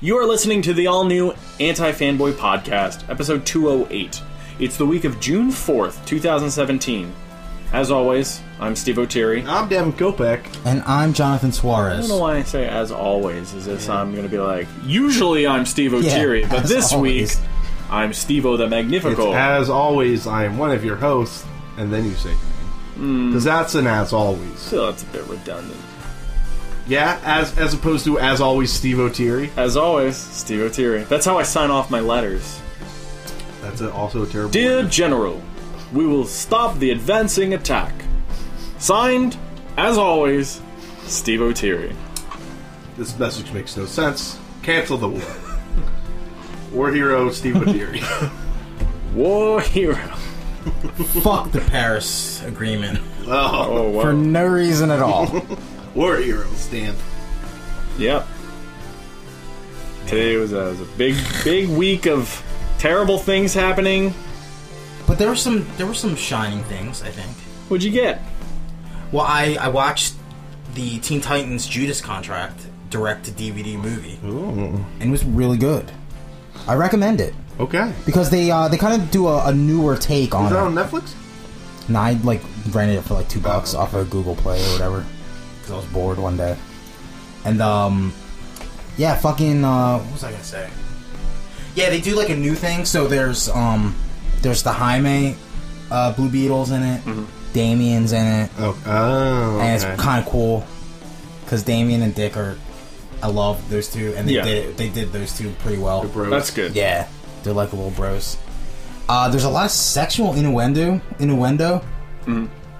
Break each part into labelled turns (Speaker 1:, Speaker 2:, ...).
Speaker 1: You are listening to the all new Anti Fanboy Podcast, episode 208. It's the week of June 4th, 2017. As always, I'm Steve O'Terry. I
Speaker 2: I'm Devin Kopeck.
Speaker 3: And I'm Jonathan Suarez.
Speaker 1: don't know why I say as always, is this I'm going to be like, usually I'm Steve O'Terry, but
Speaker 3: as
Speaker 1: this
Speaker 3: always.
Speaker 1: week, I'm Steve O the
Speaker 2: It's
Speaker 1: Magnifico.
Speaker 2: as always, I am one of your hosts, and then you say your name. Because that's an as always.
Speaker 1: Still, that's a bit redundant.
Speaker 2: Yeah, as as opposed to as always Steve O'Teary.
Speaker 1: As always, Steve O'Terry. That's how I sign off my letters.
Speaker 2: That's a, also a terrible
Speaker 1: Dear
Speaker 2: word.
Speaker 1: General, we will stop the advancing attack. Signed, as always, Steve O'Terry.
Speaker 2: This message makes no sense. Cancel the war. war hero Steve O'Teary.
Speaker 1: War hero.
Speaker 3: Fuck the Paris Agreement.
Speaker 2: oh,
Speaker 1: Oh wow.
Speaker 3: For no reason at all.
Speaker 2: war hero stand.
Speaker 1: Yep. Today was a, was a big, big week of terrible things happening.
Speaker 3: but there were some there were some shining things, I think.
Speaker 1: What'd you get?
Speaker 3: Well, I, I watched the Teen Titans Judas Contract direct to DVD movie. And it was really good. I recommend it
Speaker 2: Okay.
Speaker 3: because they uh, they kind of do a, a newer take
Speaker 2: Is
Speaker 3: on
Speaker 2: that
Speaker 3: it.
Speaker 2: on Netflix?
Speaker 3: And I like rented it for like two bucks
Speaker 2: okay.
Speaker 3: off of Google Play or whatever because I was bored one day. And um, yeah, fucking uh, what was I gonna say? Yeah, they do like a new thing. So there's um, there's the Jaime uh, Blue Beetles in it, Damien's in it,
Speaker 2: Oh, oh
Speaker 3: and it's
Speaker 2: okay.
Speaker 3: kind of cool because Damien and Dick are. I love those two, and they
Speaker 1: Yeah.
Speaker 3: did they did those two pretty well.
Speaker 2: Bros.
Speaker 1: That's good.
Speaker 3: Yeah, they're like little bros. Uh, there's a lot of sexual innuendo, innuendo.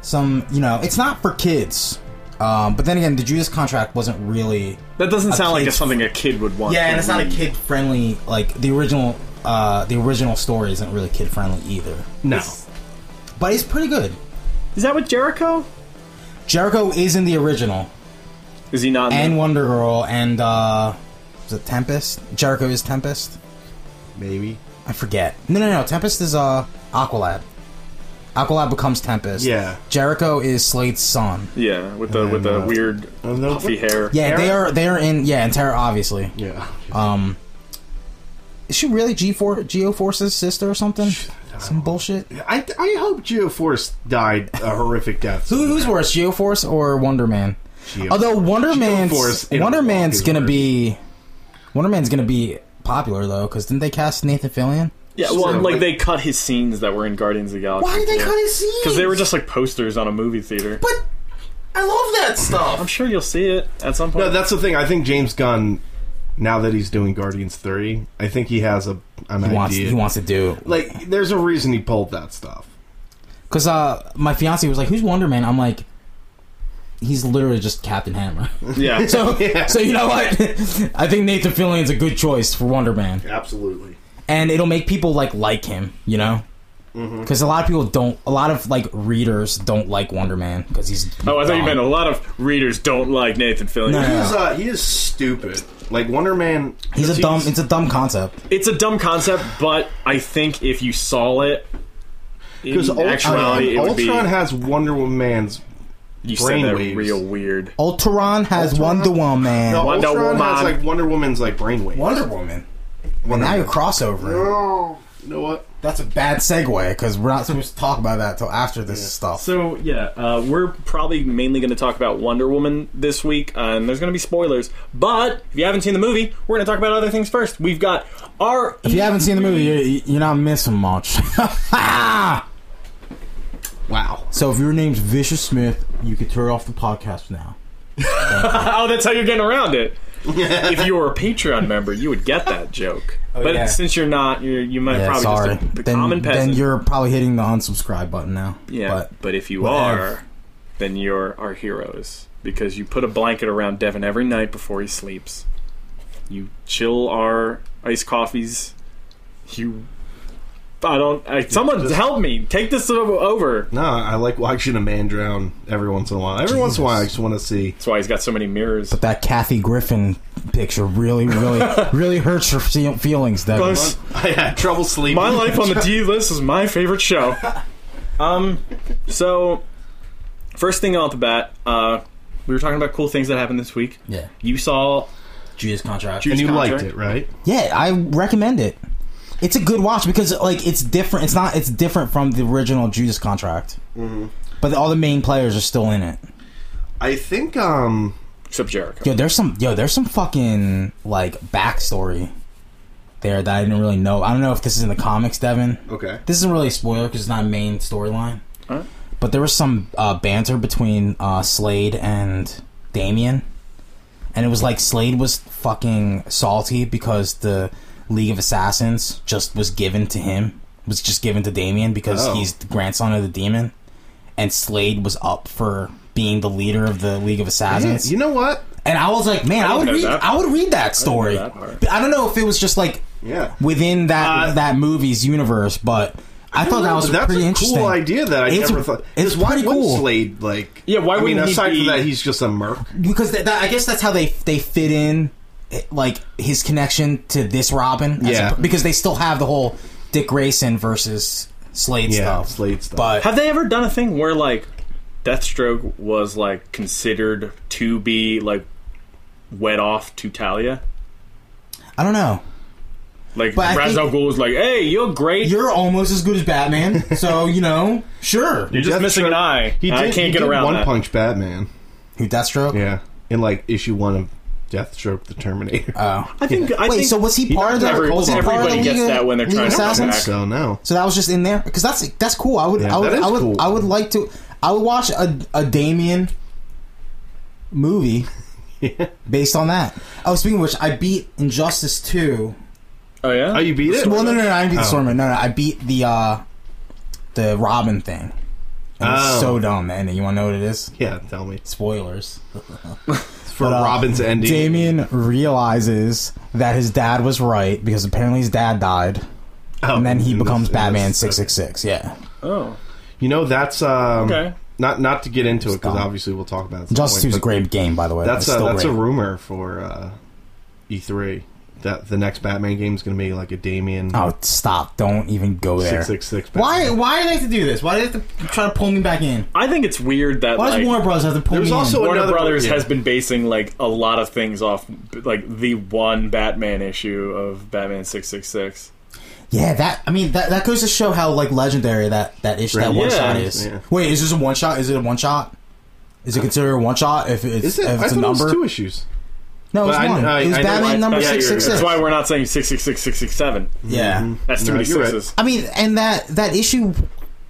Speaker 3: Some, you know, it's not for kids. Um, but then again, the Judas contract wasn't really.
Speaker 1: That doesn't
Speaker 3: A
Speaker 1: sound like
Speaker 3: kid's-
Speaker 1: it's something a kid would want.
Speaker 3: Yeah, and
Speaker 1: to
Speaker 3: it's not a
Speaker 1: read.
Speaker 3: kid friendly. Like the original, uh, the original story isn't really kid friendly either.
Speaker 2: No.
Speaker 3: But it's pretty good.
Speaker 1: Is that with Jericho?
Speaker 3: Jericho is in the original,
Speaker 1: Is he not? in
Speaker 3: and
Speaker 1: the-
Speaker 3: Wonder Girl, and uh, is it Tempest? Jericho is Tempest.
Speaker 2: Maybe.
Speaker 3: I forget. No, no, no. Tempest is uh Aqualad. Aqualad becomes Tempest.
Speaker 2: Yeah.
Speaker 3: Jericho is Slade's son.
Speaker 1: yeah, with the with the
Speaker 2: And, uh,
Speaker 1: weird
Speaker 2: and the-
Speaker 1: puffy hair.
Speaker 3: Yeah, they
Speaker 2: Terra?
Speaker 3: are. They are in. Yeah, and Terra obviously.
Speaker 2: Yeah.
Speaker 3: Um, is she really G four Geo Force's sister or something? Some bullshit.
Speaker 2: I, I hope Geoforce died a horrific death.
Speaker 3: Who, who's worse, Geo Force or Wonder Man?
Speaker 2: Geo-
Speaker 3: Although Wonder Man's
Speaker 2: Force in
Speaker 3: Wonder
Speaker 2: a walk
Speaker 3: Man's
Speaker 2: is
Speaker 3: gonna
Speaker 2: worse.
Speaker 3: be Wonder Man's gonna be popular though, because didn't they cast Nathan Fillion?
Speaker 1: Yeah, well,
Speaker 2: So-
Speaker 1: like they cut his scenes that were in Guardians of the Galaxy.
Speaker 3: his scenes?
Speaker 1: Because they were just like posters on a movie theater.
Speaker 3: But I love that
Speaker 1: I'm
Speaker 3: stuff.
Speaker 1: sure you'll see it at some point.
Speaker 2: No, that's the thing. I think James Gunn, now that he's doing Guardians three, I think he has a an
Speaker 3: He
Speaker 2: idea.
Speaker 3: wants, he wants to do
Speaker 2: like, there's a reason he pulled that stuff.
Speaker 3: Cause uh, my fiance was like, "Who's Wonder Man?" I'm like, "He's literally just Captain Hammer."
Speaker 1: yeah.
Speaker 3: so,
Speaker 2: Yeah.
Speaker 3: so you know what? I think Nathan Fillion's a good choice for Wonder Man,
Speaker 2: Absolutely.
Speaker 3: and it'll make people like like him. You know,
Speaker 2: Mm-hmm.
Speaker 3: because a lot of people don't. A lot of like readers don't like Wonder Man because he's.
Speaker 1: oh, I thought you
Speaker 3: dumb.
Speaker 1: meant a lot of readers don't like Nathan Fillion.
Speaker 3: No.
Speaker 2: He is, uh, he is stupid. Like Wonder Man,
Speaker 3: He's a dumb. It's a dumb concept.
Speaker 1: it's a dumb concept, but I think if you saw it, in
Speaker 2: Because Ultron,
Speaker 1: actuality, it would be
Speaker 2: Ultron has Wonder Woman's.
Speaker 1: you said that
Speaker 2: brainwaves.
Speaker 1: real weird.
Speaker 3: Ultron has
Speaker 2: Ultron?
Speaker 3: Wonder Woman.
Speaker 2: No,
Speaker 1: Wonder
Speaker 2: Ultron has
Speaker 1: Woman.
Speaker 2: like Wonder Woman's like brainwave.
Speaker 3: Wonder Woman. Well, now you're crossovering.
Speaker 2: Oh, you know what?
Speaker 3: That's a bad segue because we're not supposed to talk about that till after this stuff.
Speaker 1: So yeah, uh, we're probably mainly going to talk about Wonder Woman this week, uh, and there's going to be spoilers. But if you haven't seen the movie, we're going to talk about other things first. We've got our
Speaker 3: If you haven't seen the movie, you're, you're not missing much.
Speaker 2: Wow.
Speaker 3: so if your name's Vicious Smith, you can turn off the podcast now.
Speaker 1: oh, that's how you're getting around it. if you were a Patreon member, you would get that joke. but
Speaker 3: Oh, yeah.
Speaker 1: since you're not, you're, you might probably just a, a common
Speaker 3: Then,
Speaker 1: peasant.
Speaker 3: then you're probably hitting the unsubscribe button now.
Speaker 1: Yeah,
Speaker 3: But
Speaker 1: but, if you
Speaker 3: whatever.
Speaker 1: are, then you're our heroes because you put a blanket around Devin every night before he sleeps. You chill our iced coffees. You, I don't. I, someone help me take this o- over.
Speaker 2: No, I like watching a man drown every once in a while. Every once in a while, I just want to see.
Speaker 1: That's why he's got so many mirrors.
Speaker 3: that Kathy Griffin picture really, really, really hurts your feel- feelings, Devin.
Speaker 1: Guys,
Speaker 2: I had trouble sleeping.
Speaker 1: My life on the D list is my favorite show. Um, so first thing off the bat, uh, we were talking about cool things that happened this week.
Speaker 3: Yeah.
Speaker 1: You saw
Speaker 3: Judas Contract.
Speaker 1: Ju-
Speaker 2: and you
Speaker 1: Contract.
Speaker 2: liked it, right?
Speaker 3: yeah, I recommend it. It's a good watch because like it's different. It's not. It's different from the original Judas Contract. But all the main players are still in it.
Speaker 2: I think um
Speaker 1: Except Jericho.
Speaker 3: Yo, there's some. Yo, there's some fucking like backstory there that I didn't really know. I don't know if this is in the comics, Devin.
Speaker 2: okay.
Speaker 3: This isn't really a spoiler because it's not a main storyline.
Speaker 1: Alright.
Speaker 3: But there was some uh, banter between uh, Slade and Damien. And it was like Slade was fucking salty because the League of Assassins just was given to him. Was just given to Damien because
Speaker 2: Oh.
Speaker 3: he's the grandson of the demon. And Slade was up for being the leader of the League of
Speaker 2: Yeah,
Speaker 3: Assassins.
Speaker 2: you know what?
Speaker 3: and I was like, man, I,
Speaker 1: I didn't
Speaker 3: would
Speaker 1: know
Speaker 3: read
Speaker 1: that
Speaker 3: I
Speaker 1: part.
Speaker 3: would read that story.
Speaker 1: that part.
Speaker 3: but I don't know if it was just like
Speaker 2: Yeah.
Speaker 3: within that
Speaker 2: Uh,
Speaker 3: that movie's universe, but I, thought that was
Speaker 2: That's
Speaker 3: pretty
Speaker 2: a
Speaker 3: interesting.
Speaker 2: cool idea that I
Speaker 3: It's-
Speaker 2: never thought.
Speaker 3: it's
Speaker 2: why
Speaker 3: pretty
Speaker 2: wouldn't
Speaker 3: cool.
Speaker 2: Slade like?
Speaker 1: Yeah, why
Speaker 2: I mean,
Speaker 1: wouldn't he
Speaker 2: aside
Speaker 1: be-
Speaker 2: from that, he's just a merc.
Speaker 3: because th- that, I guess that's how they they fit in, it, like his connection to this Robin. as
Speaker 2: Yeah.
Speaker 3: a- because they still have the whole Dick Grayson versus Slade
Speaker 2: Yeah,
Speaker 3: stuff.
Speaker 2: Slade stuff.
Speaker 3: but
Speaker 1: Have they ever done a thing where like Deathstroke was like considered to be like wed off to Talia?
Speaker 3: I don't know.
Speaker 1: Like
Speaker 3: But I
Speaker 1: Ra's
Speaker 3: think-
Speaker 1: al Ghul was like, "Hey, you're great. You're,
Speaker 3: You're almost as good as Batman, so you know, sure.
Speaker 1: just
Speaker 2: Deathstroke-
Speaker 1: missing an eye.
Speaker 2: He did,
Speaker 1: I can't
Speaker 2: he
Speaker 1: get
Speaker 2: did
Speaker 1: around
Speaker 2: One
Speaker 1: that."
Speaker 2: Punch Batman.
Speaker 3: Who Deathstroke?
Speaker 2: Yeah, in like issue one of Deathstroke the Terminator.
Speaker 3: Oh.
Speaker 1: I think. I
Speaker 3: Wait,
Speaker 1: think
Speaker 3: so was he
Speaker 2: He
Speaker 3: part of the?
Speaker 1: every-
Speaker 3: was he part of the
Speaker 1: everybody gets
Speaker 3: League of-
Speaker 1: that when they're
Speaker 3: League of
Speaker 1: trying to come
Speaker 3: Assassins?
Speaker 1: back.
Speaker 2: so no.
Speaker 3: So that was just in there because that's that's cool. I would
Speaker 2: Yeah,
Speaker 3: I would
Speaker 2: that is
Speaker 3: I would
Speaker 2: cool.
Speaker 3: I would like to I would watch a a Damien movie based on that. Oh, speaking of which, I beat Injustice Two.
Speaker 1: oh yeah.
Speaker 2: Oh, you beat it?
Speaker 3: Well, no, no, no, I didn't beat the
Speaker 2: Oh.
Speaker 3: Stormman. No, no, I beat the uh the Robin thing. And It's
Speaker 2: Oh.
Speaker 3: so dumb. The ending. You want to know what it is?
Speaker 2: Yeah, tell me.
Speaker 3: Spoilers.
Speaker 2: It's for
Speaker 3: But, uh,
Speaker 2: Robin's ending.
Speaker 3: Damien realizes that his dad was right because apparently his dad died,
Speaker 2: Oh,
Speaker 3: and then he
Speaker 2: in this-
Speaker 3: becomes
Speaker 2: in
Speaker 3: Batman
Speaker 2: this-
Speaker 3: six six six. Yeah.
Speaker 1: oh,
Speaker 2: You know that's um,
Speaker 1: Okay.
Speaker 2: Not not to get into it because
Speaker 3: dumb.
Speaker 2: obviously we'll talk about it. at some
Speaker 3: Justice
Speaker 2: point,
Speaker 3: Two is a
Speaker 2: but
Speaker 3: great game, by the way.
Speaker 2: That's
Speaker 3: It's
Speaker 2: a,
Speaker 3: still
Speaker 2: that's
Speaker 3: great.
Speaker 2: a rumor for uh, E3 that the next Batman game is going to be like a Damien
Speaker 3: Oh, stop! Don't even go there.
Speaker 2: six six six.
Speaker 3: Why? Why do they have to do this? Why do they have to try to pull me back in?
Speaker 1: I think it's weird that
Speaker 3: Why does
Speaker 1: like,
Speaker 3: Warner Bros. have to pull
Speaker 2: There's
Speaker 3: me
Speaker 2: also
Speaker 3: in?
Speaker 1: Warner
Speaker 2: Another-
Speaker 1: Brothers
Speaker 2: yeah.
Speaker 1: has been basing like a lot of things off like the one Batman issue of Batman six six six.
Speaker 3: Yeah, that. I mean, that that goes to show how like legendary that that issue, that
Speaker 2: Right.
Speaker 3: one
Speaker 1: Yeah.
Speaker 3: shot is.
Speaker 2: Yeah.
Speaker 3: Wait, is this a one shot? Is it a one shot? Is it considered a one shot if it's,
Speaker 2: Is it?
Speaker 3: if
Speaker 2: I
Speaker 3: it's a
Speaker 2: thought it
Speaker 3: number?
Speaker 2: was two issues.
Speaker 3: no, it was
Speaker 2: But I-
Speaker 3: one.
Speaker 2: I-
Speaker 3: it was
Speaker 2: I know
Speaker 3: Batman
Speaker 2: why- Mm-hmm.
Speaker 3: number
Speaker 1: yeah,
Speaker 3: six
Speaker 1: you're-
Speaker 3: six
Speaker 1: That's
Speaker 3: six.
Speaker 1: why we're not saying six six six six six seven.
Speaker 3: Yeah.
Speaker 1: That's too
Speaker 2: No,
Speaker 1: many
Speaker 2: you're right.
Speaker 1: sixes.
Speaker 3: I mean, and that that issue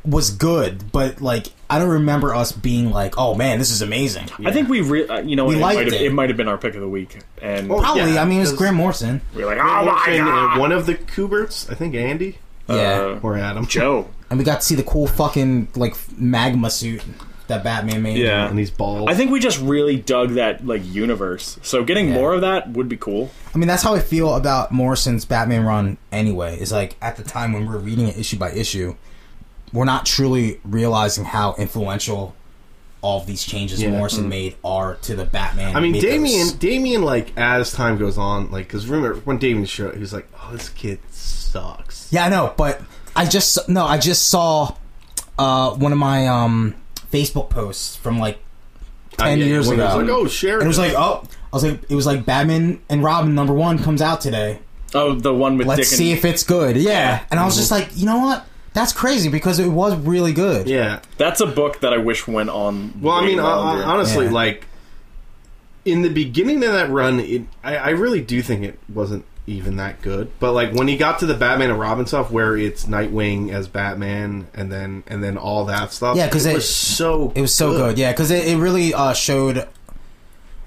Speaker 3: was good, but like I don't remember us being like, "Oh man, this is amazing."
Speaker 1: I think we, re- uh, you know,
Speaker 3: We
Speaker 1: it,
Speaker 3: liked
Speaker 1: might have,
Speaker 3: it.
Speaker 1: it. might have been our pick of the week, and
Speaker 2: Well,
Speaker 3: Probably.
Speaker 2: Yeah,
Speaker 3: I mean, it was
Speaker 2: 'cause-
Speaker 3: Graham Morrison.
Speaker 1: we are like, oh
Speaker 2: One
Speaker 1: my
Speaker 2: in-
Speaker 1: god,
Speaker 2: uh, One of the Kuberts, I think Andy
Speaker 3: Yeah.
Speaker 1: Uh,
Speaker 2: or Adam.
Speaker 1: Joe.
Speaker 3: And we got to see the cool fucking like magma suit that Batman made.
Speaker 1: Yeah,
Speaker 2: And he's bald.
Speaker 1: I think we just really dug that like universe. So getting
Speaker 3: Yeah.
Speaker 1: more of that would be cool.
Speaker 3: I mean that's how I feel about Morrison's Batman run anyway. Is like at the time when we're reading it issue by issue, we're not truly realizing how influential all of these changes
Speaker 2: Yeah.
Speaker 3: Morrison made are to the Batman.
Speaker 2: I mean,
Speaker 3: mythos.
Speaker 2: Damien, Damien, like as time goes on, like because remember when Damien showed, up, he was like, "Oh, this kid sucks."
Speaker 3: Yeah, I know, but I just no, I just saw uh, one of my um, Facebook posts from like
Speaker 2: I-
Speaker 3: 10 years
Speaker 2: when he was
Speaker 3: ago.
Speaker 2: like, "Oh, Sheridan."
Speaker 3: and it was like, oh, I was like, it was like Batman and Robin number one comes out today.
Speaker 1: Oh, the one with
Speaker 3: Let's
Speaker 1: Dick
Speaker 3: see
Speaker 1: and
Speaker 3: if it's good. Yeah, and I was just like, you know what? That's crazy because it was really good.
Speaker 2: "Yeah."
Speaker 1: that's a book that I wish went on.
Speaker 2: Well, I
Speaker 1: way
Speaker 2: mean, uh,
Speaker 1: longer.
Speaker 2: honestly,
Speaker 3: Yeah.
Speaker 2: like in the beginning of that run, it, I, I really do think it wasn't even that good. But like when he got to the Batman and Robin stuff, where it's Nightwing as Batman, and then and then all that stuff.
Speaker 3: Yeah, 'cause
Speaker 2: it,
Speaker 3: it-
Speaker 2: was so
Speaker 3: It was so good, yeah, because it, it really uh, showed.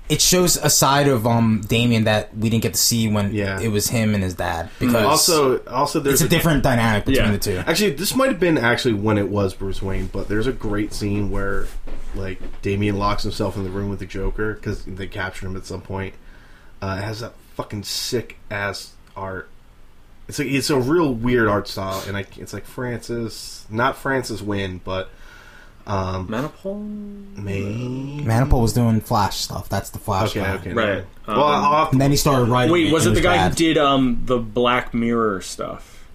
Speaker 3: It shows a side of um Damien that we didn't get to see when
Speaker 2: Yeah.
Speaker 3: it was him and his dad because
Speaker 2: Also, also there's
Speaker 3: it's a different dynamic between
Speaker 1: Hmm. Yeah.
Speaker 3: the two.
Speaker 2: Actually, this might have been actually when it was Bruce Wayne, but there's a great scene where, like, Damien locks himself in the room with the Joker because they captured him at some point. Uh, it has that fucking sick ass art. It's like it's a real weird art style, and I, it's like Francis, not Francis Wynn, but um,
Speaker 1: Manipul?
Speaker 2: May.
Speaker 3: Manipul was doing Flash stuff. That's the Flash.
Speaker 2: Okay,
Speaker 3: guy.
Speaker 2: okay,
Speaker 1: Right.
Speaker 2: no. well,
Speaker 1: Um,
Speaker 2: I'll have to-
Speaker 3: And then he started writing.
Speaker 1: Wait, was it
Speaker 3: and
Speaker 1: the guy
Speaker 3: bad.
Speaker 1: who did um the Black Mirror stuff?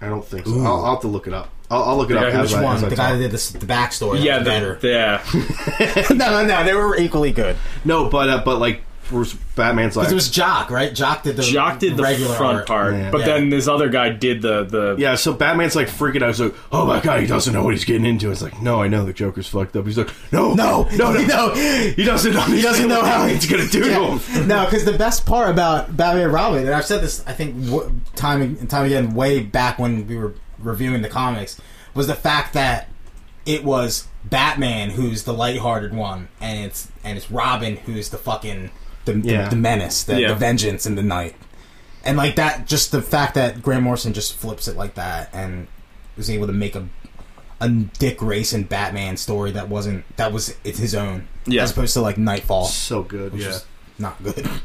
Speaker 2: I don't think so.
Speaker 3: Ooh.
Speaker 2: I'll, I'll have to look it up. I'll, I'll look it
Speaker 1: The
Speaker 2: up.
Speaker 1: guy who-
Speaker 2: as
Speaker 3: Which
Speaker 2: I-
Speaker 3: one?
Speaker 2: as I
Speaker 3: The guy
Speaker 2: talk.
Speaker 3: that did this, the backstory.
Speaker 1: yeah,
Speaker 3: Yeah,
Speaker 1: the,
Speaker 3: better.
Speaker 1: yeah.
Speaker 3: no, no, no. They were equally good.
Speaker 2: No, but uh, but like Bruce Batman's like,
Speaker 3: Because it was Jock, right? Jock did the
Speaker 1: Jock did the
Speaker 3: regular
Speaker 1: front
Speaker 3: art.
Speaker 1: part,
Speaker 2: Yeah.
Speaker 1: but
Speaker 3: Yeah.
Speaker 1: then this other guy did the the.
Speaker 2: yeah. So Batman's like freaking out. He's like, oh my god, he doesn't know what he's getting into. It's like, no, I know the Joker's fucked up. He's like, no,
Speaker 3: No,
Speaker 2: no, no,
Speaker 3: no.
Speaker 2: He doesn't. He doesn't know how it's gonna do to him.
Speaker 3: Yeah. No, because the best part about Batman and Robin, and I've said this, I think, w- time and time again, way back when we were reviewing the comics, was the fact that it was Batman who's the lighthearted one, and it's and it's Robin who's the fucking the, the-
Speaker 2: Yeah.
Speaker 3: the, menace, the,
Speaker 1: Yeah.
Speaker 3: the vengeance in the night, and like that. Just the fact that Graham Morrison just flips it like that and was able to make a a Dick Grayson Batman story that wasn't that was it's his own,
Speaker 1: Yeah.
Speaker 3: as opposed to like Nightfall
Speaker 2: So good.
Speaker 3: which
Speaker 2: Yeah,
Speaker 3: is not good.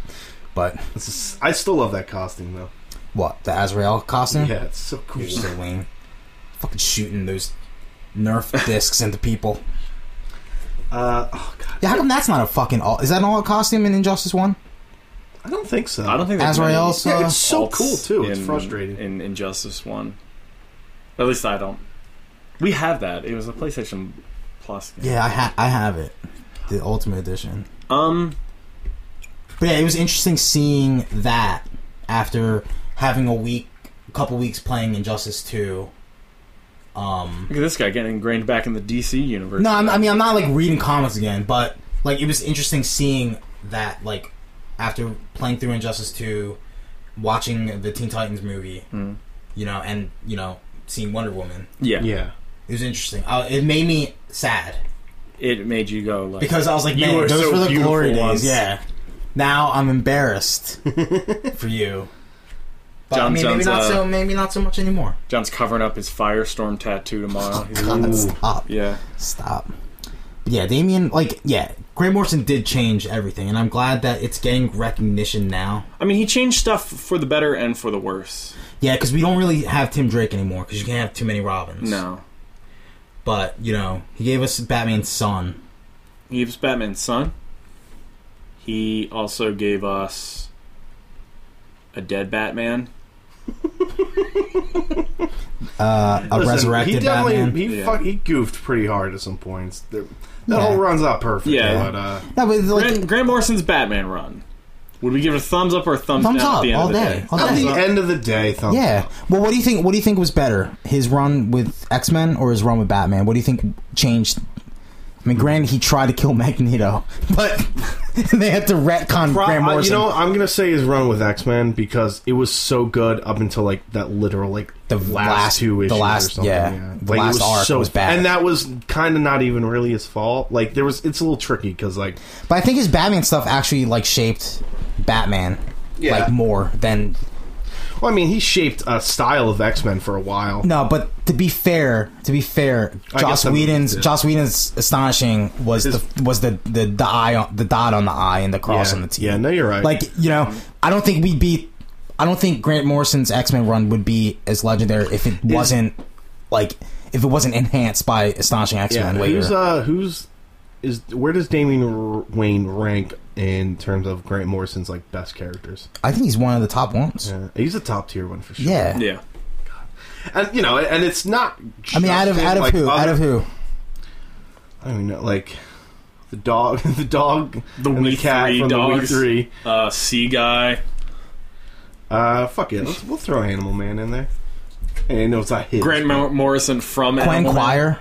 Speaker 3: But
Speaker 2: This is- I still love that costume though.
Speaker 3: what the Azrael costume?
Speaker 2: Yeah, it's so cool.
Speaker 3: You're so lame. Fucking shooting those Nerf discs into people.
Speaker 2: Uh, oh god,
Speaker 3: Yeah, how come that's not a fucking all? Is that an all costume in Injustice One?
Speaker 2: I don't think so.
Speaker 1: I don't think there's
Speaker 3: Azrael's
Speaker 1: many
Speaker 2: Yeah,
Speaker 3: uh,
Speaker 2: it's so
Speaker 1: alts
Speaker 2: cool too. It's
Speaker 1: in-
Speaker 2: frustrating.
Speaker 1: in Injustice One. At least I don't. We have that. It was a PlayStation Plus. Game.
Speaker 3: yeah, I ha- I have it, the Ultimate Edition.
Speaker 1: Um.
Speaker 3: But yeah, it was interesting seeing that after having a week, a couple weeks playing Injustice Two. Um,
Speaker 1: Look at this guy getting ingrained back in the DC universe.
Speaker 3: No, I'm, I mean I'm not like reading comics again, but like it was interesting seeing that like after playing through Injustice Two, watching the Teen Titans movie,
Speaker 1: Mm.
Speaker 3: you know, and you know seeing Wonder Woman,
Speaker 1: Yeah.
Speaker 2: yeah.
Speaker 3: it was interesting. Uh, it made me sad
Speaker 1: It made you go like.
Speaker 3: because I was like,
Speaker 1: You
Speaker 3: man,
Speaker 1: were
Speaker 3: those
Speaker 1: so
Speaker 3: were the
Speaker 1: beautiful
Speaker 3: glory days.
Speaker 1: once.
Speaker 3: Yeah. Now I'm embarrassed for you. But I
Speaker 1: John
Speaker 3: mean, maybe
Speaker 1: Jones,
Speaker 3: not
Speaker 1: uh,
Speaker 3: so. Maybe not so much anymore.
Speaker 1: John's covering up his firestorm tattoo tomorrow. He's like,
Speaker 3: God,
Speaker 2: Ooh.
Speaker 3: stop.
Speaker 1: yeah.
Speaker 3: Stop. But yeah, Damien, like, yeah, Graham Morrison did change everything, and I'm glad that it's getting recognition now.
Speaker 1: I mean, he changed stuff for the better and for the worse.
Speaker 3: Yeah, because we don't really have Tim Drake anymore, because you can't have too many Robins.
Speaker 1: No.
Speaker 3: But, you know, he gave us Batman's son.
Speaker 1: He gave us Batman's son. He also gave us a dead Batman.
Speaker 3: Uh, a
Speaker 2: Listen,
Speaker 3: resurrected
Speaker 2: he definitely,
Speaker 3: Batman.
Speaker 2: He
Speaker 1: Yeah.
Speaker 2: fuck, he goofed pretty hard at some points. The, that
Speaker 3: Yeah.
Speaker 2: whole run's not perfect.
Speaker 1: Yeah.
Speaker 2: But, uh,
Speaker 3: no, but, like,
Speaker 1: Grant, Grant Morrison's Batman run. Would we give it a thumbs up or a thumbs,
Speaker 3: Thumbs
Speaker 1: down
Speaker 3: up,
Speaker 1: at the end
Speaker 3: all
Speaker 1: of the
Speaker 3: day,
Speaker 1: day?
Speaker 3: all
Speaker 2: at
Speaker 3: day.
Speaker 2: the end of the day, thumbs
Speaker 3: yeah.
Speaker 2: up.
Speaker 3: Well, what do you think? What do you think was better, his run with X Men or his run with Batman? What do you think changed? I mean, granted, he tried to kill Magneto, but they had to retcon
Speaker 2: Pro-
Speaker 3: Graham
Speaker 2: I- you
Speaker 3: Morrison.
Speaker 2: know, I'm gonna say his run with X Men because it was so good up until like that literal like
Speaker 3: The last-
Speaker 2: two
Speaker 3: the
Speaker 2: issues.
Speaker 3: last-
Speaker 2: or something.
Speaker 3: yeah. The
Speaker 2: Like, it
Speaker 3: last arc was bad.
Speaker 2: and that was kind of not even really his fault. Like there was, it's a little tricky because like
Speaker 3: But I think his Batman stuff actually like shaped Batman
Speaker 2: Yeah.
Speaker 3: like more than
Speaker 2: Well, I mean, he shaped a style of X Men for a while.
Speaker 3: no. But to be fair, to be fair,
Speaker 2: I guess
Speaker 3: Joss
Speaker 2: some
Speaker 3: Whedon's
Speaker 2: movies did.
Speaker 3: Joss Whedon's astonishing was
Speaker 2: His-
Speaker 3: the was the, the the eye on, the dot on the I and the cross
Speaker 2: yeah.
Speaker 3: on the T.
Speaker 2: yeah, no, you're right.
Speaker 3: Like you know, I don't think we beat. I don't think Grant Morrison's X Men run would be as legendary if it wasn't like if it wasn't enhanced by astonishing X
Speaker 2: yeah,
Speaker 3: Men later.
Speaker 2: who's uh, who's is where does Damien R- Wayne rank in terms of Grant Morrison's like best characters?
Speaker 3: I think he's one of the top ones.
Speaker 2: Yeah, he's a top tier one for sure.
Speaker 3: Yeah.
Speaker 1: Uh, Yeah.
Speaker 2: and you know, and it's not.
Speaker 3: I mean, out of
Speaker 2: just
Speaker 3: out
Speaker 2: in,
Speaker 3: of
Speaker 2: like,
Speaker 3: who? Out
Speaker 2: other-
Speaker 3: of who?
Speaker 2: I mean, like the dog, the dog,
Speaker 1: The
Speaker 2: and
Speaker 1: Wii
Speaker 2: the cat
Speaker 1: Three
Speaker 2: from the Wii
Speaker 1: dogs.
Speaker 2: Three.
Speaker 1: Uh, sea guy.
Speaker 2: Uh, fuck it, let's, we'll throw Animal Man in there. And no, it's not his.
Speaker 1: Grant Mo- Morrison from
Speaker 3: Quinn
Speaker 1: Animal Man.
Speaker 3: Quire.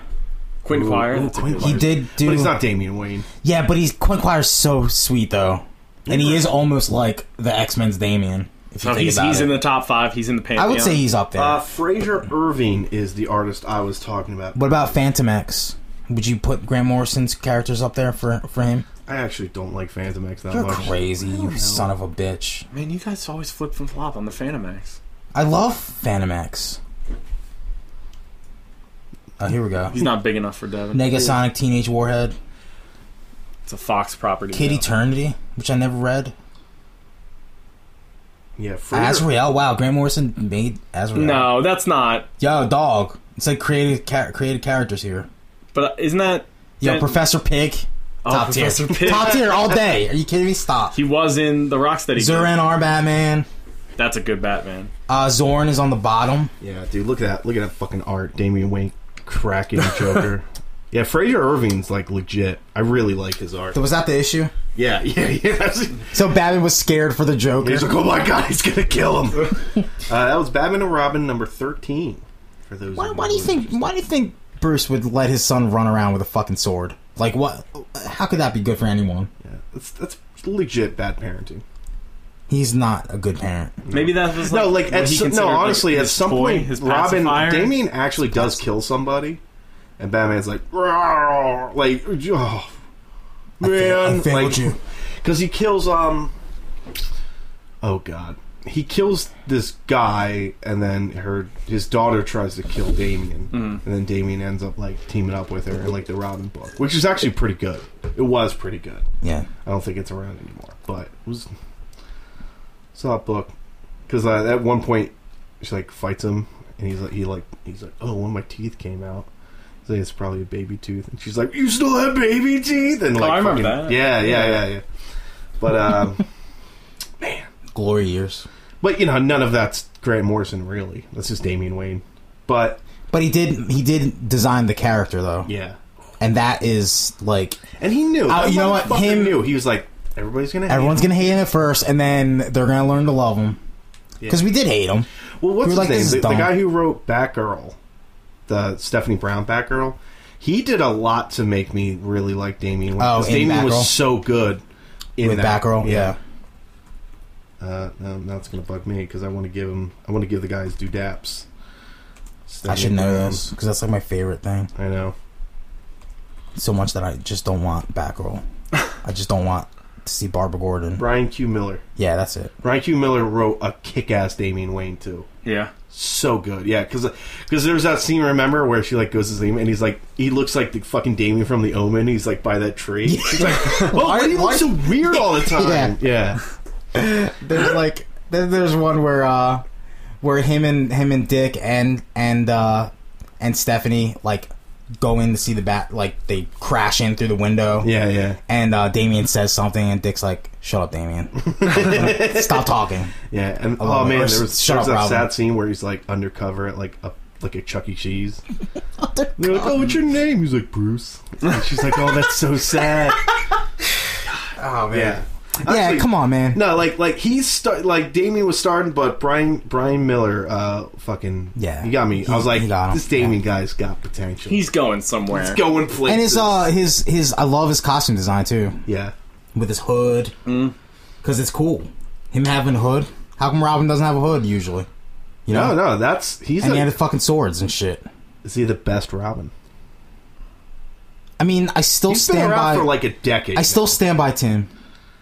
Speaker 1: Quinn
Speaker 2: Ooh,
Speaker 1: Quire.
Speaker 2: ooh,
Speaker 1: That's a
Speaker 2: Quinn
Speaker 1: good
Speaker 3: He
Speaker 1: one.
Speaker 2: Quire.
Speaker 3: did do.
Speaker 2: but he's not Damian Wayne.
Speaker 3: Yeah, but he's Quinn Quire's so sweet though, and he is almost like the X Men's Damien. If
Speaker 1: So
Speaker 3: you think
Speaker 1: Oh, he's
Speaker 3: about
Speaker 1: he's
Speaker 3: it,
Speaker 1: in the top five. He's in the pantheon.
Speaker 3: I would say he's up there.
Speaker 2: Uh, Fraser Irving is the artist I was talking about.
Speaker 3: what about Phantom X? Would you put Grant Morrison's characters up there for for him?
Speaker 2: I actually don't like Phantom X that
Speaker 3: You're
Speaker 2: much.
Speaker 3: crazy, you son of a bitch.
Speaker 1: Man, you guys always flip and flop on the Phantom X.
Speaker 3: I love Phantom X. Oh, here we go.
Speaker 1: He's not big enough for Devin.
Speaker 3: Negasonic Teenage Warhead,
Speaker 1: It's a Fox property.
Speaker 3: Kid
Speaker 1: now.
Speaker 3: Eternity, which I never read.
Speaker 2: Yeah, Fraser.
Speaker 3: Azrael, wow, Grant Morrison made Azrael.
Speaker 1: No, that's not.
Speaker 3: Yo, dog. It's like created ca- created characters here.
Speaker 1: But isn't that
Speaker 3: Yo,
Speaker 1: Then-
Speaker 3: Professor Pig,
Speaker 1: oh,
Speaker 3: top tier,
Speaker 1: Professor Pig?
Speaker 3: top tier all day. Are you kidding me? Stop.
Speaker 1: He was in the Rocksteady. Game.
Speaker 3: Zoran R. Batman.
Speaker 1: That's a good Batman.
Speaker 3: Uh, Zorn is on the bottom.
Speaker 2: Yeah, dude, look at that. Look at that fucking art. Damian Wayne cracking Joker. Yeah, Fraser Irving's like legit. I really like his art.
Speaker 3: Was that the issue?
Speaker 2: Yeah, yeah, yeah.
Speaker 3: So Batman was scared for the Joker.
Speaker 2: He's like, oh my god, he's gonna kill him. uh, that was Batman and Robin number thirteen. For those.
Speaker 3: Why,
Speaker 2: of
Speaker 3: why do you
Speaker 2: who-
Speaker 3: think? Why do you think Bruce would let his son run around with a fucking sword? Like what? How could that be good for anyone?
Speaker 2: Yeah, that's that's legit bad parenting.
Speaker 3: He's not a good parent.
Speaker 1: Maybe that was like,
Speaker 2: no, like
Speaker 1: what
Speaker 2: at
Speaker 1: he
Speaker 2: so,
Speaker 1: considered,
Speaker 2: no,
Speaker 1: like,
Speaker 2: honestly, at
Speaker 1: his
Speaker 2: some
Speaker 1: toy,
Speaker 2: point,
Speaker 1: his
Speaker 2: Robin
Speaker 1: pacifier.
Speaker 2: Damien actually does kill somebody, and Batman's like, "Rawr," like, oh, man,
Speaker 3: I failed you.
Speaker 2: because he kills um, oh god, he kills this guy, and then her his daughter tries to kill Damien, and then Damien ends up like teaming up with her in like the Robin book, which is actually pretty good. It was pretty good.
Speaker 3: Yeah.
Speaker 2: I don't think it's around anymore, but it was it's not book because uh, at one point she like fights him and he's like he like he's like oh one of my teeth came out. He's like it's probably a baby tooth, and she's like you still have baby teeth and
Speaker 1: Oh,
Speaker 2: like
Speaker 1: I remember
Speaker 2: fucking-
Speaker 1: that.
Speaker 2: Yeah, yeah, yeah, yeah. But um,
Speaker 3: Glory years.
Speaker 2: but you know none of that's Grant Morrison really. That's just Damian Wayne. But
Speaker 3: But he did. He did design the character though,
Speaker 2: yeah,
Speaker 3: and that is like
Speaker 2: and he knew.
Speaker 3: Uh, you know what?
Speaker 2: Motherfucker
Speaker 3: Him-
Speaker 2: knew. He was like everybody's gonna. hate
Speaker 3: everyone's gonna hate him at first, and then they're gonna learn to love him because we did hate him.
Speaker 2: Well, what's his
Speaker 3: We were like,
Speaker 2: name?
Speaker 3: this is
Speaker 2: The, the
Speaker 3: dumb.
Speaker 2: guy who wrote Batgirl, the Stephanie Brown Batgirl. He did a lot to make me really like Damien. Wayne,
Speaker 3: Oh,
Speaker 2: 'cause
Speaker 3: in
Speaker 2: Damien
Speaker 3: Batgirl?
Speaker 2: was so good in
Speaker 3: With
Speaker 2: that.
Speaker 3: Batgirl, yeah.
Speaker 2: Uh, no, now it's gonna bug me because I want to give him. I want to give the guys do daps.
Speaker 3: I should know those because that's like my favorite thing.
Speaker 2: I know.
Speaker 3: So much that I just don't want Batgirl. I just don't want to see Barbara Gordon.
Speaker 2: Brian Q. Miller.
Speaker 3: Yeah, that's it.
Speaker 2: Brian Q. Miller wrote a kick-ass Damien Wayne too.
Speaker 1: Yeah.
Speaker 2: so good. Yeah, because there's that scene remember where she like goes to see him and he's like he looks like the fucking Damien from The Omen. He's like by that tree. He's like, oh, why, do you look
Speaker 3: why-
Speaker 2: so weird all the time? Yeah.
Speaker 3: there's like there- there's one where uh where him and him and Dick and and uh and Stephanie like go in to see the bat like they crash in through the window
Speaker 2: yeah, yeah,
Speaker 3: and uh Damien says something and Dick's like shut up Damien stop talking
Speaker 2: yeah. And
Speaker 3: love
Speaker 2: oh
Speaker 3: it.
Speaker 2: man,
Speaker 3: Or
Speaker 2: there
Speaker 3: s-
Speaker 2: was,
Speaker 3: shut
Speaker 2: there was
Speaker 3: up,
Speaker 2: that
Speaker 3: Robin.
Speaker 2: sad scene where he's like undercover at like a like a Chuck E. Cheese. They're like, oh, what's your name? He's like Bruce. And she's like, oh, that's so sad.
Speaker 3: oh
Speaker 2: Yeah.
Speaker 3: yeah come on man
Speaker 2: No, like like he's star- like Damien was starting, but Brian Brian Miller, uh, fucking
Speaker 3: Yeah.
Speaker 2: you got me. I was like,
Speaker 3: he got him.
Speaker 2: this Damien guy's got potential.
Speaker 1: He's going somewhere.
Speaker 2: He's going places.
Speaker 3: and his uh his his I love his costume design too
Speaker 2: yeah,
Speaker 3: with his hood because it's cool him having a hood how come Robin doesn't have a hood usually you know
Speaker 2: no, no, that's he's.
Speaker 3: and
Speaker 2: A,
Speaker 3: he had fucking swords and shit
Speaker 2: is he the best Robin?
Speaker 3: I mean, I still
Speaker 2: He's been
Speaker 3: stand
Speaker 2: around
Speaker 3: by.
Speaker 2: for like a decade.
Speaker 3: I still stand by Tim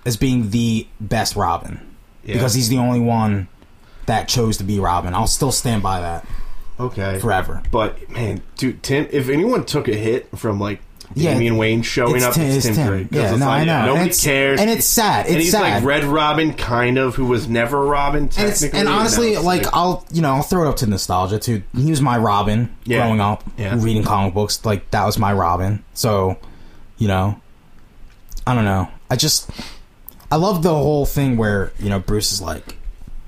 Speaker 3: as being the best Robin
Speaker 2: Yeah.
Speaker 3: because he's the only one that chose to be Robin. I'll still stand by that
Speaker 2: okay.
Speaker 3: forever.
Speaker 2: But man, dude, Tim. If anyone took a hit from like
Speaker 3: Yeah,
Speaker 2: Damian Wayne showing
Speaker 3: it's
Speaker 2: up,
Speaker 3: Tim-
Speaker 2: it's
Speaker 3: it's
Speaker 2: Tim.
Speaker 3: Tim.
Speaker 2: Drake, 'cause
Speaker 3: Yeah,
Speaker 2: it's
Speaker 3: no, I
Speaker 2: like,
Speaker 3: know. And
Speaker 2: Nobody
Speaker 3: it's-
Speaker 2: cares,
Speaker 3: and it's sad.
Speaker 2: and
Speaker 3: It's
Speaker 2: he's
Speaker 3: sad.
Speaker 2: like Red Robin, kind of, who was never Robin.
Speaker 3: And, it's,
Speaker 2: Technically,
Speaker 3: and honestly,
Speaker 2: now it's
Speaker 3: like I'll you know I'll throw it up to nostalgia too. He was my Robin
Speaker 2: Yeah.
Speaker 3: growing up,
Speaker 2: Yeah.
Speaker 3: reading comic books. Like that was my Robin. So, you know, I don't know. I just I love the whole thing where you know Bruce is like,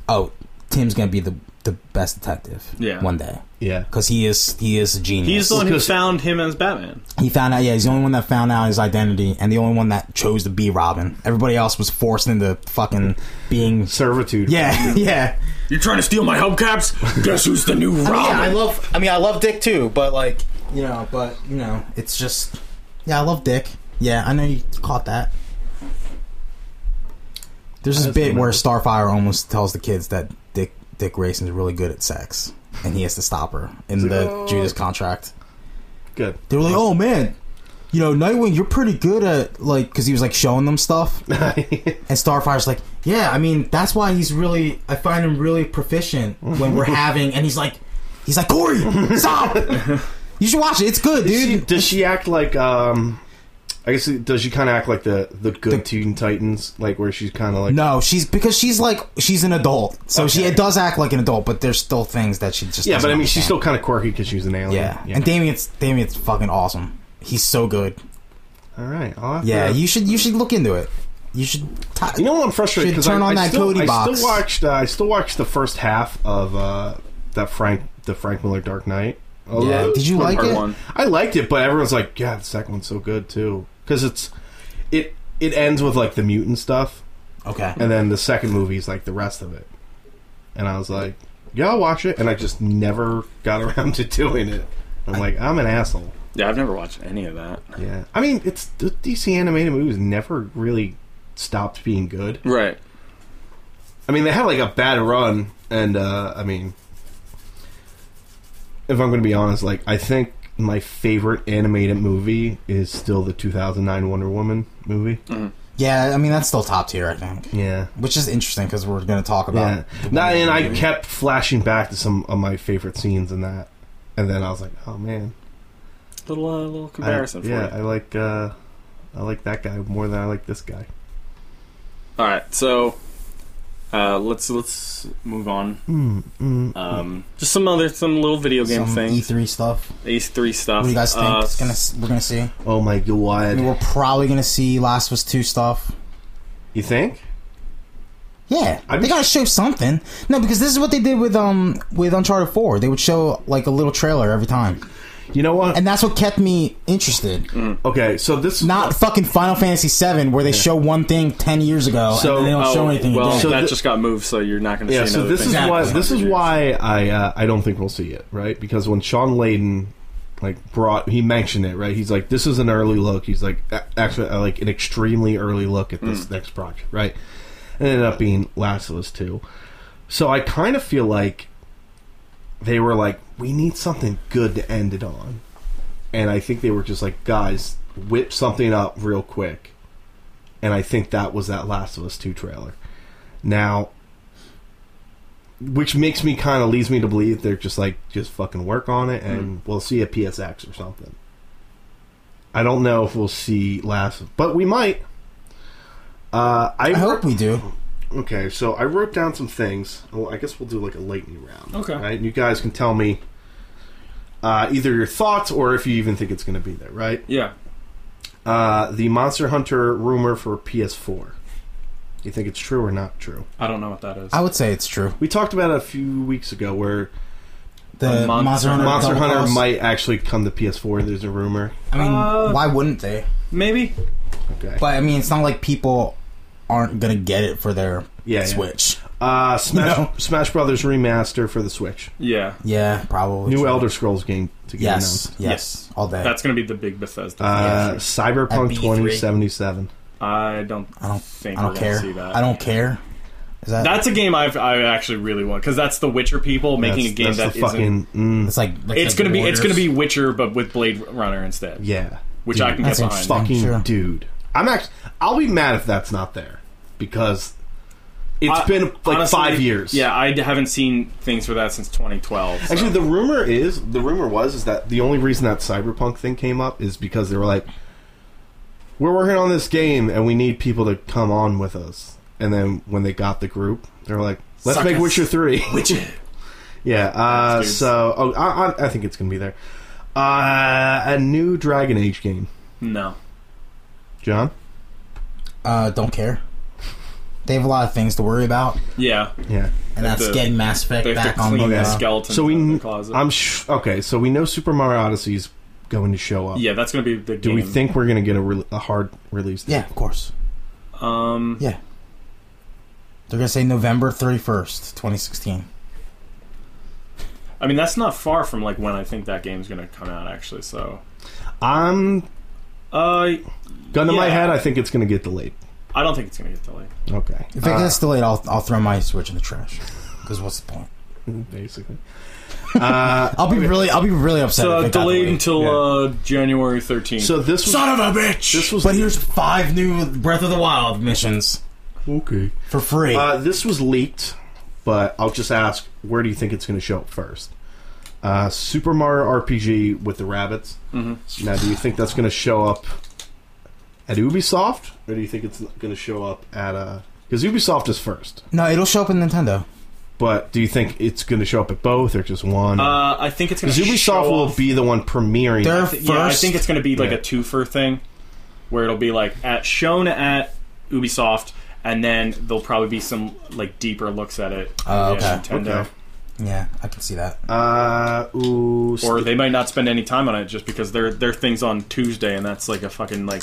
Speaker 3: oh, Tim's gonna be the the best detective.
Speaker 1: Yeah.
Speaker 3: one day.
Speaker 2: yeah.
Speaker 3: because he is he is a genius.
Speaker 1: He's the one who
Speaker 2: Because-
Speaker 1: found him as Batman.
Speaker 3: he found out. Yeah, he's the only one that found out his identity, and the only one that chose to be Robin. Everybody else was forced into fucking being.
Speaker 2: Servitude.
Speaker 3: Yeah, yeah.
Speaker 1: You're trying to steal my hubcaps? Guess who's the new Robin?
Speaker 3: love. I mean, I love Dick too, but like, you know, but you know, it's just. Yeah, I love Dick. Yeah, I know you caught that. There's this
Speaker 2: just
Speaker 3: bit where
Speaker 2: remember-
Speaker 3: Starfire almost tells the kids that Dick Dick Grayson's really good at sex, and he has to stop her in
Speaker 2: like,
Speaker 3: the
Speaker 2: "Oh."
Speaker 3: Judas contract.
Speaker 2: good.
Speaker 3: They were like, "Oh man, you know, Nightwing, you're pretty good at like," because he was like showing them stuff, and Starfire's like, "Yeah, I mean, that's why he's really, I find him really proficient when we're having," and he's like, "He's like Corey, stop! you should watch it. It's good,
Speaker 2: Does she,
Speaker 3: dude."
Speaker 2: does she act like um? I guess does she kind of act like the the good Teen Titans, like where she's kind of like
Speaker 3: No, she's because she's like she's an adult, so she
Speaker 2: Okay.
Speaker 3: it does act like an adult, but there's still things that she just
Speaker 2: yeah,
Speaker 3: doesn't
Speaker 2: but I mean she's
Speaker 3: understand.
Speaker 2: still kind of quirky because she's an alien.
Speaker 3: yeah. And Damien's Damien's fucking awesome. He's so good.
Speaker 2: all right, I'll have
Speaker 3: Yeah,
Speaker 2: to-
Speaker 3: you should you should look into it. You should. T-
Speaker 2: You know what I'm frustrated
Speaker 3: Should
Speaker 2: because
Speaker 3: turn
Speaker 2: I,
Speaker 3: on
Speaker 2: I
Speaker 3: that
Speaker 2: still,
Speaker 3: Cody
Speaker 2: I
Speaker 3: box.
Speaker 2: still watched. Uh, I still watched the first half of uh, that Frank the Frank Miller Dark Knight, A
Speaker 3: Yeah.
Speaker 2: lot.
Speaker 3: Did you like
Speaker 1: part
Speaker 3: it?
Speaker 1: One.
Speaker 2: I liked it, but everyone's like, "Yeah, the second one's so good too," because it's it it ends with like the mutant stuff,
Speaker 3: Okay.
Speaker 2: and then the second movie is like the rest of it. And I was like, "Yeah, I'll watch it," and I just never got around to doing it. I'm like, I'm an asshole.
Speaker 1: Yeah, I've never watched any of that.
Speaker 2: Yeah, I mean, it's the DC animated movies never really stopped being good.
Speaker 1: Right.
Speaker 2: I mean, they had like a bad run, and uh, I mean, if I'm going to be honest, like I think my favorite animated movie is still the 2009 Wonder Woman movie.
Speaker 1: Mm-hmm.
Speaker 3: Yeah, I mean that's still top tier, I think,
Speaker 2: Yeah,
Speaker 3: which is interesting because we're going to talk
Speaker 2: yeah.
Speaker 3: about. the
Speaker 2: Nah,
Speaker 3: Wonder
Speaker 2: and I
Speaker 3: Woman.
Speaker 2: kept flashing back to some of my favorite scenes in that, and then I was like, oh man,
Speaker 1: Little uh, little
Speaker 2: I-
Speaker 1: comparison for
Speaker 2: yeah,
Speaker 1: you.
Speaker 2: I like uh, I like that guy more than I like this guy.
Speaker 1: All right, so uh, let's let's move on.
Speaker 2: Mm, mm,
Speaker 1: Um, just some other some little video game
Speaker 3: Some
Speaker 1: things.
Speaker 3: E3 stuff.
Speaker 1: Ace three stuff.
Speaker 3: What do you guys think?
Speaker 1: Uh,
Speaker 3: it's gonna, s- we're gonna see.
Speaker 2: mm. oh my
Speaker 3: I mean,
Speaker 2: god,
Speaker 3: we're probably gonna see Last of Us Two stuff.
Speaker 2: you think?
Speaker 3: Yeah,
Speaker 2: I'd
Speaker 3: they
Speaker 2: be-
Speaker 3: gotta show something. No, because this is what they did with um with Uncharted Four. They would show like a little trailer every time,
Speaker 2: You know what?
Speaker 3: and that's what kept me interested.
Speaker 2: Mm. Okay, so this is
Speaker 3: Not fucking Final Fantasy Seven, where they show one thing ten years ago
Speaker 2: So-
Speaker 3: and then they don't
Speaker 1: oh,
Speaker 3: show anything
Speaker 1: well,
Speaker 3: again.
Speaker 2: So
Speaker 1: that
Speaker 2: thi-
Speaker 1: just got moved, so you're not going to
Speaker 2: Yeah,
Speaker 1: see
Speaker 2: so
Speaker 1: another
Speaker 2: this
Speaker 1: thing.
Speaker 2: is
Speaker 3: Exactly.
Speaker 2: why this is
Speaker 1: Years.
Speaker 2: why I uh, I don't think we'll see it, right? Because when Sean Layden like brought he mentioned it, right? He's like, this is an early look. He's like, "A- actually, uh, like an extremely early look at
Speaker 1: Mm.
Speaker 2: this next project, right? And it ended up being Last of Us Two. So I kind of feel like they were like, we need something good to end it on, and I think they were just like, guys, whip something up real quick, and I think that was that Last of Us Two trailer. Now, which makes me kind of leads me to believe they're just like just fucking work on it
Speaker 3: Hmm.
Speaker 2: and we'll see a PSX or something. I don't know if we'll see last, but we might. Uh, I,
Speaker 3: I hope we do.
Speaker 2: Okay, so I wrote down some things. Well, I guess we'll do like a lightning round.
Speaker 1: Okay.
Speaker 2: Right? And you guys can tell me uh, either your thoughts or if you even think it's going to be there, right?
Speaker 1: Yeah,
Speaker 2: Uh, the Monster Hunter rumor for PS4. You think it's true or not true?
Speaker 1: I don't know what that is.
Speaker 3: I would say it's true.
Speaker 2: We talked about it a few weeks ago where
Speaker 1: Monster-
Speaker 3: The Monster Hunter,
Speaker 2: Monster
Speaker 3: Double
Speaker 2: Hunter
Speaker 3: Cross.
Speaker 2: might actually come to PS4. There's a rumor.
Speaker 3: I mean,
Speaker 1: Uh,
Speaker 3: why wouldn't they?
Speaker 1: Maybe.
Speaker 2: Okay.
Speaker 3: But I mean, it's not like people aren't gonna get it for their
Speaker 2: Yeah, yeah.
Speaker 3: Switch.
Speaker 2: Uh, Smash
Speaker 3: No.
Speaker 2: Smash Brothers remaster for the Switch.
Speaker 1: Yeah,
Speaker 3: Yeah, probably.
Speaker 2: New
Speaker 3: true.
Speaker 2: Elder Scrolls game to get
Speaker 3: Yes, yes,
Speaker 1: Yes.
Speaker 3: all day.
Speaker 1: that's going to be the big Bethesda.
Speaker 2: announced. Uh,
Speaker 1: thing.
Speaker 2: Cyberpunk
Speaker 3: At E3.
Speaker 2: 2077.
Speaker 1: I don't.
Speaker 3: I don't.
Speaker 1: think
Speaker 3: I
Speaker 1: we're
Speaker 3: don't
Speaker 1: gonna
Speaker 3: care.
Speaker 1: see that.
Speaker 3: I don't care. Is that
Speaker 1: That's a game I've I actually really want because that's the Witcher people making
Speaker 2: That's-
Speaker 1: a game
Speaker 2: that's
Speaker 1: that
Speaker 2: the
Speaker 1: isn't-
Speaker 2: fucking mm,
Speaker 3: It's like, like
Speaker 1: It's
Speaker 3: the
Speaker 1: gonna be it's gonna
Speaker 3: Borders.
Speaker 1: be Witcher but with Blade Runner instead,
Speaker 2: yeah,
Speaker 1: which I can
Speaker 3: That's
Speaker 1: get behind.
Speaker 3: interesting.
Speaker 2: fucking
Speaker 3: Sure.
Speaker 2: dude. I'm actually. I'll be mad if that's not there because it's
Speaker 1: I-
Speaker 2: been like
Speaker 1: honestly,
Speaker 2: five years.
Speaker 1: Yeah, I d- haven't seen things for that since 2012. so-
Speaker 2: Actually, the rumor is the rumor was is that the only reason that cyberpunk thing came up is because they were like, "We're working on this game and we need people to come on with us." And then when they got the group, they were like, "Let's make
Speaker 3: Suckers.
Speaker 2: Witcher 3. Witcher. yeah. Uh,
Speaker 1: Dudes.
Speaker 2: so oh, I, I, I think it's gonna be there. Uh, a new Dragon Age game,
Speaker 1: no.
Speaker 2: John.
Speaker 3: Uh, don't care. They have a lot of things to worry about,
Speaker 1: Yeah,
Speaker 2: Yeah.
Speaker 3: and
Speaker 1: They have
Speaker 3: that's
Speaker 1: to-
Speaker 3: getting Mass Effect
Speaker 1: they have
Speaker 3: back
Speaker 1: to
Speaker 3: on
Speaker 1: clean
Speaker 3: the.
Speaker 1: the
Speaker 3: Uh,
Speaker 1: skeleton
Speaker 2: So we.
Speaker 1: out of the
Speaker 2: kn-
Speaker 1: closet.
Speaker 2: I'm sh- okay. So we know Super Mario Odyssey is going to show up.
Speaker 1: yeah, that's gonna be the
Speaker 2: Do
Speaker 1: game.
Speaker 2: we think we're gonna get a, re- a hard release? date?
Speaker 3: yeah, of course.
Speaker 1: Um,
Speaker 3: Yeah, they're gonna say November thirty first, twenty sixteen.
Speaker 1: I mean that's not far from like when I think that game's gonna come out actually. So,
Speaker 2: I'm
Speaker 1: uh,
Speaker 2: Gun to my
Speaker 1: Yeah.
Speaker 2: head, I think it's going to get delayed.
Speaker 1: I don't think it's gonna get delayed.
Speaker 2: Okay.
Speaker 3: If it
Speaker 2: Uh,
Speaker 3: gets delayed, I'll I'll throw my Switch in the trash. Because what's the point?
Speaker 2: basically. uh,
Speaker 3: I'll be really I'll be really upset.
Speaker 1: So
Speaker 3: if it got
Speaker 1: delayed until
Speaker 2: Yeah.
Speaker 1: uh, January 13th.
Speaker 2: so this was
Speaker 3: Son of a bitch!
Speaker 2: This was-
Speaker 3: but here's five new Breath of the Wild missions
Speaker 2: okay.
Speaker 3: for free.
Speaker 2: Uh, this was leaked, but I'll just ask: Where do you think it's going to show up first? Uh, Super Mario RPG with the rabbits. Mm-hmm. Now, do you think that's going to show up at Ubisoft, or do you think it's going to show up at uh? Because Ubisoft is first,
Speaker 3: no, it'll show up in Nintendo.
Speaker 2: but do you think it's going to show up at both or just one?
Speaker 1: uh, I think it's gonna.
Speaker 2: 'Cause Ubisoft
Speaker 1: show
Speaker 2: will
Speaker 1: off-
Speaker 2: be the one premiering.
Speaker 3: They're
Speaker 1: I thi- Yeah, I
Speaker 3: first-
Speaker 1: think it's going to be like
Speaker 2: Yeah.
Speaker 1: a twofer thing, where it'll be like at shown at Ubisoft, and then there'll probably be some like deeper looks at it.
Speaker 3: Oh,
Speaker 1: at
Speaker 3: okay.
Speaker 1: Nintendo.
Speaker 2: Okay.
Speaker 3: Yeah, I can see that.
Speaker 2: Uh, ooh,
Speaker 1: or
Speaker 2: Ste-
Speaker 1: they might not spend any time on it just because their their thing's on Tuesday, and that's like a fucking like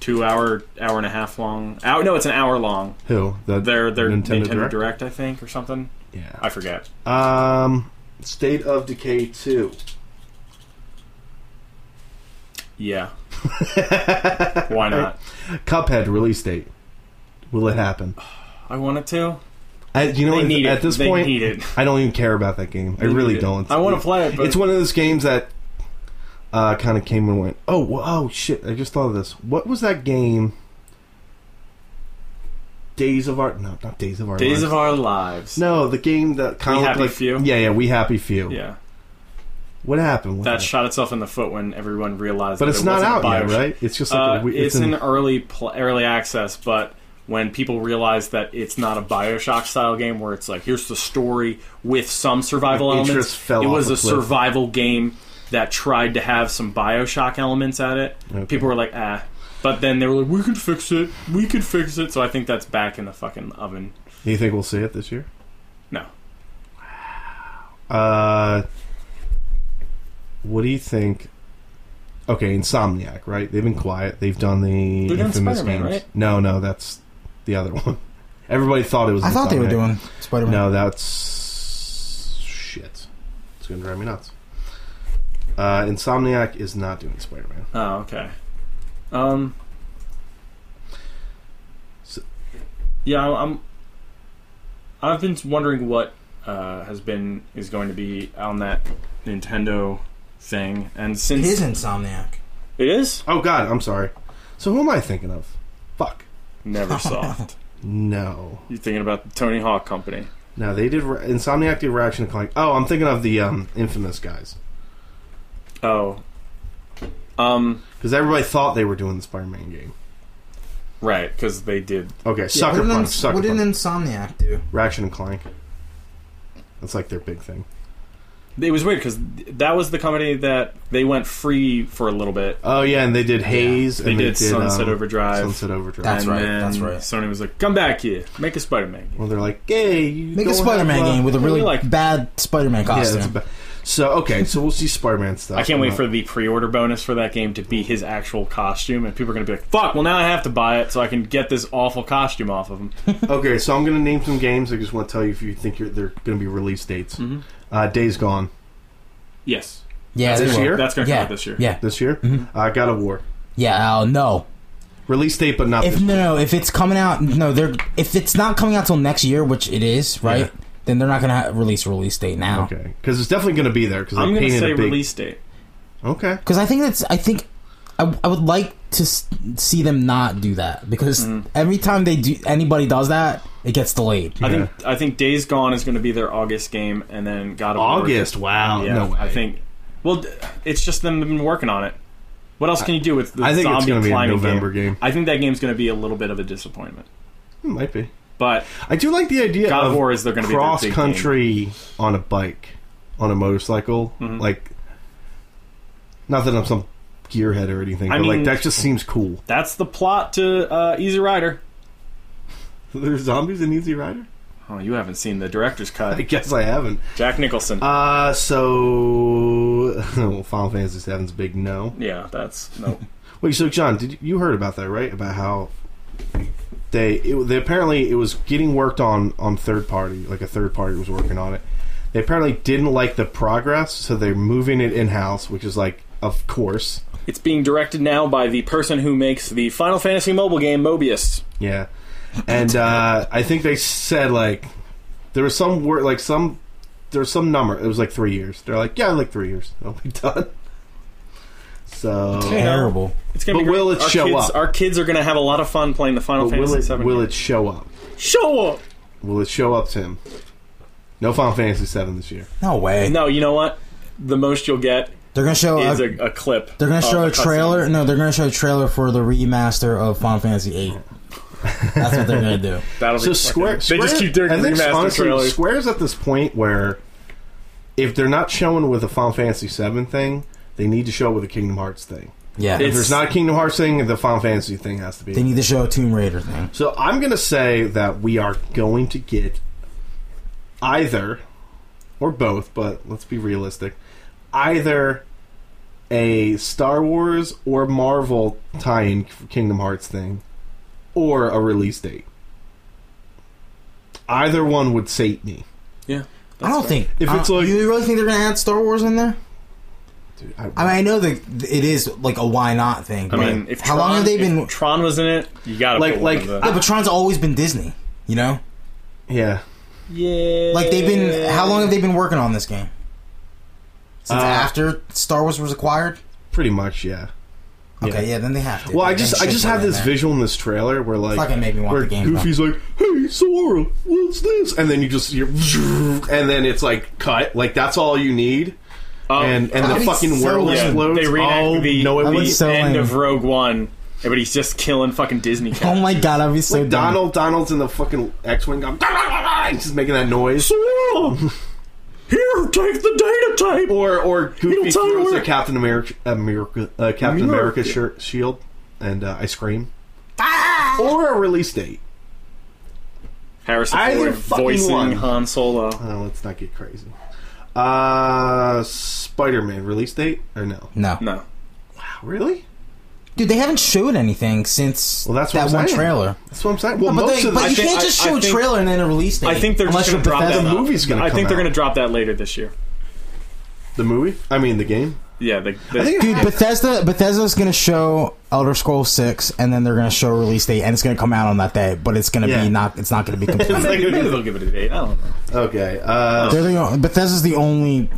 Speaker 1: two hour, hour and a half long. Hour, no, it's an hour long.
Speaker 2: who the
Speaker 1: Their their Nintendo,
Speaker 2: Nintendo,
Speaker 1: Direct?
Speaker 2: Direct?
Speaker 1: I think, or something. I
Speaker 2: Yeah.
Speaker 1: forget.
Speaker 2: Um, State of Decay two.
Speaker 1: Yeah. Why not?
Speaker 2: Cuphead release date. Will it happen?
Speaker 1: I wanted to.
Speaker 2: I, you know,
Speaker 1: They
Speaker 2: what,
Speaker 1: need
Speaker 2: at
Speaker 1: it.
Speaker 2: this
Speaker 1: They
Speaker 2: point,
Speaker 1: need it.
Speaker 2: I don't even care about that game. I
Speaker 1: They
Speaker 2: really
Speaker 1: need it.
Speaker 2: don't.
Speaker 1: I want to play it, but
Speaker 2: It's one of those games that uh, kind of came and went. Oh, wha- oh shit! I just thought of this. What was that game? Days of Our no, not Days of Our
Speaker 1: Days
Speaker 2: Lives.
Speaker 1: of Our Lives.
Speaker 2: no, the game that kind
Speaker 1: We
Speaker 2: of
Speaker 1: Happy
Speaker 2: like
Speaker 1: Few?
Speaker 2: Yeah, yeah, we happy few.
Speaker 1: Yeah,
Speaker 2: What happened? with
Speaker 1: that shot itself in the foot when everyone realized.
Speaker 2: but
Speaker 1: that
Speaker 2: it's
Speaker 1: it
Speaker 2: not out
Speaker 1: wasn't Bioshock.
Speaker 2: yet, right? It's just like
Speaker 1: Uh,
Speaker 2: a, we-
Speaker 1: it's in early pl- early access, but when people realize that it's not a Bioshock style game where it's like here's the story with some survival
Speaker 2: Like, interest
Speaker 1: elements,
Speaker 2: fell
Speaker 1: it
Speaker 2: off
Speaker 1: was
Speaker 2: a
Speaker 1: a
Speaker 2: cliff.
Speaker 1: survival game that tried to have some Bioshock elements at it.
Speaker 2: Okay.
Speaker 1: People were like, ah. But then they were like, we could fix it. We could fix it. So I think that's back in the fucking oven.
Speaker 2: Do you think we'll see it this year?
Speaker 1: No.
Speaker 2: Uh, what do you think? Okay, Insomniac, right? They've been quiet. They've done the
Speaker 1: They're doing
Speaker 2: infamous
Speaker 1: Spider-Man,
Speaker 2: games.
Speaker 1: right?
Speaker 2: No, no, that's the other one. Everybody thought it was.
Speaker 3: I thought they were
Speaker 2: Insomniac.
Speaker 3: doing Spider Man.
Speaker 2: No, that's shit. It's gonna drive me nuts. Uh, Insomniac is not doing Spider-Man.
Speaker 1: Oh, okay. Um.
Speaker 2: So-
Speaker 1: yeah, I'm. I've been wondering what uh, has been is going to be on that Nintendo thing, and
Speaker 3: It
Speaker 1: since
Speaker 3: is Insomniac.
Speaker 1: it is
Speaker 2: Oh God, I'm sorry. So who am I thinking of? Fuck.
Speaker 1: NeverSoft.
Speaker 2: No,
Speaker 1: You're thinking about the Tony Hawk Company.
Speaker 2: no, they did Insomniac did Reaction and Clank. Oh, I'm thinking of the um, infamous guys.
Speaker 1: Oh. Um.
Speaker 2: Because everybody thought they were doing the Spider-Man game.
Speaker 1: Right, because they did.
Speaker 2: Okay,
Speaker 3: Yeah,
Speaker 2: Sucker
Speaker 3: what did,
Speaker 2: Punch,
Speaker 3: Ins-
Speaker 2: Sucker
Speaker 3: what did
Speaker 2: Punch,
Speaker 3: Insomniac do?
Speaker 2: Ratchet and Clank. That's like their big thing.
Speaker 1: It was weird because that was the company that they went free for a little bit.
Speaker 2: Oh yeah, and they did Haze.
Speaker 1: They
Speaker 2: and
Speaker 1: did Sunset
Speaker 2: um,
Speaker 1: Overdrive.
Speaker 2: Sunset Overdrive.
Speaker 3: That's
Speaker 1: and
Speaker 3: right,
Speaker 1: then
Speaker 3: that's right.
Speaker 1: Sony was like, "Come back here, make a Spider-Man." game."
Speaker 2: Well, they're like, hey, you
Speaker 3: Make a
Speaker 2: don't have,
Speaker 3: Spider Man
Speaker 2: uh,
Speaker 3: game with a
Speaker 1: we
Speaker 3: really
Speaker 1: like-
Speaker 3: bad Spider Man
Speaker 2: yeah,
Speaker 3: costume.
Speaker 2: that's ba- So okay, so we'll see Spider-Man stuff.
Speaker 1: I can't wait
Speaker 2: Uh,
Speaker 1: for the pre-order bonus for that game to be his actual costume, and people are going to be like, "Fuck! Well, now I have to buy it so I can get this awful costume off of him."
Speaker 2: Okay, so I'm gonna name some games. I just want to tell you if you think you're, they're gonna be release dates.
Speaker 1: Mhm.
Speaker 2: Uh, Days Gone
Speaker 1: Yes,
Speaker 3: yeah,
Speaker 2: this
Speaker 3: they will.
Speaker 2: year?
Speaker 1: that's going to
Speaker 3: yeah,
Speaker 1: come out this year.
Speaker 3: Yeah,
Speaker 2: this year.
Speaker 3: Mhm.
Speaker 2: Uh, God of War
Speaker 3: yeah. Uh, no,
Speaker 2: release date, but not
Speaker 3: if
Speaker 2: this.
Speaker 3: no, no, if it's coming out, no, they're if it's not coming out till next year, which it is, right? Then they're not gonna ha- release a release date now.
Speaker 2: Okay, because it's definitely gonna be there. Because
Speaker 1: I'm
Speaker 2: they
Speaker 1: going to
Speaker 2: painted
Speaker 1: say
Speaker 2: a big.
Speaker 1: release date.
Speaker 2: Okay,
Speaker 3: Because I think that's I think I, I would like to s- see them not do that because
Speaker 1: Mm-hmm.
Speaker 3: every time they do anybody does that, it gets delayed.
Speaker 1: I think I think Days Gone is going to be their August game, and then God of War-
Speaker 2: August. Wow,
Speaker 1: Yeah,
Speaker 2: no way.
Speaker 1: I think. Well, d- it's just them been working on it. What else can you do with the
Speaker 2: I think it's
Speaker 1: zombie
Speaker 2: gonna be a
Speaker 1: climbing
Speaker 2: November game.
Speaker 1: I think that game's going to be a little bit of a disappointment,
Speaker 2: It might be.
Speaker 1: but
Speaker 2: I do like the idea
Speaker 1: God of
Speaker 2: of
Speaker 1: War is they're going to be their big
Speaker 2: cross
Speaker 1: game.
Speaker 2: country on a bike, on a motorcycle.
Speaker 1: Mhm.
Speaker 2: Like, not that I'm some gearhead or anything,
Speaker 1: I
Speaker 2: but
Speaker 1: mean-
Speaker 2: like that just seems cool.
Speaker 1: That's the plot to uh, Easy Rider.
Speaker 2: There's zombies in Easy Rider.
Speaker 1: Oh, you haven't seen the director's
Speaker 2: I
Speaker 1: cut.
Speaker 2: guess I haven't.
Speaker 1: Jack Nicholson.
Speaker 2: Uh, so well, Final Fantasy Seven's a big no.
Speaker 1: yeah, that's no.
Speaker 2: Wait, so John, did you, you heard about that right? About how they, it, they apparently it was getting worked on on third party, like a third party was working on it. They apparently didn't like the progress, so they're moving it in house, which is like, of course,
Speaker 1: it's being directed now by the person who makes the Final Fantasy mobile game Mobius.
Speaker 2: yeah. And uh, I think they said like there was some word like some there was some number. It was like three years. They're like, yeah, like three years. I'll be done. So
Speaker 3: Terrible.
Speaker 1: It's gonna
Speaker 2: But
Speaker 1: be great.
Speaker 2: will it
Speaker 1: our
Speaker 2: show
Speaker 1: kids,
Speaker 2: up?
Speaker 1: Our kids are gonna have a lot of fun playing the Final
Speaker 2: But will
Speaker 1: Fantasy
Speaker 2: it
Speaker 1: VII.
Speaker 2: will
Speaker 1: game.
Speaker 2: it show up?
Speaker 1: show up?
Speaker 2: Will it show up to him? No Final Fantasy VII this year.
Speaker 3: No way.
Speaker 1: No, you know what? The most you'll get
Speaker 3: They're gonna show
Speaker 1: is
Speaker 3: a,
Speaker 1: a, a clip.
Speaker 3: Oh, they're gonna
Speaker 1: of
Speaker 3: show a
Speaker 1: cutscene.
Speaker 3: trailer. No, they're gonna show a trailer for the remaster of Final Fantasy VIII. That's what they're gonna do.
Speaker 1: That'll
Speaker 2: So
Speaker 1: be fucking-
Speaker 2: Square, Square,
Speaker 1: They just keep doing
Speaker 2: I think
Speaker 1: remaster
Speaker 2: honestly,
Speaker 1: trailers.
Speaker 2: Square's at this point where if they're not showing with a Final Fantasy VII thing, they need to show with a Kingdom Hearts thing.
Speaker 3: Yeah,
Speaker 1: It's-
Speaker 2: If there's not a Kingdom Hearts thing, the Final Fantasy thing has to
Speaker 3: they
Speaker 2: be.
Speaker 3: need to show a Tomb Raider thing.
Speaker 2: So I'm going to say that we are going to get either. or both, but let's be realistic. Either a Star Wars or Marvel tie-in for Kingdom Hearts thing, or a release date. Either one would sate me.
Speaker 3: I don't
Speaker 1: fair.
Speaker 3: think.
Speaker 2: If
Speaker 3: I
Speaker 2: it's
Speaker 3: don't-
Speaker 2: like-
Speaker 3: you really think they're gonna add Star Wars in there?
Speaker 2: Dude, I,
Speaker 3: I mean, I know that it is like a why not thing.
Speaker 1: I
Speaker 3: but
Speaker 1: mean, if
Speaker 3: how
Speaker 1: Tron,
Speaker 3: long have they
Speaker 1: if
Speaker 3: been?
Speaker 1: Tron was in it. You gotta
Speaker 2: Like-
Speaker 1: put one
Speaker 2: like-
Speaker 1: of the,
Speaker 3: yeah, but Tron's always been Disney. You know,
Speaker 2: yeah,
Speaker 1: yeah.
Speaker 3: like they've been. How long have they been working on this game? Since
Speaker 2: Uh,
Speaker 3: after Star Wars was acquired.
Speaker 2: pretty much. Yeah.
Speaker 3: Okay, yeah, then they have to.
Speaker 2: Well, I
Speaker 3: They
Speaker 2: just I
Speaker 3: should
Speaker 2: just
Speaker 3: put
Speaker 2: have
Speaker 3: it in
Speaker 2: this
Speaker 3: there.
Speaker 2: visual in this trailer where like
Speaker 3: fucking made me want
Speaker 2: where
Speaker 3: the game,
Speaker 2: Goofy's like, "Hey, Sora, what's this?" And then you just you're, and then it's like cut. Like that's all you need.
Speaker 1: Um,
Speaker 2: and and the
Speaker 3: that'd be
Speaker 2: fucking
Speaker 3: so
Speaker 2: world
Speaker 3: lame.
Speaker 1: yeah,
Speaker 2: explodes.
Speaker 1: they reenact
Speaker 2: oh,
Speaker 1: the,
Speaker 2: no, it
Speaker 1: the
Speaker 3: That
Speaker 2: was
Speaker 3: was so
Speaker 1: end
Speaker 3: lame.
Speaker 1: of Rogue One, but he's just killing fucking Disney
Speaker 3: Oh
Speaker 1: cats.
Speaker 3: my god, I'd be so dumb.
Speaker 2: Donald Donald's in the fucking X-wing. Going, he's just making that noise.
Speaker 1: Sora, here, take the data tape.
Speaker 2: Or or Goofy
Speaker 1: tell you
Speaker 2: throws
Speaker 1: where-
Speaker 2: a Captain America, America uh,
Speaker 1: America.
Speaker 2: Captain America shirt, shield, and uh, I scream. Or a release date.
Speaker 1: Harrison
Speaker 2: Either
Speaker 1: Ford
Speaker 2: fucking
Speaker 1: voicing
Speaker 2: one.
Speaker 1: Han Solo.
Speaker 2: Uh, let's not get crazy. Uh, Spider-Man release date or no?
Speaker 3: No.
Speaker 1: No,
Speaker 2: Really?
Speaker 3: dude, they haven't showed anything since
Speaker 2: Well, that's what
Speaker 3: that
Speaker 2: I'm
Speaker 3: one
Speaker 2: saying.
Speaker 3: trailer.
Speaker 2: That's what I'm saying. Well,
Speaker 3: But,
Speaker 2: most
Speaker 3: they,
Speaker 2: of the,
Speaker 3: but
Speaker 1: I
Speaker 3: you
Speaker 1: think-
Speaker 3: can't just
Speaker 1: I- I
Speaker 3: show a
Speaker 1: think-
Speaker 3: trailer and then a release date.
Speaker 1: I think they're
Speaker 3: unless
Speaker 1: just gonna
Speaker 3: you're
Speaker 1: drop
Speaker 3: Bethesda.
Speaker 1: that.
Speaker 2: The movie's gonna
Speaker 1: I
Speaker 2: come
Speaker 1: think they're
Speaker 2: out.
Speaker 1: gonna drop that later this year.
Speaker 2: the movie. I mean, the game.
Speaker 1: Yeah, the, the,
Speaker 2: I think it
Speaker 3: Dude, Bethesda Bethesda's gonna show Elder Scrolls six, and then they're gonna show a release date, and it's gonna come out on that day. But it's gonna
Speaker 2: Yeah.
Speaker 3: be not. It's not gonna be complete.
Speaker 2: It's like-
Speaker 1: maybe, maybe they'll give it a date. I don't know.
Speaker 2: Okay. Uh,
Speaker 3: they're the only, Bethesda's the only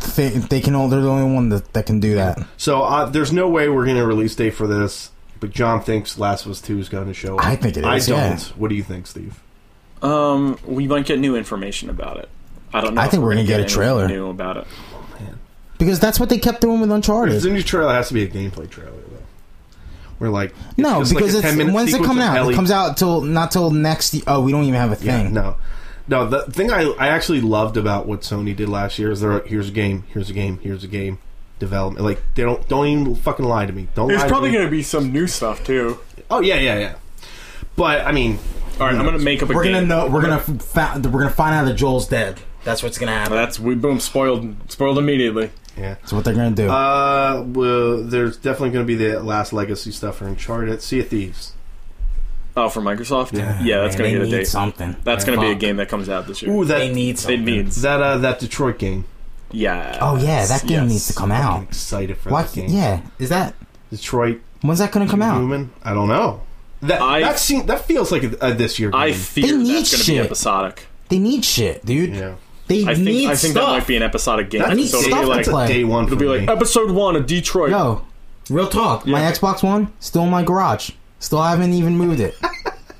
Speaker 3: thing they can. They're the only one that, that can do that.
Speaker 2: so uh, there's no way we're going to release date for this, but John thinks Last of Us 2 is going to show up.
Speaker 3: I think it
Speaker 2: I
Speaker 3: is,
Speaker 2: don't.
Speaker 3: yeah.
Speaker 2: What do you think, Steve?
Speaker 1: Um, we might get new information about it. I don't know.
Speaker 3: I
Speaker 1: if
Speaker 3: think we're gonna get a
Speaker 1: anything
Speaker 3: trailer.
Speaker 1: new about it.
Speaker 3: Because that's what they kept doing with
Speaker 2: If It's
Speaker 3: Uncharted.
Speaker 2: a new trailer. It has to be a gameplay trailer, though. We're like, it's
Speaker 3: No,
Speaker 2: just like
Speaker 3: because
Speaker 2: a
Speaker 3: it's
Speaker 2: 10-minute
Speaker 3: when's it
Speaker 2: sequence
Speaker 3: coming
Speaker 2: of E
Speaker 3: out?
Speaker 2: Ellie-
Speaker 3: It comes out till not till next. y- Oh, we don't even have a
Speaker 2: Yeah,
Speaker 3: thing.
Speaker 2: no, no. The thing I I actually loved about what Sony did last year is they're like, here's a game, here's a game, here's a game development. Like they don't don't even fucking lie to me. Don't. lie to me.
Speaker 1: to be some new stuff too.
Speaker 2: Oh yeah, yeah, yeah. But I mean,
Speaker 1: All right, I'm gonna make up a
Speaker 3: We're
Speaker 1: game.
Speaker 3: gonna know. We're gonna f- fa- we're gonna find out that Joel's dead. That's what's gonna happen.
Speaker 1: That's we boom spoiled spoiled immediately.
Speaker 2: yeah.
Speaker 3: That's what they're gonna do.
Speaker 2: Uh, well, there's definitely going to be the last legacy stuff for Uncharted, Sea of Thieves.
Speaker 1: Oh, for Microsoft. Yeah, that's gonna
Speaker 3: Man, they
Speaker 1: get a
Speaker 3: need
Speaker 1: date.
Speaker 3: Something.
Speaker 1: That's
Speaker 3: Man,
Speaker 1: gonna be a
Speaker 3: fuck.
Speaker 1: game that comes out this year.
Speaker 2: Ooh,
Speaker 3: They
Speaker 2: that
Speaker 3: need
Speaker 1: it
Speaker 3: something.
Speaker 1: needs.
Speaker 2: that uh, that Detroit game.
Speaker 1: Yeah.
Speaker 3: Oh yeah, that game
Speaker 1: Yes.
Speaker 3: needs to come
Speaker 2: I'm
Speaker 3: out.
Speaker 2: excited for
Speaker 3: Why?
Speaker 2: that game.
Speaker 3: Oh. Yeah, is that
Speaker 2: Detroit
Speaker 3: when's that gonna come out?
Speaker 2: Human. I don't know. That
Speaker 1: I-
Speaker 2: that seem, that feels like a, a this year. Game.
Speaker 1: I fear
Speaker 3: They
Speaker 1: that's
Speaker 3: need
Speaker 1: gonna be
Speaker 3: shit.
Speaker 1: episodic.
Speaker 3: They need shit, dude.
Speaker 2: yeah.
Speaker 3: They
Speaker 1: I
Speaker 3: need
Speaker 1: think I think
Speaker 3: stuff.
Speaker 1: that might be an episodic game.
Speaker 2: That's,
Speaker 3: need
Speaker 1: so it'll
Speaker 3: stuff
Speaker 1: be
Speaker 3: to
Speaker 1: like
Speaker 2: that's a
Speaker 3: play.
Speaker 2: day one.
Speaker 1: it'll
Speaker 2: for
Speaker 1: be
Speaker 2: me.
Speaker 1: like episode one of Detroit.
Speaker 3: Yo, real talk. My
Speaker 1: Yeah.
Speaker 3: Xbox One still in my garage. Still haven't even moved it.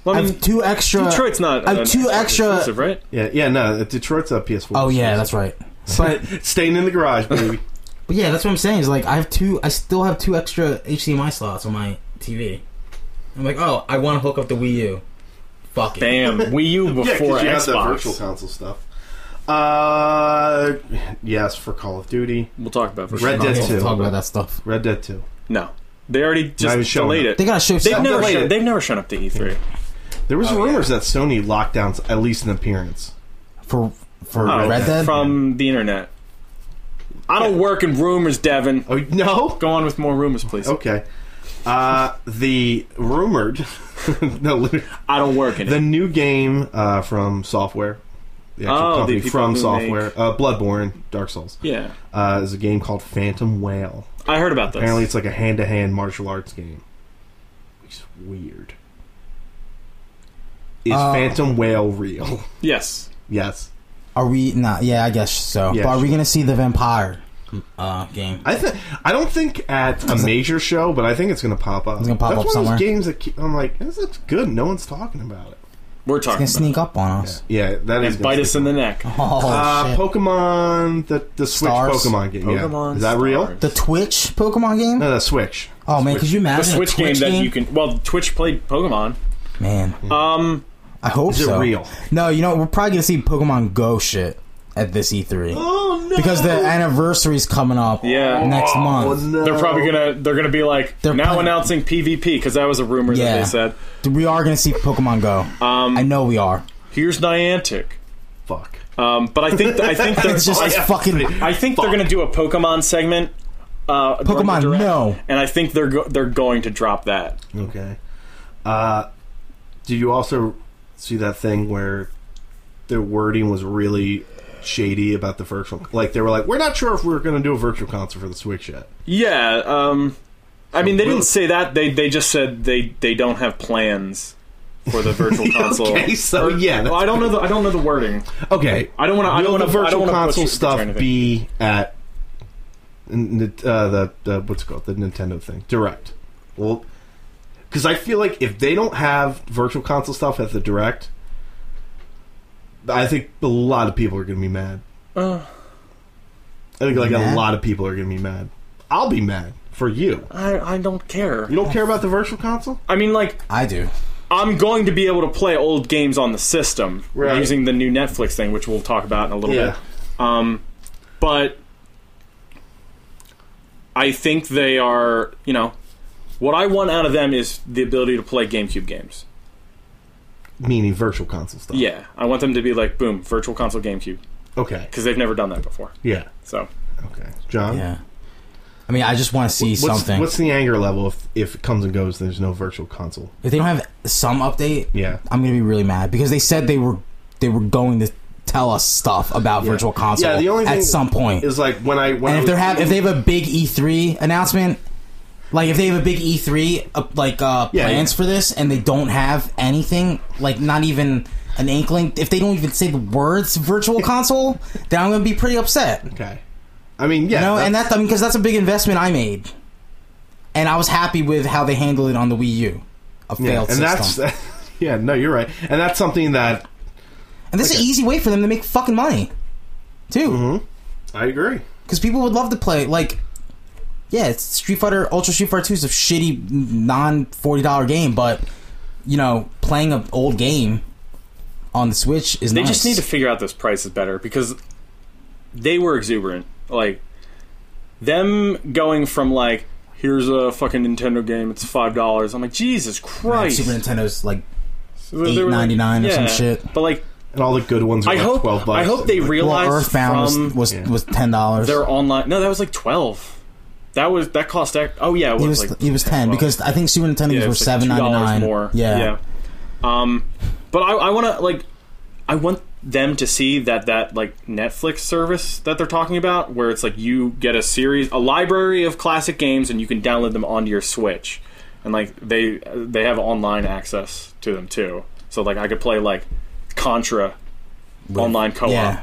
Speaker 1: Well,
Speaker 3: I
Speaker 1: I mean,
Speaker 3: have two extra.
Speaker 1: Detroit's not.
Speaker 3: I have
Speaker 1: an
Speaker 3: two
Speaker 1: Xbox
Speaker 3: extra-
Speaker 1: exclusive, right?
Speaker 2: Yeah, yeah, no, Detroit's a PS4.
Speaker 3: Oh yeah, that's right. But
Speaker 2: staying in the garage, baby.
Speaker 3: but yeah, that's what I'm saying. Is like I have two. I still have two extra HDMI slots on my TV. I'm like, oh, I want to hook up the Wii U. Fuck it.
Speaker 1: Damn, Wii U
Speaker 2: yeah,
Speaker 1: before
Speaker 2: because you have the virtual
Speaker 1: Xbox.
Speaker 2: console stuff. Uh, yes, for Call of Duty,
Speaker 1: We'll talk about it for sure.
Speaker 2: Red
Speaker 3: Not
Speaker 2: Dead
Speaker 3: gonna
Speaker 2: 2.
Speaker 3: Talk about that stuff.
Speaker 2: Red Dead Two.
Speaker 1: No, they already
Speaker 2: even
Speaker 1: just
Speaker 2: showing
Speaker 1: delayed
Speaker 2: up.
Speaker 1: it.
Speaker 3: They gotta show.
Speaker 1: They've
Speaker 3: something.
Speaker 1: never
Speaker 2: delayed
Speaker 1: shown,
Speaker 2: it.
Speaker 1: they've never shown up to E E3.
Speaker 2: There was
Speaker 3: Oh,
Speaker 2: rumors that Sony locked down at least an appearance.
Speaker 3: for for
Speaker 1: Oh,
Speaker 3: Red Dead.
Speaker 1: from the internet. I don't work in rumors, Devin.
Speaker 2: Oh no!
Speaker 1: Go on with more rumors, please.
Speaker 2: Okay. Uh, the rumored, no, literally,
Speaker 1: I don't work in
Speaker 2: the
Speaker 1: it.
Speaker 2: new game uh, from Software, the actual
Speaker 1: Oh, the
Speaker 2: company
Speaker 1: people
Speaker 2: from
Speaker 1: who
Speaker 2: Software, uh, Bloodborne, Dark Souls,
Speaker 1: Yeah,
Speaker 2: uh, is a game called Phantom Whale.
Speaker 1: I heard about this.
Speaker 2: Apparently, it's like a hand-to-hand martial arts game, which is weird. Is
Speaker 3: Uh,
Speaker 2: Phantom Whale real?
Speaker 1: yes.
Speaker 2: yes,
Speaker 3: Are we not? Yeah, I guess so.
Speaker 2: Yeah,
Speaker 3: but are we
Speaker 2: sure.
Speaker 3: gonna see the vampire uh, game?
Speaker 2: I think I don't think at a major show, but I think it's going to pop up.
Speaker 3: It's gonna pop
Speaker 2: That's
Speaker 3: up
Speaker 2: one
Speaker 3: somewhere.
Speaker 2: Of those games that keep, I'm like, this looks good. No one's talking about it.
Speaker 1: We're
Speaker 3: It's
Speaker 1: talking
Speaker 3: gonna
Speaker 1: about
Speaker 3: sneak up on
Speaker 2: Yeah,
Speaker 3: us.
Speaker 2: yeah that
Speaker 1: it.
Speaker 2: is
Speaker 1: and
Speaker 2: gonna
Speaker 1: bite us
Speaker 2: stick.
Speaker 1: in the neck.
Speaker 3: Oh
Speaker 2: Uh,
Speaker 3: shit!
Speaker 2: Pokemon, the the Switch
Speaker 3: Stars.
Speaker 2: Pokemon game. yeah.
Speaker 1: Pokemon
Speaker 2: is that real?
Speaker 1: Stars.
Speaker 3: the Twitch Pokemon game?
Speaker 2: No, the Switch.
Speaker 3: oh man, could you
Speaker 1: The
Speaker 3: imagine
Speaker 1: Switch,
Speaker 3: a Twitch
Speaker 1: game,
Speaker 3: game?
Speaker 1: that you can. Well, Twitch played Pokemon.
Speaker 3: man,
Speaker 1: Um,
Speaker 3: I hope
Speaker 2: Is it
Speaker 3: so.
Speaker 2: real?
Speaker 3: No, you know we're probably gonna see Pokemon Go shit at this E3
Speaker 2: Oh no!
Speaker 3: because the anniversary's coming up.
Speaker 1: Yeah.
Speaker 2: Oh.
Speaker 3: next month.
Speaker 1: they're probably gonna. They're gonna be like
Speaker 3: They're
Speaker 1: now
Speaker 3: playing-
Speaker 1: announcing PvP because that was a rumor that
Speaker 3: Yeah.
Speaker 1: they said.
Speaker 3: We are gonna see Pokemon Go.
Speaker 1: Um,
Speaker 3: I know we are.
Speaker 1: Here's Niantic.
Speaker 2: fuck.
Speaker 1: Um, but I think I think they're
Speaker 3: It's just it's fucking
Speaker 1: I think they're going to do a Pokemon segment. Uh, during the
Speaker 3: Pokemon,
Speaker 1: direct,
Speaker 3: no.
Speaker 1: and I think they're go- they're going to drop that.
Speaker 2: Okay. Uh, do you also see that thing where their wording was really shady about the virtual? Like they were like, "We're not sure if we're going to do a virtual console for the Switch yet."
Speaker 1: Yeah, um, I mean they
Speaker 2: we'll-
Speaker 1: didn't say that. They they just said they they don't have plans for the virtual console.
Speaker 2: Okay, so, yeah, that's-
Speaker 1: well, I don't know. The, I don't know the wording.
Speaker 2: Okay.
Speaker 1: I don't want to. I don't
Speaker 2: Will
Speaker 1: want to.
Speaker 2: the virtual
Speaker 1: I don't wanna push
Speaker 2: console
Speaker 1: your train
Speaker 2: stuff
Speaker 1: of
Speaker 2: be at n- n- uh, the, the what's it called the Nintendo thing Direct? Well, because I feel like if they don't have virtual console stuff at the Direct, I think a lot of people are going to be mad.
Speaker 1: Uh.
Speaker 2: I think like
Speaker 3: Mad?
Speaker 2: a lot of people are going to be mad. I'll be mad for you.
Speaker 1: I I don't care.
Speaker 2: You don't care about the virtual console?
Speaker 1: I mean, like
Speaker 3: I do.
Speaker 1: I'm going to be able to play old games on the system
Speaker 2: Right.
Speaker 1: using the new Netflix thing, which we'll talk about in a little bit. Um, but I think they are, you know, what I want out of them is the ability to play GameCube games.
Speaker 2: Meaning virtual console stuff.
Speaker 1: Yeah, I want them to be like, boom, virtual console GameCube,
Speaker 2: Okay.
Speaker 1: because they've never done that before.
Speaker 2: Yeah.
Speaker 1: So
Speaker 2: Okay. John.
Speaker 3: Yeah. I mean, I just want to see
Speaker 2: What's,
Speaker 3: something.
Speaker 2: what's the anger level if, if it comes and goes? and There's no virtual console.
Speaker 3: if they don't have some update,
Speaker 2: Yeah.
Speaker 3: I'm gonna be really mad because they said they were they were going to tell us stuff about virtual console
Speaker 2: Yeah, the only thing
Speaker 3: at some point.
Speaker 2: Is like when I when I
Speaker 3: and if
Speaker 2: was
Speaker 3: they have if they
Speaker 2: reading-
Speaker 3: have a big E3 announcement, like if they have a big E3 uh, like uh,
Speaker 2: Yeah,
Speaker 3: plans
Speaker 2: yeah.
Speaker 3: for this, and they don't have anything, like not even an inkling, if they don't even say the words virtual console, then I'm gonna be pretty upset.
Speaker 2: okay, I mean yeah,
Speaker 3: You know, and
Speaker 2: that
Speaker 3: that's I mean, because that's a big investment I made, and I was happy with how they handled it on the Wii U, a
Speaker 2: yeah,
Speaker 3: failed
Speaker 2: and
Speaker 3: system.
Speaker 2: that's yeah no you're right, and that's something that
Speaker 3: and this is an easy way for them to make fucking money,
Speaker 2: Mm-hmm.
Speaker 3: too,
Speaker 2: I agree.
Speaker 3: because people would love to play. Like, yeah, it's Street Fighter Ultra Street Fighter Two is a shitty non forty dollar game, but you know, playing an old game on the Switch is
Speaker 1: they
Speaker 3: nice.
Speaker 1: just need to figure out those prices better because they were exuberant. Like them going from like, here's a fucking Nintendo game, it's five dollars. I'm like, Jesus
Speaker 3: Like,
Speaker 1: Christ.
Speaker 3: Super Nintendo's like
Speaker 1: So they were like-
Speaker 3: $8.99 or some shit.
Speaker 1: But like,
Speaker 2: And all the good ones are
Speaker 1: I
Speaker 2: like
Speaker 1: hope
Speaker 2: twelve bucks.
Speaker 1: I hope they
Speaker 2: and, like,
Speaker 3: well,
Speaker 1: realize
Speaker 3: Earthbound
Speaker 1: from
Speaker 3: was was,
Speaker 2: yeah.
Speaker 3: was ten dollars.
Speaker 1: their online. No, that was like twelve. That was that cost. ex- Oh yeah, it was,
Speaker 3: It was
Speaker 1: like
Speaker 3: it was ten
Speaker 1: well,
Speaker 3: because I think Super Nintendo
Speaker 1: yeah, it
Speaker 3: were
Speaker 1: was like
Speaker 3: seven ninety
Speaker 1: $2
Speaker 3: nine.
Speaker 1: more.
Speaker 3: Yeah.
Speaker 1: yeah. Um, but I, I want to like, I want them to see that that like Netflix service that they're talking about, where it's like you get a series, a library of classic games, and you can download them onto your Switch, and like they they have online access to them too. So like I could play like Contra online co-op.
Speaker 3: yeah.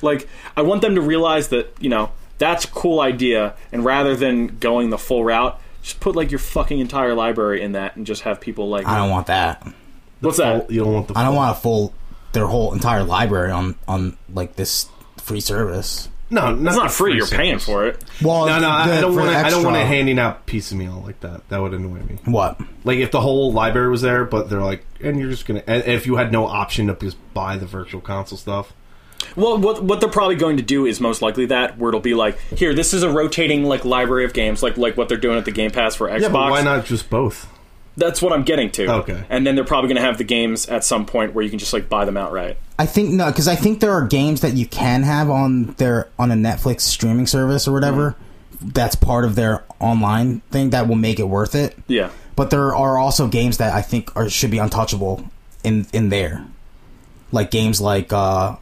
Speaker 1: Like I want them to realize that you know that's a cool idea, and rather than going the full route. Just put like your fucking entire library in that, and just have people like
Speaker 3: I don't want that.
Speaker 1: What's that?
Speaker 2: full- you don't want the
Speaker 3: I don't
Speaker 2: full-
Speaker 3: want a full their whole entire library on on like this free service.
Speaker 2: no not
Speaker 1: It's not free. You're
Speaker 2: service.
Speaker 1: paying for it.
Speaker 3: Well,
Speaker 2: No, no, I I
Speaker 3: the-
Speaker 2: don't
Speaker 3: for
Speaker 2: want. I don't
Speaker 3: extra-
Speaker 2: want to handing out piecemeal like that. That would annoy me.
Speaker 3: what.
Speaker 2: Like if the whole library was there, but they're like, and you're just gonna. And if you had no option to just buy the virtual console stuff,
Speaker 1: Well, what what they're probably going to do is most likely that where it'll be like, here, this is a rotating like library of games, like like what they're doing at the Game Pass for Xbox.
Speaker 2: yeah, but why not just both?
Speaker 1: That's what I'm getting to.
Speaker 2: Okay.
Speaker 1: And then they're probably going to have the games at some point where you can just like buy them outright.
Speaker 3: I think no, because I think there are games that you can have on their on a Netflix streaming service or whatever. That's part of their online thing that will make it worth it.
Speaker 1: Yeah.
Speaker 3: But there are also games that I think are should be untouchable in in there, like games like uh,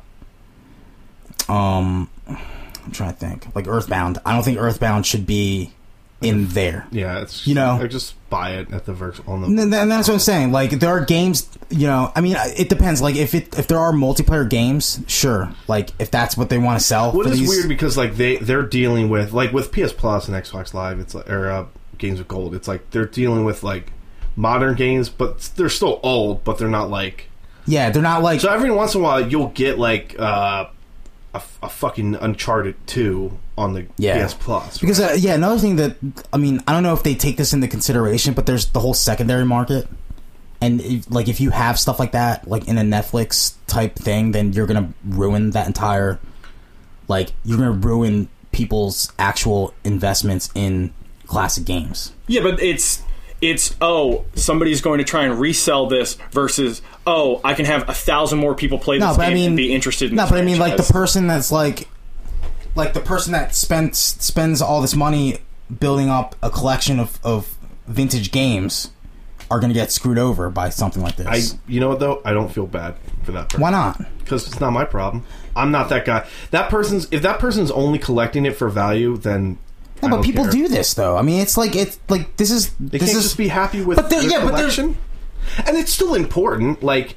Speaker 3: um, I'm trying to think, like Earthbound. I don't think Earthbound should be in there.
Speaker 2: Yeah, it's
Speaker 3: You know?
Speaker 2: I just buy it at the virtual on the.
Speaker 3: And th- and that's what I'm saying. Like there are games, you know. I mean, I- it depends. Like if it if there are multiplayer games, sure. Like if that's what they want to sell.
Speaker 2: What
Speaker 3: for
Speaker 2: is
Speaker 3: these-
Speaker 2: weird because like they they're dealing with like with PS Plus and Xbox Live, it's like or uh, Games of Gold, it's like they're dealing with like modern games, but they're still old, but they're not like.
Speaker 3: Yeah, they're not like.
Speaker 2: So every once in a while, you'll get like uh, a, f- a fucking Uncharted two on the
Speaker 3: Yeah.
Speaker 2: PS Plus.
Speaker 3: Because uh, yeah, another thing that I mean, I don't know if they take this into consideration, but there's the whole secondary market, and if, like if you have stuff like that, like in a Netflix type thing, then you're gonna ruin that entire, like you're gonna ruin people's actual investments in classic games.
Speaker 1: Yeah, but it's it's oh somebody's going to try and resell this versus oh I can have a thousand more people play this
Speaker 3: No, but
Speaker 1: game
Speaker 3: I mean,
Speaker 1: and be interested. in
Speaker 3: no,
Speaker 1: this
Speaker 3: but I mean, like the
Speaker 1: franchise.
Speaker 3: person that's like, like the person that spends spends all this money building up a collection of of vintage games are gonna get screwed over by something like
Speaker 2: I,
Speaker 3: this.
Speaker 2: you know what though? I don't feel bad for that person
Speaker 3: Why not?
Speaker 2: because it's not my problem. I'm not that guy. That person's if that person's only collecting it for value, then
Speaker 3: No,
Speaker 2: I
Speaker 3: but
Speaker 2: don't
Speaker 3: people
Speaker 2: care.
Speaker 3: do this though. I mean, it's like it's like this is
Speaker 2: They
Speaker 3: this
Speaker 2: can't
Speaker 3: is
Speaker 2: just be happy with
Speaker 3: But they're-
Speaker 2: their
Speaker 3: yeah, but they're-
Speaker 2: collection. and it's still important. Like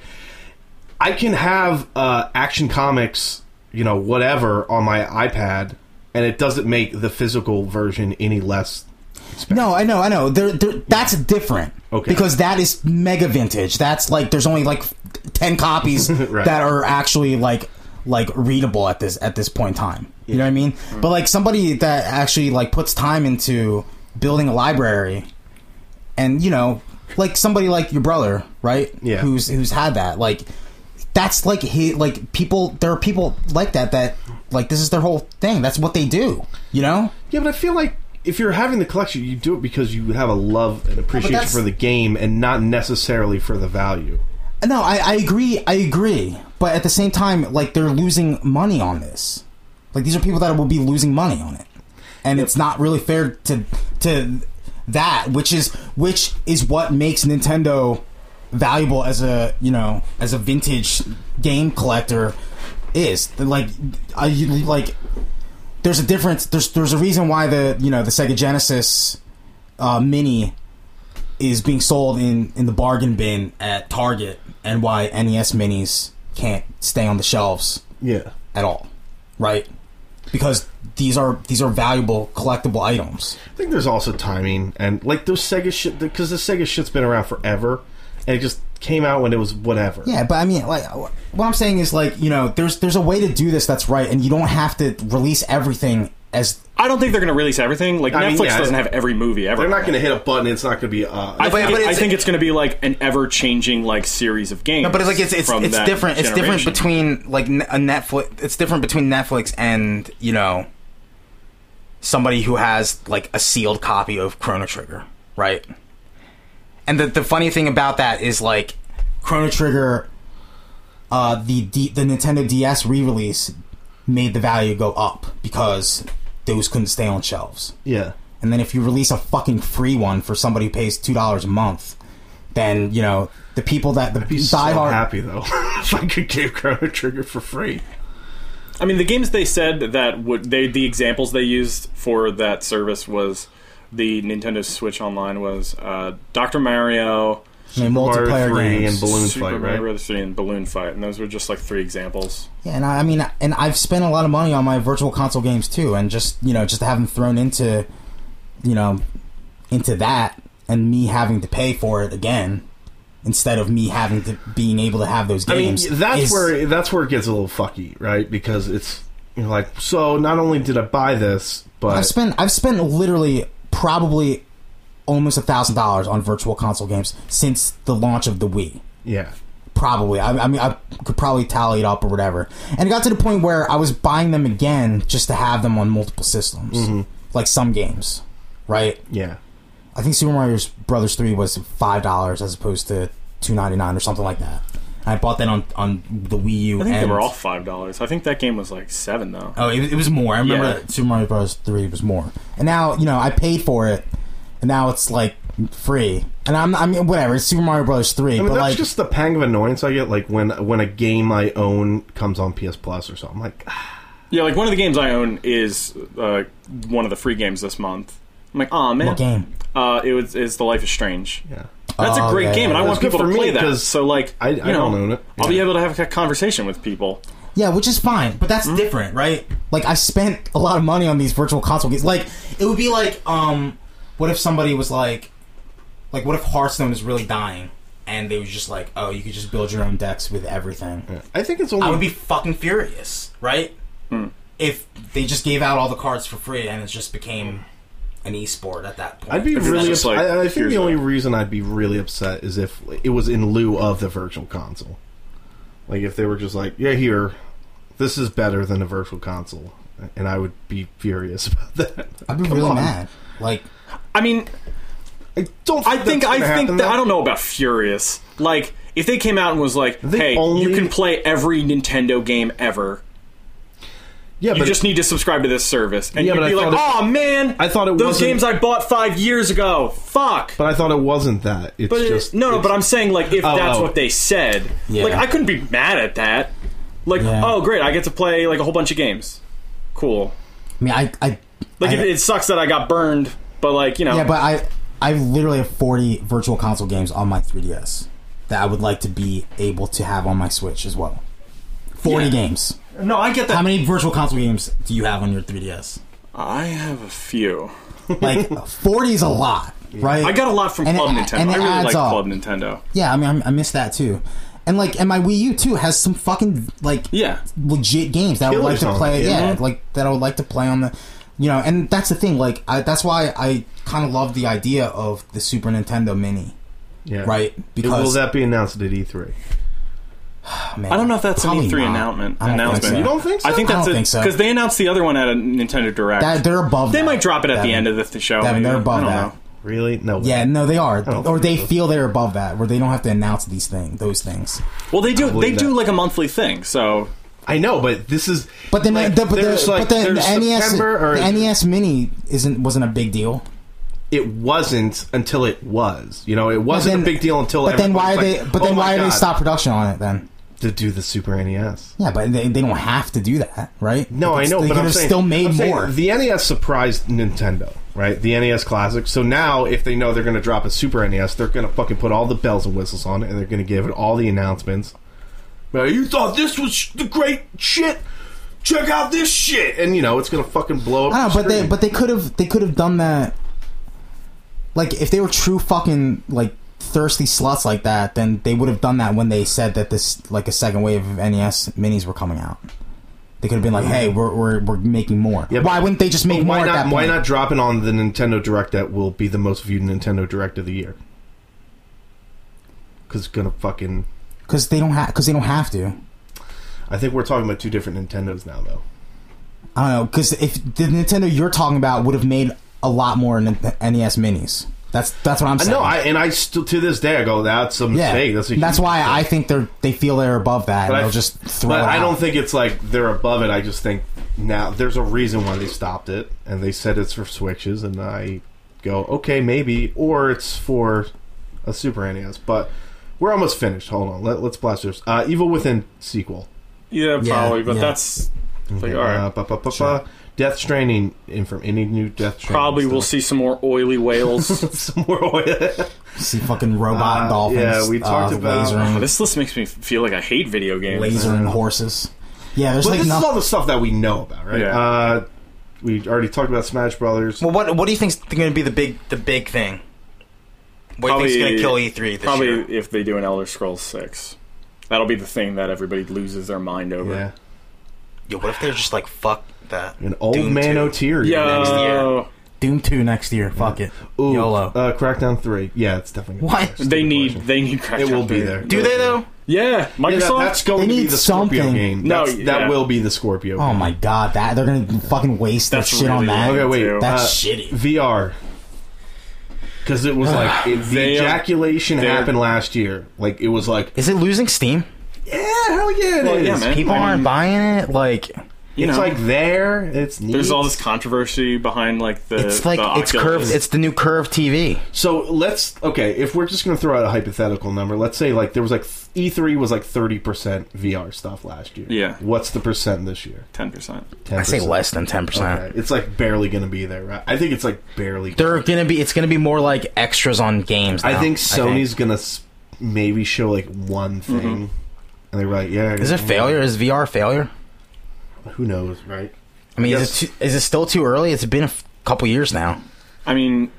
Speaker 2: I can have uh, Action Comics, you know, whatever on my iPad, and it doesn't make the physical version any less.
Speaker 3: No, I know, I know. They're, they're, that's different.
Speaker 2: Okay.
Speaker 3: Because that is mega vintage. That's like there's only like ten copies
Speaker 2: Right.
Speaker 3: that are actually like like readable at this at this point in time. You know what I mean?
Speaker 2: Mm-hmm.
Speaker 3: But like somebody that actually like puts time into building a library, and you know, like somebody like your brother, right?
Speaker 2: Yeah.
Speaker 3: Who's who's had that like. That's like he like people. There are people like that that like this is their whole thing. That's what they do. You know.
Speaker 2: Yeah, but I feel like if you're having the collection, you do it because you have a love and appreciation
Speaker 3: that's-
Speaker 2: for the game, and not necessarily for the value.
Speaker 3: No, I, I agree. I agree. But at the same time, like they're losing money on this. Like these are people that will be losing money on it, and it's not really fair to to that, which is which is what makes Nintendo valuable as a you know as a vintage game collector is like I like there's a difference. There's there's a reason why the you know the Sega Genesis uh, Mini is being sold in in the bargain bin at Target, and why NES E minis can't stay on the shelves
Speaker 2: Yeah.
Speaker 3: at all, right? Because these are these are valuable collectible items.
Speaker 2: I think there's also timing and like those Sega shit because the Sega shit's been around forever, and it just came out when it was whatever.
Speaker 3: Yeah, but I mean, like, wh- what I'm saying is, like, you know, there's there's a way to do this that's right, and you don't have to release everything as
Speaker 1: I don't think they're going to release everything. Like
Speaker 2: I mean,
Speaker 1: Netflix
Speaker 2: yeah,
Speaker 1: doesn't have every movie ever.
Speaker 2: They're not going to hit a button. It's not going to be. Uh,
Speaker 1: I think,
Speaker 4: but
Speaker 1: it- I
Speaker 4: it's-
Speaker 1: think it's going to be like an ever-changing like series of games.
Speaker 3: No, but it's like it's it's,
Speaker 1: from
Speaker 3: it's
Speaker 1: that
Speaker 3: different. It's different
Speaker 1: generation.
Speaker 3: between like n- a Netflix. It's different between Netflix and you know somebody who has like a sealed copy of Chrono Trigger, right? And the the funny thing about that is like Chrono Trigger, uh, the D, the Nintendo DS re release made the value go up because those couldn't stay on shelves.
Speaker 2: yeah.
Speaker 3: And then if you release a fucking free one for somebody who pays two dollars a month, then you know the people that the
Speaker 2: Be
Speaker 3: diehard
Speaker 2: so happy though if I could give Chrono Trigger for free.
Speaker 1: I mean, the games they said that would they the examples they used for that service was the Nintendo Switch Online was uh, Doctor Mario,
Speaker 3: I mean,
Speaker 2: Mario
Speaker 3: multiplayer
Speaker 2: 3
Speaker 3: games.
Speaker 2: and Balloon
Speaker 1: Super
Speaker 2: Fight,
Speaker 1: Mario
Speaker 2: right?
Speaker 1: Brothers 3, and Balloon Fight, and those were just like three examples.
Speaker 3: yeah, and I, I mean, and I've spent a lot of money on my virtual console games too, and just you know, just to have them thrown into, you know, into that, and me having to pay for it again instead of me having to being able to have those
Speaker 2: I mean,
Speaker 3: games.
Speaker 2: that's
Speaker 3: is-
Speaker 2: where that's where it gets a little fucky, right? Because it's you're like, so not only did I buy this,
Speaker 3: I've
Speaker 2: but
Speaker 3: spent I've spent literally probably almost a thousand dollars on virtual console games since the launch of the Wii.
Speaker 2: yeah,
Speaker 3: probably I, I mean i could probably tally it up or whatever and it got to the point where i was buying them again just to have them on multiple systems
Speaker 1: Mm-hmm.
Speaker 3: like some games right
Speaker 2: yeah.
Speaker 3: i think super mario brothers 3 was $5 as opposed to 2.99 or something like that And i bought that on, on the wii u
Speaker 1: I think
Speaker 3: and,
Speaker 1: they were all five dollars. I think that game was like seven though.
Speaker 3: oh it, it was more i remember
Speaker 1: Yeah.
Speaker 3: that super mario brothers 3 was more and now you know i paid for it and now it's like free and i'm i mean whatever it's super mario brothers
Speaker 2: I
Speaker 3: 3
Speaker 2: mean,
Speaker 3: but
Speaker 2: that's
Speaker 3: like
Speaker 2: just the pang of annoyance I get, like when when a game I own comes on PS Plus or something. Like,
Speaker 1: Yeah, like one of the games I own is uh, one of the free games this month. I'm like, oh man,
Speaker 3: what game
Speaker 1: Uh, it was is The Life is Strange.
Speaker 2: yeah,
Speaker 1: That's
Speaker 3: Oh,
Speaker 1: a great
Speaker 3: yeah,
Speaker 1: game, and
Speaker 3: yeah.
Speaker 1: I
Speaker 2: That's
Speaker 1: want
Speaker 2: good
Speaker 1: people to
Speaker 2: for me,
Speaker 1: play that.
Speaker 2: 'cause
Speaker 1: So like,
Speaker 2: I- I
Speaker 1: you know,
Speaker 2: don't own it.
Speaker 1: I'll be
Speaker 2: Yeah.
Speaker 1: able to have a conversation with people.
Speaker 3: Yeah, which is fine, but that's different, right? Like I spent a lot of money on these virtual console games. Like it would be like, um, what if somebody was like, like what if Hearthstone is really dying, and they was just like, oh, you could just build your own decks with everything.
Speaker 2: I think it's
Speaker 3: I would
Speaker 2: only
Speaker 3: be fucking furious, right? If they just gave out all the cards for free and it just became an esport at that point.
Speaker 2: I'd be
Speaker 1: If it's
Speaker 2: really.
Speaker 1: just
Speaker 2: ups-
Speaker 1: like,
Speaker 2: I, I think
Speaker 1: here's
Speaker 2: the only
Speaker 1: a-
Speaker 2: reason I'd be really upset is if it was in lieu of the virtual console. Like if they were just like, yeah, here, this is better than a virtual console, and I would be furious about that.
Speaker 3: I'd be
Speaker 2: Come
Speaker 3: really
Speaker 2: on.
Speaker 3: mad. Like
Speaker 1: I mean,
Speaker 2: I don't.
Speaker 1: I think
Speaker 2: that's
Speaker 1: I
Speaker 2: gonna
Speaker 1: think
Speaker 2: happen,
Speaker 1: that I
Speaker 2: though.
Speaker 1: don't know about Furious. Like if they came out and was like,
Speaker 2: They
Speaker 1: "Hey,
Speaker 2: only-
Speaker 1: you can play every Nintendo game ever.
Speaker 2: Yeah,
Speaker 1: You
Speaker 2: but
Speaker 1: just need to subscribe to this service." And
Speaker 2: Yeah,
Speaker 1: you'd
Speaker 2: but I
Speaker 1: be like,
Speaker 2: thought
Speaker 1: "Oh man,
Speaker 2: I thought it
Speaker 1: those
Speaker 2: wasn't-
Speaker 1: games I bought 5 years ago. Fuck."
Speaker 2: but I thought it wasn't that. It's
Speaker 1: But it-
Speaker 2: just
Speaker 1: no, no,
Speaker 2: it's-
Speaker 1: but I'm saying like if
Speaker 2: Oh,
Speaker 1: that's
Speaker 2: oh.
Speaker 1: what they said,
Speaker 3: Yeah.
Speaker 1: like I couldn't be mad at that. Like,
Speaker 3: Yeah.
Speaker 1: oh great, I get to play like a whole bunch of games. Cool.
Speaker 3: I mean, I, I
Speaker 1: Like
Speaker 3: I-
Speaker 1: it, it sucks that I got burned, but like you know,
Speaker 3: yeah, but I I literally have forty virtual console games on my 3DS that I would like to be able to have on my Switch as well. Forty
Speaker 1: Yeah.
Speaker 3: games.
Speaker 1: no, I get that.
Speaker 3: How many virtual console games do you have on your 3DS?
Speaker 1: I have a few.
Speaker 3: Like forty is a lot, right?
Speaker 1: I got a lot from
Speaker 3: And it-
Speaker 1: Club Nintendo.
Speaker 3: and it
Speaker 1: I really
Speaker 3: adds
Speaker 1: like
Speaker 3: up.
Speaker 1: Club Nintendo.
Speaker 3: yeah. I mean, I, I miss that too. And like, and my Wii U too has some fucking like
Speaker 1: Yeah,
Speaker 3: legit games that I would
Speaker 2: Killers
Speaker 3: like to
Speaker 2: on
Speaker 3: play.
Speaker 2: it,
Speaker 3: Yeah,
Speaker 2: yeah.
Speaker 3: like that I would like to play on the, you know, and that's the thing. Like I, that's why I kind of love the idea of the Super Nintendo Mini,
Speaker 2: yeah.
Speaker 3: right?
Speaker 2: Will
Speaker 3: Because
Speaker 2: that be announced at E E3?
Speaker 3: oh, man,
Speaker 1: I don't know if that's an
Speaker 3: Probably
Speaker 1: E3
Speaker 3: not.
Speaker 1: announcement.
Speaker 3: I don't think
Speaker 1: announcement.
Speaker 3: so. You
Speaker 2: don't think so?
Speaker 1: I think
Speaker 3: I
Speaker 1: that's
Speaker 3: don't think so.
Speaker 1: because they announced the other one at a Nintendo Direct.
Speaker 3: that they're above.
Speaker 1: they
Speaker 3: that.
Speaker 1: might drop it at the
Speaker 3: Devin.
Speaker 1: end of the th- show.
Speaker 3: Devin,
Speaker 1: maybe.
Speaker 3: they're above
Speaker 1: I don't
Speaker 3: that.
Speaker 1: know.
Speaker 2: Really? No. way.
Speaker 3: Yeah, no, they are,
Speaker 2: don't
Speaker 3: or
Speaker 2: think
Speaker 3: they
Speaker 2: so.
Speaker 3: feel they're above that, where they don't have to announce these things, those things.
Speaker 1: Well, they do.
Speaker 2: believe
Speaker 1: They do
Speaker 2: that.
Speaker 1: like a monthly thing. So
Speaker 2: I know, but this is.
Speaker 3: But then,
Speaker 2: like,
Speaker 3: the, but the,
Speaker 2: there's, like,
Speaker 3: but the, the
Speaker 2: there's
Speaker 3: NES,
Speaker 2: September or-
Speaker 3: the E NES Mini isn't wasn't a big deal.
Speaker 2: it wasn't until it was. You know, it wasn't
Speaker 3: then-
Speaker 2: a big deal until.
Speaker 3: But then
Speaker 2: everyone
Speaker 3: why are
Speaker 2: was
Speaker 3: they?
Speaker 2: like,
Speaker 3: But
Speaker 2: "Oh
Speaker 3: then
Speaker 2: my
Speaker 3: why are they
Speaker 2: God,"
Speaker 3: stop production on it then?
Speaker 2: to do the Super NES?
Speaker 3: Yeah, but they, they don't have to do that, right?
Speaker 2: No, I know,
Speaker 3: They
Speaker 2: but
Speaker 3: could
Speaker 2: I'm
Speaker 3: have
Speaker 2: saying,
Speaker 3: still made
Speaker 2: I'm saying
Speaker 3: more.
Speaker 2: the NES surprised Nintendo, right? The NES Classic. So now, if they know they're going to drop a Super NES, they're going to fucking put all the bells and whistles on it, and they're going to give it all the announcements. Well, you thought this was sh- the great shit? Check out this shit, and you know it's going to fucking blow up.
Speaker 3: I don't
Speaker 2: the
Speaker 3: know, Ah, but they
Speaker 2: screen.
Speaker 3: but they could have they could have done that. Like if they were true fucking like thirsty sluts like that, then they would have done that when they said that this like a second wave of NES minis were coming out. They could have been like, "Hey, we're we're, we're making more."
Speaker 2: Yeah,
Speaker 3: why
Speaker 2: but-
Speaker 3: wouldn't they just make
Speaker 2: But
Speaker 3: more
Speaker 2: why
Speaker 3: at
Speaker 2: not?
Speaker 3: that
Speaker 2: Why
Speaker 3: point?
Speaker 2: not drop it on the Nintendo Direct that will be the most viewed Nintendo Direct of the year? Because it's gonna fucking.
Speaker 3: Because they don't have because they don't have to.
Speaker 2: I think we're talking about two different Nintendos now, though.
Speaker 3: I don't know because if the Nintendo you're talking about would have made a lot more N- NES minis. That's that's what I'm
Speaker 2: I
Speaker 3: saying.
Speaker 2: know, I and I still to this day I go, that's a
Speaker 3: yeah,
Speaker 2: mistake. That's,
Speaker 3: that's,
Speaker 2: a huge
Speaker 3: why
Speaker 2: mistake."
Speaker 3: I think they're they feel they're above that.
Speaker 2: But
Speaker 3: and
Speaker 2: I-
Speaker 3: they'll just throw.
Speaker 2: But
Speaker 3: it
Speaker 2: I
Speaker 3: out.
Speaker 2: don't think it's like they're above it. I just think now there's a reason why they stopped it, and they said it's for switches, and I go, okay, maybe, or it's for a Super NES. But we're almost finished. Hold on, let, let's blast this. Uh, Evil Within sequel.
Speaker 1: yeah,
Speaker 3: Yeah,
Speaker 1: probably. but
Speaker 3: yeah.
Speaker 1: that's like all right.
Speaker 2: Uh, ba- ba- ba-
Speaker 3: Sure.
Speaker 2: ba. Death Stranding in from any new Death Stranding.
Speaker 1: Probably we'll
Speaker 2: stuff.
Speaker 1: see some more oily whales.
Speaker 2: some more. oil.
Speaker 3: See fucking robot
Speaker 2: Uh,
Speaker 3: dolphins.
Speaker 2: yeah, we talked
Speaker 3: uh,
Speaker 2: about-
Speaker 1: Oh,
Speaker 3: lasering,
Speaker 1: this list makes me feel like I hate video games.
Speaker 3: lasering horses. Yeah, there's
Speaker 2: but
Speaker 3: like
Speaker 2: this is
Speaker 3: nothing.
Speaker 2: all the stuff that we know about, right?
Speaker 1: Yeah.
Speaker 2: Uh, we already talked about Smash Brothers.
Speaker 4: Well, what what do you think's going to be the big the big thing? What do you think's going
Speaker 1: Probably-
Speaker 4: to kill E3 this
Speaker 1: Probably
Speaker 4: year?
Speaker 1: if they do an Elder Scrolls six, that'll be the thing that everybody loses their mind over.
Speaker 2: yeah,
Speaker 4: Yo, what if they're just like fuck that?
Speaker 2: an old
Speaker 4: Doom
Speaker 2: man
Speaker 4: 2.
Speaker 2: O'Teary.
Speaker 4: Next
Speaker 1: Yo,
Speaker 4: year.
Speaker 3: Doom two next year. Fuck it.
Speaker 2: Ooh,
Speaker 3: YOLO.
Speaker 2: Uh, Crackdown three. Yeah, it's definitely.
Speaker 3: What?
Speaker 2: Stupid
Speaker 1: they need
Speaker 2: question.
Speaker 1: they need Crackdown.
Speaker 2: It will be
Speaker 1: three.
Speaker 2: there.
Speaker 4: Do they though?
Speaker 1: Yeah,
Speaker 2: Yeah,
Speaker 1: Microsoft.
Speaker 2: that- that's
Speaker 3: They
Speaker 2: going to be
Speaker 3: need
Speaker 2: the Scorpio
Speaker 3: something.
Speaker 2: game.
Speaker 1: No,
Speaker 2: That's- that
Speaker 1: yeah.
Speaker 2: will be the Scorpio.
Speaker 3: oh
Speaker 2: game.
Speaker 3: my god, that they're gonna fucking waste their
Speaker 1: That's
Speaker 3: shit on
Speaker 1: really
Speaker 3: that.
Speaker 1: lame.
Speaker 2: Okay, wait.
Speaker 1: too.
Speaker 3: That's
Speaker 2: uh,
Speaker 3: shitty.
Speaker 2: VR. Because it was like it, the
Speaker 1: They-
Speaker 2: ejaculation
Speaker 1: they're-
Speaker 2: happened last year. Like it was like
Speaker 4: Is it losing steam?
Speaker 2: yeah, hell yeah, it is.
Speaker 1: Well, yeah, man.
Speaker 4: People
Speaker 1: I mean,
Speaker 4: aren't buying it. Like
Speaker 1: You
Speaker 2: it's
Speaker 1: know,
Speaker 2: like there. It's neat.
Speaker 1: there's all this controversy behind like the.
Speaker 4: it's like
Speaker 1: the
Speaker 4: it's
Speaker 1: Oculus.
Speaker 4: curved. It's the new curved TV.
Speaker 2: So let's okay. If we're just gonna throw out a hypothetical number, let's say like there was like E three was like thirty percent VR stuff last year.
Speaker 1: Yeah.
Speaker 2: What's the percent this year?
Speaker 1: ten percent.
Speaker 2: 10%.
Speaker 4: I say less than ten percent.
Speaker 2: Okay. It's like barely gonna be there. Right? I think it's like barely.
Speaker 4: They're gonna be. It's gonna be more like extras on games.
Speaker 2: I
Speaker 4: now,
Speaker 2: think Sony's gonna s- maybe show like one
Speaker 1: Mm-hmm.
Speaker 2: thing, and they're like, yeah.
Speaker 4: Is it
Speaker 2: yeah.
Speaker 4: failure? Is VR failure?
Speaker 2: Who knows, right?
Speaker 4: I mean,
Speaker 2: Yes.
Speaker 4: is, it too, is it still too early? It's been a f- couple years now.
Speaker 1: I mean,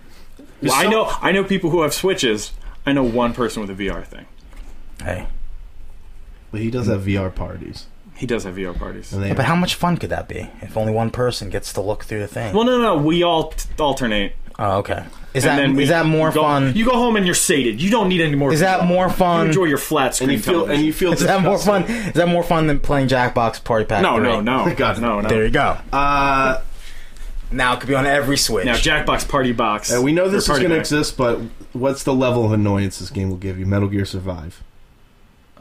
Speaker 2: There's
Speaker 1: I
Speaker 2: some-
Speaker 1: know I know people who have switches. I know one person with a VR thing.
Speaker 4: Hey,
Speaker 2: But he does have VR parties,
Speaker 1: He does have VR parties.
Speaker 2: and they.
Speaker 4: yeah, but how much fun could that be if only one person gets to look through the thing?
Speaker 1: Well, no, no, we all t- alternate.
Speaker 4: oh, okay. Is
Speaker 1: and
Speaker 4: that
Speaker 1: then we
Speaker 4: is that more
Speaker 1: go-
Speaker 4: fun?
Speaker 1: You go home and you're sated. You don't need any more.
Speaker 4: Is that more
Speaker 1: You
Speaker 4: fun?
Speaker 1: enjoy your flat screen
Speaker 2: and you feel and
Speaker 1: television.
Speaker 2: you feel
Speaker 4: Is that more fun?
Speaker 2: disgusted.
Speaker 4: Is that more fun than playing Jackbox Party Pack?
Speaker 1: no,
Speaker 4: 3?
Speaker 1: no, no,
Speaker 2: God,
Speaker 1: no, no.
Speaker 4: There you go.
Speaker 2: Uh,
Speaker 4: Now it could be on every Switch.
Speaker 1: Now, Jackbox Party Box.
Speaker 2: And Uh, we know this
Speaker 1: or
Speaker 2: is
Speaker 1: Party
Speaker 2: going to
Speaker 1: Pack.
Speaker 2: exist, but what's the level of annoyance this game will give you? Metal Gear Survive.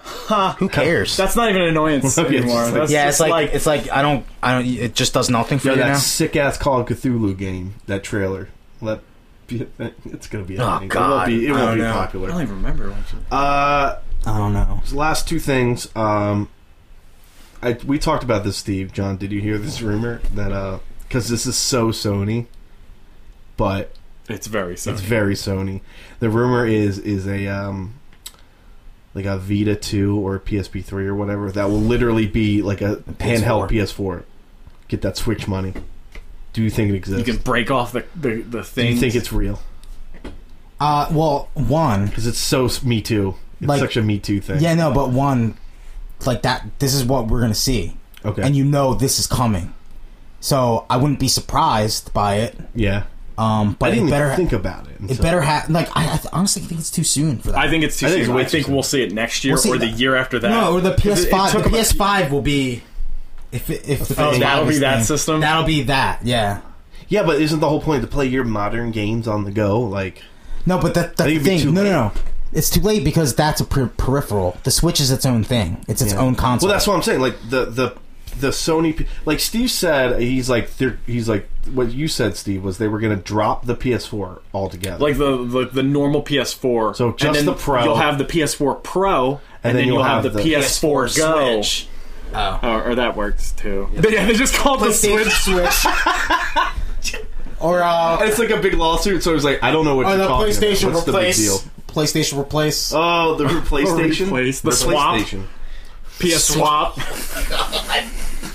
Speaker 4: Who cares?
Speaker 1: That's not even an annoyance
Speaker 2: Yeah, it's
Speaker 1: anymore.
Speaker 2: like-
Speaker 1: That's
Speaker 4: yeah, it's
Speaker 1: just
Speaker 4: like, it's like I don't I don't it just does nothing for
Speaker 2: Yo,
Speaker 4: you
Speaker 2: that
Speaker 4: now.
Speaker 2: sick ass Call of Cthulhu game. That trailer. Let be, it's going to be. a
Speaker 4: Oh,
Speaker 2: thing. It
Speaker 4: God.
Speaker 2: won't be. It
Speaker 4: I
Speaker 2: won't
Speaker 4: don't
Speaker 2: be
Speaker 4: know.
Speaker 1: I
Speaker 2: popular.
Speaker 1: don't even remember. what you-
Speaker 2: Uh,
Speaker 3: I don't know.
Speaker 2: so last two things. Um, I we talked about this, Steve. John, did you hear this rumor that uh, because this is so Sony, but
Speaker 1: It's very
Speaker 2: It's
Speaker 1: simple.
Speaker 2: very Sony. The rumor is is a um like a Vita 2 or a PSP 3 or whatever that will literally be like a handheld PS4. Get that Switch money. Do you think it
Speaker 1: You
Speaker 2: exists?
Speaker 1: can break off the the, the
Speaker 2: Do
Speaker 1: thing.
Speaker 2: you think it's real?
Speaker 3: Uh, well, one.
Speaker 2: Because it's so s- Me Too. It's
Speaker 3: Like-
Speaker 2: such a Me Too thing.
Speaker 3: Yeah, no, but one, like that. This is what we're gonna see,
Speaker 2: Okay.
Speaker 3: and you know this is coming. So I wouldn't be surprised by it.
Speaker 2: yeah.
Speaker 3: Um,
Speaker 2: I
Speaker 3: but
Speaker 2: didn't
Speaker 3: it
Speaker 2: even
Speaker 3: better,
Speaker 2: think about it.
Speaker 3: it
Speaker 2: until-
Speaker 3: better have. Like I, I th- honestly think it's too soon for that.
Speaker 1: I think it's too
Speaker 2: I think
Speaker 1: soon.
Speaker 2: it's way
Speaker 1: I
Speaker 2: too
Speaker 1: think
Speaker 2: soon.
Speaker 1: we'll see it next year
Speaker 3: We'll see
Speaker 1: or the
Speaker 3: that.
Speaker 1: year after that.
Speaker 3: no, or the
Speaker 1: Because it- it
Speaker 3: PS5.
Speaker 1: took
Speaker 3: The
Speaker 1: them a-
Speaker 3: PS5 will be if it, if the
Speaker 1: Oh,
Speaker 3: PS5
Speaker 1: that'll
Speaker 3: is
Speaker 1: be that
Speaker 3: thing,
Speaker 1: system?
Speaker 3: That'll be that. Yeah.
Speaker 2: Yeah, but isn't the whole point to play your modern games on the go? Like,
Speaker 3: No, but that,
Speaker 2: I
Speaker 3: that's the
Speaker 2: think it'd be
Speaker 3: thing.
Speaker 2: too
Speaker 3: No, no,
Speaker 2: late.
Speaker 3: no. It's too late because that's a per- peripheral. The Switch is its own thing. It's its
Speaker 2: Yeah.
Speaker 3: own console.
Speaker 2: Well, that's what I'm saying. Like the the the Sony, P- like Steve said, he's like they're- he's like what you said, Steve, was they were going to drop the PS4 altogether.
Speaker 1: like the, the the normal PS4.
Speaker 2: So just
Speaker 1: and then
Speaker 2: the Pro.
Speaker 1: You'll have the PS4 Pro, and, then, you'll, have, the PS4, Go.
Speaker 4: Switch.
Speaker 1: Oh, or that works too. They- Yeah, they just called the
Speaker 3: PlayStation
Speaker 1: Switch.
Speaker 3: Switch. Oh. or uh,
Speaker 2: It's like a big lawsuit. So it's like I don't know what
Speaker 3: or
Speaker 2: you're
Speaker 3: Oh, the
Speaker 2: talking
Speaker 3: PlayStation
Speaker 2: about. What's
Speaker 3: replace.
Speaker 2: the big deal?
Speaker 3: PlayStation replace.
Speaker 2: Oh, the PlayStation,
Speaker 1: Replace, the swap.
Speaker 2: PlayStation.
Speaker 1: PS Swap.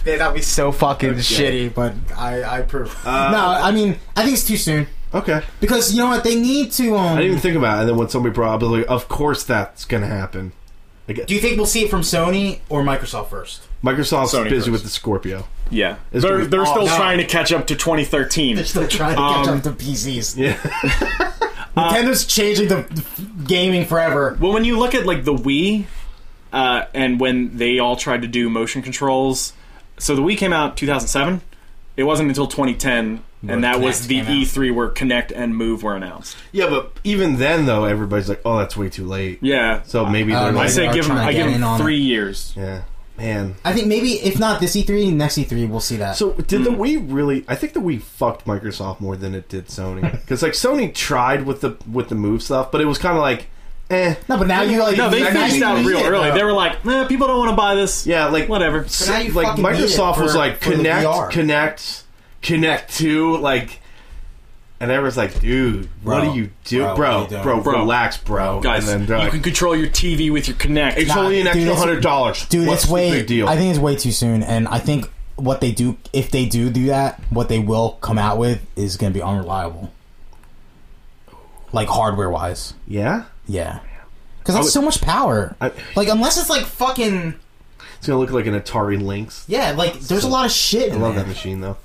Speaker 4: Yeah, that'd be so fucking shitty.
Speaker 3: but I I approve. no, I mean I think it's too soon
Speaker 2: Okay,
Speaker 3: because you know what they need to. Um,
Speaker 2: I didn't even think about it. And then when somebody brought up, I was like, of course that's going to happen. Like,
Speaker 3: do you think we'll see it from Sony or Microsoft first?
Speaker 2: Microsoft's
Speaker 1: Sony
Speaker 2: busy
Speaker 1: first.
Speaker 2: with the Scorpio.
Speaker 1: Yeah,
Speaker 2: It's
Speaker 1: they're
Speaker 2: gonna be
Speaker 1: they're still
Speaker 3: awesome.
Speaker 1: trying to catch up to 2013.
Speaker 3: They're still trying to catch
Speaker 1: Um,
Speaker 3: up to PCs.
Speaker 2: Yeah, Uh,
Speaker 3: Nintendo's changing the the gaming forever.
Speaker 1: Well, when you look at like the Wii, uh, and when they all tried to do motion controls, so the Wii came out 2007. It wasn't until 2010, and that was
Speaker 3: Kinect
Speaker 1: the
Speaker 3: came out.
Speaker 1: E3 where Connect and Move were announced.
Speaker 2: yeah, but even then though, everybody's like, "Oh, that's way too late."
Speaker 1: Yeah,
Speaker 2: So maybe
Speaker 3: I
Speaker 2: they're
Speaker 3: don't know.
Speaker 1: I
Speaker 2: like,
Speaker 1: say
Speaker 3: are
Speaker 1: give them.
Speaker 3: trying to
Speaker 1: I give
Speaker 3: get in
Speaker 1: them
Speaker 3: on it.
Speaker 1: three years.
Speaker 2: yeah, man.
Speaker 3: I think maybe if not this E3, next E3 we'll see that.
Speaker 2: So did
Speaker 1: Hmm.
Speaker 2: the Wii really? I think the Wii fucked Microsoft more than it did Sony because like Sony tried with the with the move stuff, but it was kind of like, eh,
Speaker 3: no, but now you like
Speaker 1: No, they
Speaker 3: now
Speaker 1: finished
Speaker 3: you
Speaker 1: out
Speaker 3: need
Speaker 1: real
Speaker 3: it,
Speaker 1: early.
Speaker 3: though.
Speaker 1: They were like, nah, people don't want to buy this.
Speaker 2: yeah, like
Speaker 1: whatever.
Speaker 2: s-
Speaker 3: But now you
Speaker 2: like
Speaker 3: fucking need it
Speaker 2: Microsoft was
Speaker 3: for-
Speaker 2: like
Speaker 3: for the VR.
Speaker 2: connect, connect, connect to like, and everyone's like, dude, what
Speaker 3: Bro.
Speaker 2: do you do,
Speaker 3: Bro,
Speaker 2: bro,
Speaker 3: what are
Speaker 2: bro,
Speaker 3: you doing?
Speaker 1: Bro.
Speaker 2: relax, bro,
Speaker 1: Guys,
Speaker 2: And then they're
Speaker 3: uh,
Speaker 1: you
Speaker 2: like,
Speaker 1: can control your TV with your Connect.
Speaker 2: it's
Speaker 3: Nah,
Speaker 2: only an
Speaker 3: dude,
Speaker 2: extra
Speaker 3: it's-
Speaker 2: hundred dollars,
Speaker 3: dude
Speaker 2: What's
Speaker 3: it's
Speaker 2: the
Speaker 3: way
Speaker 2: big deal.
Speaker 3: i think it's way too soon and i think what they do if they do do that what they will come out with is going to be unreliable like hardware wise
Speaker 2: yeah,
Speaker 3: yeah because that's so much power
Speaker 2: I-
Speaker 3: like unless it's like fucking
Speaker 2: it's gonna look like an Atari Lynx.
Speaker 3: yeah like there's a lot of shit
Speaker 2: I
Speaker 3: in
Speaker 2: love
Speaker 3: there.
Speaker 2: that machine though.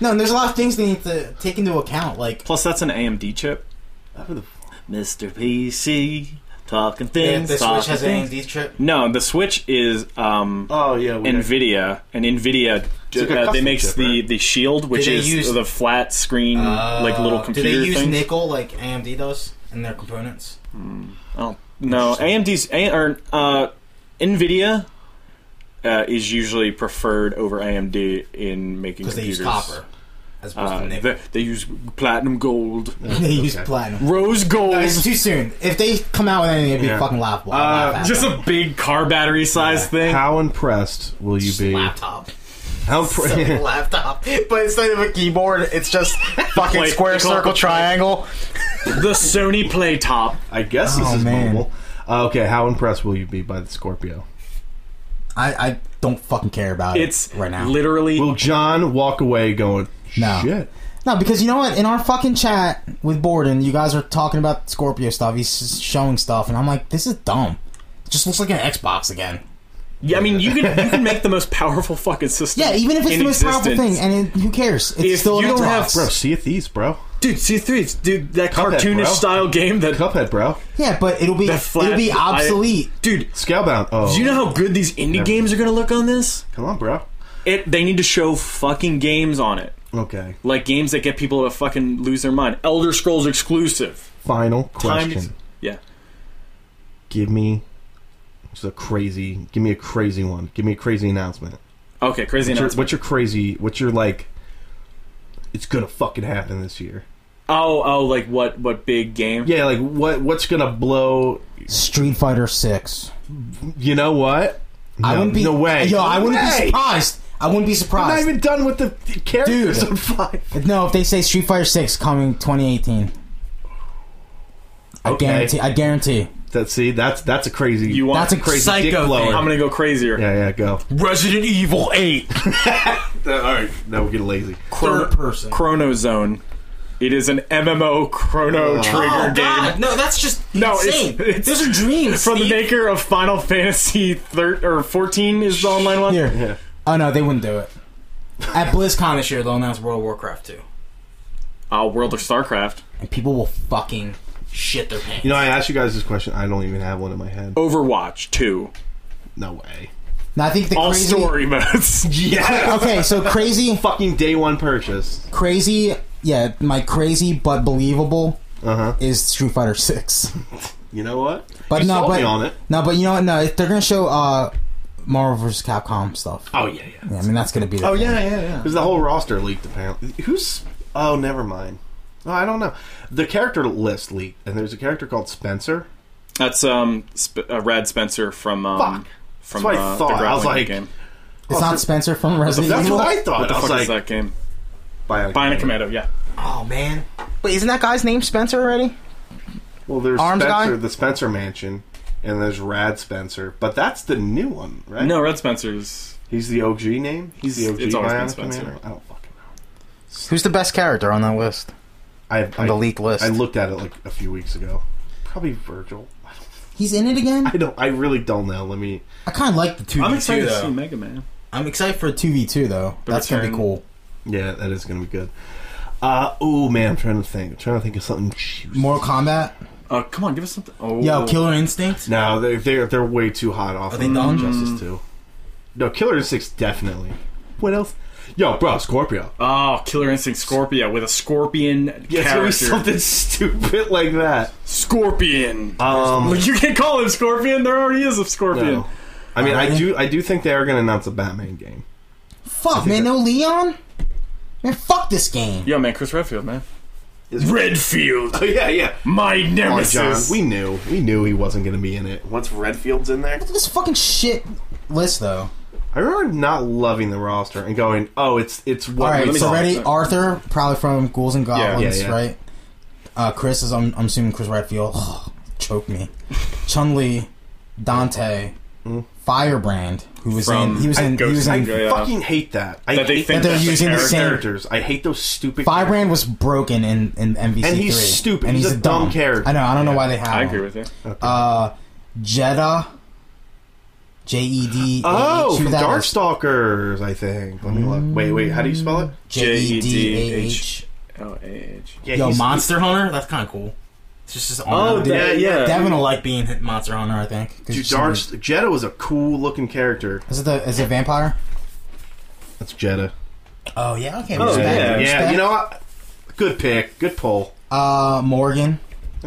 Speaker 3: no and there's a lot of things they need to take into account like
Speaker 1: Plus, that's an AMD chip. Mr. PC talking things. talking things.
Speaker 3: trip
Speaker 1: No, the Switch is um,
Speaker 2: Oh yeah, we got-
Speaker 1: Nvidia, and Nvidia
Speaker 2: like a
Speaker 1: uh, they
Speaker 2: custom
Speaker 1: makes
Speaker 2: chip,
Speaker 1: the
Speaker 2: right?
Speaker 1: the Shield, which
Speaker 3: they
Speaker 1: is
Speaker 3: use- Oh,
Speaker 1: the flat screen Mm, like
Speaker 3: uh,
Speaker 1: little computer thing.
Speaker 3: nickel like amd does in their components
Speaker 1: oh, no, AMD's A- or uh, Nvidia uh, is usually preferred over AMD in making computers.
Speaker 3: as opposed
Speaker 1: Uh, they, they use platinum gold,
Speaker 3: they use
Speaker 2: Okay.
Speaker 3: platinum
Speaker 1: rose gold.
Speaker 3: No, it's too soon. If they come out with anything, it'd be
Speaker 2: Yeah.
Speaker 3: fucking laughable.
Speaker 2: Uh,
Speaker 1: just a big car battery size thing.
Speaker 2: How impressed will you be?
Speaker 3: laptop.
Speaker 2: How impre-
Speaker 3: laptop.
Speaker 4: But instead of a keyboard, it's just fucking
Speaker 1: Play-
Speaker 4: square,
Speaker 1: it's called
Speaker 4: circle,
Speaker 1: the play.
Speaker 4: triangle.
Speaker 1: the Sony Playtop.
Speaker 2: I guess this
Speaker 3: Oh,
Speaker 2: is
Speaker 3: man.
Speaker 2: mobile. Uh, okay, how impressed will you be by the Scorpio?
Speaker 3: I, I don't fucking care about it.
Speaker 1: It's
Speaker 3: right now.
Speaker 1: literally
Speaker 2: Will John walk away going,
Speaker 3: No.
Speaker 2: shit?
Speaker 3: no, because you know what? In our fucking chat with Borden, you guys are talking about Scorpio stuff. He's s- showing stuff, and I'm like, this is dumb. It just looks like an Xbox again.
Speaker 1: Yeah, I mean, you can you can make the most powerful fucking system.
Speaker 3: Yeah, even if it's
Speaker 1: in
Speaker 3: the most powerful
Speaker 1: existence.
Speaker 3: thing, and it, who cares? It's
Speaker 1: If
Speaker 3: still an
Speaker 1: you don't have-
Speaker 3: Xbox.
Speaker 2: Bro, Sea of Thieves, bro.
Speaker 1: dude, C three, dude, that
Speaker 2: Cuphead,
Speaker 1: cartoonish
Speaker 2: bro.
Speaker 1: style game that
Speaker 2: Cuphead, bro.
Speaker 3: yeah, but it'll be
Speaker 1: that flash,
Speaker 3: it'll be
Speaker 1: I-
Speaker 3: obsolete.
Speaker 1: dude.
Speaker 2: Scalebound. Oh,
Speaker 1: Do you know how good these indie games are going to look on this?
Speaker 2: come on, bro.
Speaker 1: It they need to show fucking games on it.
Speaker 2: Okay.
Speaker 1: Like games that get people to fucking lose their mind. Elder Scrolls exclusive.
Speaker 2: Final
Speaker 1: Timed-
Speaker 2: question.
Speaker 1: yeah.
Speaker 2: Give me just a crazy. Give me a crazy one. Give me a crazy announcement.
Speaker 1: Okay, crazy
Speaker 2: What's your,
Speaker 1: announcement.
Speaker 2: what's your crazy? What's your like? It's gonna fucking happen this year.
Speaker 1: Oh, oh, like what? What big game?
Speaker 2: Yeah, like what? What's gonna blow?
Speaker 3: Street Fighter Six.
Speaker 2: You know what? No,
Speaker 3: I wouldn't be
Speaker 2: no way.
Speaker 3: Yo,
Speaker 2: no
Speaker 3: I wouldn't
Speaker 2: way!
Speaker 3: be surprised. I wouldn't be
Speaker 2: I'm not
Speaker 3: surprised.
Speaker 2: even done with the the characters
Speaker 3: Dude.
Speaker 2: on five.
Speaker 3: No, if they say Street Fighter Six coming 2018, I
Speaker 2: Okay.
Speaker 3: guarantee. I guarantee.
Speaker 2: That see, that's that's a crazy.
Speaker 1: You want?
Speaker 3: That's a
Speaker 2: crazy dick
Speaker 4: Psycho
Speaker 2: blower.
Speaker 4: thing.
Speaker 1: I'm gonna go crazier.
Speaker 2: yeah, yeah, go.
Speaker 4: Resident Evil 8.
Speaker 2: All right, now we're getting lazy.
Speaker 3: Third person.
Speaker 1: Chrono Zone. It is an MMO Chrono
Speaker 2: Oh.
Speaker 1: Trigger game
Speaker 3: No, that's just
Speaker 1: No, it's- it's-
Speaker 3: Those are dreams.
Speaker 1: from the
Speaker 3: Steve.
Speaker 1: maker of Final Fantasy thir- or 14 is the online one.
Speaker 3: Here.
Speaker 2: Yeah.
Speaker 3: Oh no, they wouldn't do it. At BlizzCon this year, they'll announce World of Warcraft 2.
Speaker 1: Oh, World of StarCraft.
Speaker 3: and people will fucking shit their pants.
Speaker 2: You know, I asked you guys this question. I don't even have one in my head.
Speaker 1: Overwatch 2.
Speaker 2: No way.
Speaker 3: now, I think the
Speaker 1: All
Speaker 3: crazy.
Speaker 1: story modes.
Speaker 2: Yeah.
Speaker 3: Okay, so crazy,
Speaker 2: fucking day one purchase.
Speaker 3: crazy. Yeah, my crazy but believable
Speaker 2: Uh huh.
Speaker 3: is Street Fighter Six.
Speaker 2: You know what?
Speaker 3: But
Speaker 2: You
Speaker 3: no,
Speaker 2: sold
Speaker 3: but
Speaker 2: me on it.
Speaker 3: no, but you know what? No, if they're gonna show uh, Marvel vs. Capcom stuff.
Speaker 2: Oh yeah, yeah.
Speaker 3: Yeah, I mean that's gonna be. The
Speaker 2: Oh
Speaker 3: thing.
Speaker 2: yeah, yeah, yeah. Because the whole roster leaked apparently. Who's? Oh, never mind. Oh, I don't know. The character list leaked, and there's a character called Spencer.
Speaker 1: That's um Sp- uh, Rad Spencer from um
Speaker 2: Fuck.
Speaker 1: from
Speaker 2: That's what I
Speaker 1: uh,
Speaker 2: thought.
Speaker 1: the
Speaker 2: I
Speaker 1: grappling
Speaker 2: was like,
Speaker 1: game.
Speaker 3: it's not Spencer from Resident
Speaker 2: That's
Speaker 3: Evil.
Speaker 2: what I thought.
Speaker 1: What the
Speaker 2: I was
Speaker 1: fuck
Speaker 2: like,
Speaker 1: is that game?
Speaker 2: Bionic,
Speaker 1: Bionic Commando. Yeah.
Speaker 3: Oh man, wait, isn't that guy's name Spencer already?
Speaker 2: Well, there's
Speaker 3: Arms
Speaker 2: Spencer,
Speaker 3: guy?
Speaker 2: the Spencer Mansion, and there's Rad Spencer, but that's the new one, right?
Speaker 1: No, Red Spencer's.
Speaker 2: he's the OG name. He's the
Speaker 1: It's-
Speaker 2: OG
Speaker 1: it's always been
Speaker 2: Bionic
Speaker 1: Spencer.
Speaker 2: Commander? I don't fucking know.
Speaker 3: Who's the best character on that list?
Speaker 2: I,
Speaker 3: On
Speaker 2: I,
Speaker 3: the leaked list,
Speaker 2: I looked at it like a few weeks ago. Probably Virgil. I don't.
Speaker 3: he's in it again.
Speaker 2: I don't. I really don't know. Let me.
Speaker 3: I kind of like the two
Speaker 1: I'm
Speaker 3: v
Speaker 1: excited
Speaker 3: two
Speaker 1: to see
Speaker 3: though.
Speaker 1: Mega Man.
Speaker 3: I'm excited for two v two though.
Speaker 1: The
Speaker 3: That's gonna be
Speaker 1: return-
Speaker 3: cool.
Speaker 2: Yeah, that is gonna be good. Uh, oh man, I'm trying to think. I'm trying to think of something. juicy.
Speaker 3: Mortal Kombat.
Speaker 1: Uh, come on, give us something. Oh,
Speaker 3: Yo, Killer Instinct.
Speaker 2: No, they're they're they're way too hot off.
Speaker 3: Are
Speaker 2: of
Speaker 3: they done?
Speaker 2: Justice Two. No, Killer Instincts definitely. What else? Yo, bro, Scorpio.
Speaker 1: Oh, Killer Instinct Scorpio with a scorpion
Speaker 2: Yeah, it's gonna be
Speaker 1: character.
Speaker 2: something stupid like that.
Speaker 1: Scorpion.
Speaker 2: Um,
Speaker 1: like you can't call him Scorpion. There already is a Scorpion.
Speaker 2: no. I mean, I
Speaker 3: Alright.
Speaker 2: do I do think they are gonna announce a Batman game.
Speaker 3: Fuck, man, no Leon. Man, fuck this game.
Speaker 1: Yo, man, Chris Redfield, man.
Speaker 2: Is-
Speaker 1: Redfield,
Speaker 2: Oh yeah, yeah.
Speaker 1: my
Speaker 2: Oh, John,
Speaker 1: nemesis.
Speaker 2: we knew we knew he wasn't gonna be in it. Once Redfield's in there,
Speaker 3: Look at this fucking shit list though.
Speaker 2: I remember not loving the roster and going, "Oh, it's it's what."
Speaker 3: All right,
Speaker 2: we
Speaker 3: so
Speaker 2: thought."
Speaker 3: ready? Arthur, probably from Ghouls and Goblins,
Speaker 2: Yeah, yeah, yeah.
Speaker 3: right? Uh, Chris is. I'm, I'm assuming Chris Redfield. Ugh, choke me. Chun Li, Dante, Firebrand, who was
Speaker 1: From-
Speaker 3: in. He was
Speaker 1: I-
Speaker 3: in. He
Speaker 1: Ghost
Speaker 3: was in.
Speaker 1: Rider. Yeah.
Speaker 2: Fucking hate that. I
Speaker 1: That they
Speaker 2: hate
Speaker 1: think
Speaker 3: That they're
Speaker 1: that's the
Speaker 3: using the
Speaker 1: character.
Speaker 3: same-
Speaker 2: characters. I hate those stupid. characters.
Speaker 3: Firebrand was broken in in MVC
Speaker 2: And he's
Speaker 3: three,
Speaker 2: stupid. He's a dumb character.
Speaker 3: I know. I don't know
Speaker 2: Yeah.
Speaker 3: why they have.
Speaker 1: I
Speaker 3: him.
Speaker 1: agree with you.
Speaker 3: Uh, Jeddah. J E D.
Speaker 2: Oh, from Darkstalkers, I think. Let me look. Wait, wait. How do you spell it?
Speaker 3: J E D A
Speaker 1: J-E-D-H.
Speaker 3: H.
Speaker 1: Oh, AH.
Speaker 2: Yeah,
Speaker 3: Yo,
Speaker 2: he's-
Speaker 3: Monster Hunter. That's kind of cool. It's just his
Speaker 1: Oh,
Speaker 3: arm.
Speaker 1: yeah, yeah.
Speaker 3: Devin will like being hit Monster Hunter. I think. 'cause
Speaker 2: Dude,
Speaker 3: she's in
Speaker 2: Dark Jetta was a cool looking character.
Speaker 3: the- Is it the is it vampire?
Speaker 2: That's Jetta.
Speaker 3: Oh yeah. Okay.
Speaker 1: Oh,
Speaker 3: respect,
Speaker 1: yeah.
Speaker 2: Yeah,
Speaker 3: respect.
Speaker 2: you know what? Good pick. Good pull.
Speaker 3: Uh, Morgan.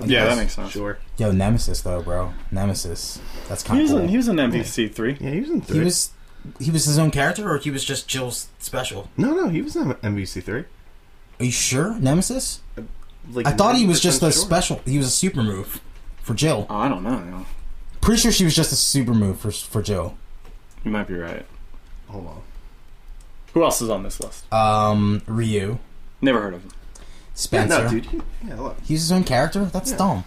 Speaker 1: Yeah, that makes sense.
Speaker 2: Sure.
Speaker 3: Yo, Nemesis though, bro. Nemesis. That's
Speaker 1: He
Speaker 3: kind of
Speaker 1: was,
Speaker 3: cool.
Speaker 1: in, he was in MVC three.
Speaker 2: Yeah, he was in three.
Speaker 3: He was. He was his own character, or he was just Jill's special.
Speaker 2: no, no, he was in MVC three.
Speaker 3: Are you sure, Nemesis?
Speaker 2: Like,
Speaker 3: I thought he was
Speaker 2: 90%
Speaker 3: just
Speaker 2: sure.
Speaker 3: a special. He was a super move for Jill.
Speaker 1: Oh, I don't know.
Speaker 3: Pretty sure she was just a super move for for Jill.
Speaker 1: You might be right.
Speaker 2: Hold on.
Speaker 1: Who else is on this list?
Speaker 3: Um, Ryu,
Speaker 1: Never heard of him.
Speaker 2: Yeah,
Speaker 3: Spencer.
Speaker 2: no, dude. he- Yeah, look.
Speaker 3: He's his own character. That's
Speaker 2: Yeah.
Speaker 3: dumb.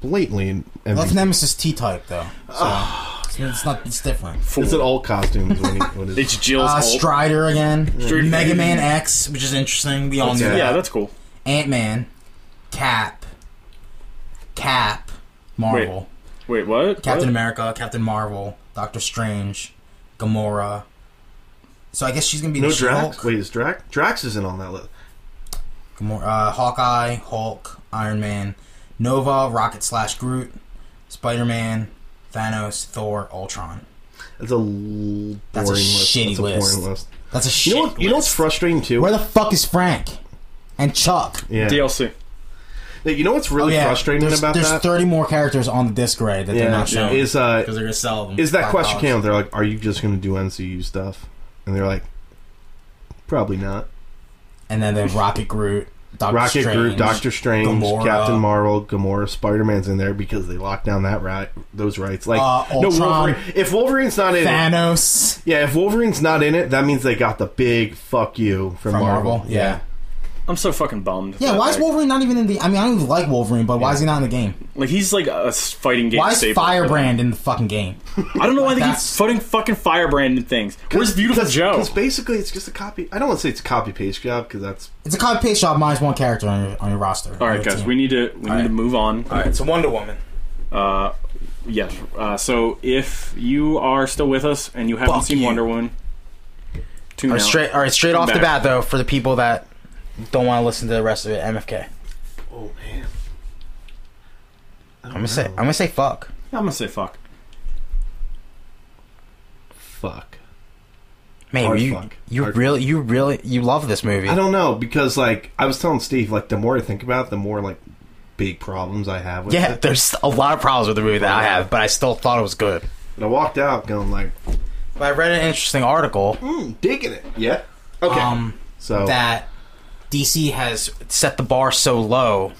Speaker 2: Blatantly in
Speaker 3: That's
Speaker 2: MVC.
Speaker 3: Nemesis T type though. So it's not. It's different.
Speaker 2: It's in all costumes. When he, when his-
Speaker 1: It's Jill's.
Speaker 3: Uh,
Speaker 1: alt.
Speaker 3: Strider again.
Speaker 1: Street-
Speaker 3: Mega Man X, which is interesting. We all knew
Speaker 1: yeah,
Speaker 3: that.
Speaker 1: that's cool.
Speaker 3: Ant Man, Cap, Cap, Marvel,
Speaker 1: Wait, what?
Speaker 3: Captain
Speaker 1: What?
Speaker 3: America, Captain Marvel, Doctor Strange, Gamora. So I guess she's gonna be
Speaker 2: no
Speaker 3: the
Speaker 2: Drax.
Speaker 3: Hulk.
Speaker 2: Wait, is Drax? Drax isn't on that list.
Speaker 3: Gamora, uh, Hawkeye, Hulk, Iron Man, Nova, Rocket slash Groot, Spider Man, Thanos, Thor, Ultron.
Speaker 2: That's a l- boring
Speaker 3: That's a
Speaker 2: list.
Speaker 3: shitty
Speaker 2: That's a
Speaker 3: list.
Speaker 2: boring list.
Speaker 5: That's a shit.
Speaker 2: You know, what, you know what's
Speaker 5: list.
Speaker 2: frustrating too?
Speaker 5: Where the fuck is Frank and Chuck?
Speaker 2: yeah.
Speaker 1: DLC.
Speaker 2: Yeah, You know what's really
Speaker 3: Oh,
Speaker 2: frustrating
Speaker 5: Oh, there's,
Speaker 2: about
Speaker 5: there's
Speaker 2: that?
Speaker 5: 30 more characters on the disc array that they're
Speaker 2: yeah,
Speaker 5: not showing
Speaker 2: is uh,
Speaker 5: because they're gonna sell them.
Speaker 2: is that
Speaker 5: Five
Speaker 2: question
Speaker 5: dollars.
Speaker 2: came up? They're like, "Are you just going to do MCU stuff?" And they're like, "Probably not."
Speaker 5: And then there's Rocket Groot, Doctor
Speaker 2: Rocket
Speaker 5: Strange,
Speaker 2: Group, Doctor Strange,
Speaker 5: Gamora.
Speaker 2: Captain Marvel, Gamora, Spider Man's in there because they locked down that right, those rights. Like,
Speaker 5: Uh,
Speaker 2: no,
Speaker 5: Ultron.
Speaker 2: Wolverine, if Wolverine's not in it,
Speaker 5: Thanos
Speaker 2: yeah, if Wolverine's not in it, that means they got the big fuck you from,
Speaker 5: from Marvel. Yeah.
Speaker 1: I'm so fucking bummed.
Speaker 5: yeah,
Speaker 1: that,
Speaker 5: Why is
Speaker 1: like-
Speaker 5: Wolverine not even in the? I mean, I don't even like Wolverine, but why is he not in the game?
Speaker 1: Like he's like a s- fighting game.
Speaker 5: Why is
Speaker 1: staple.
Speaker 5: Firebrand in the fucking game?
Speaker 1: I don't know why they keep
Speaker 5: That's-
Speaker 1: putting fucking Firebrand in things. Where's Beautiful Joe?
Speaker 2: Because basically, it's just a copy. I don't want to say it's a copy paste job because that's
Speaker 5: It's a copy paste job minus one character on your on your roster.
Speaker 1: All right, guys, we need to we need to
Speaker 3: right.
Speaker 1: move on.
Speaker 3: All right, so Wonder Woman.
Speaker 1: Uh, yes. Uh, so if you are still with us and you haven't
Speaker 3: Fuck
Speaker 1: seen
Speaker 3: you.
Speaker 1: Wonder Woman, tune
Speaker 3: All
Speaker 1: out.
Speaker 3: right, straight. All right, straight
Speaker 1: Come
Speaker 3: off the
Speaker 1: back.
Speaker 3: bat though, for the people that don't want to listen to the rest of it, MFK.
Speaker 2: oh man. Oh,
Speaker 3: I'm gonna say. I'm gonna say fuck.
Speaker 1: I'm gonna say fuck.
Speaker 2: fuck.
Speaker 3: Man,
Speaker 2: Hard
Speaker 3: you
Speaker 2: fuck.
Speaker 3: you
Speaker 2: Hard
Speaker 3: really you really you love this movie.
Speaker 2: I don't know because like I was telling Steve, like the more I think about, it, the more like big problems I have with
Speaker 3: yeah,
Speaker 2: it.
Speaker 3: there's a lot of problems with the movie that I have, but I still thought it was good.
Speaker 2: And I walked out going like,
Speaker 3: But I read an interesting article
Speaker 2: mm, digging it. Yeah. Okay. Oh.
Speaker 5: Um,
Speaker 2: so
Speaker 3: that DC has set the bar so low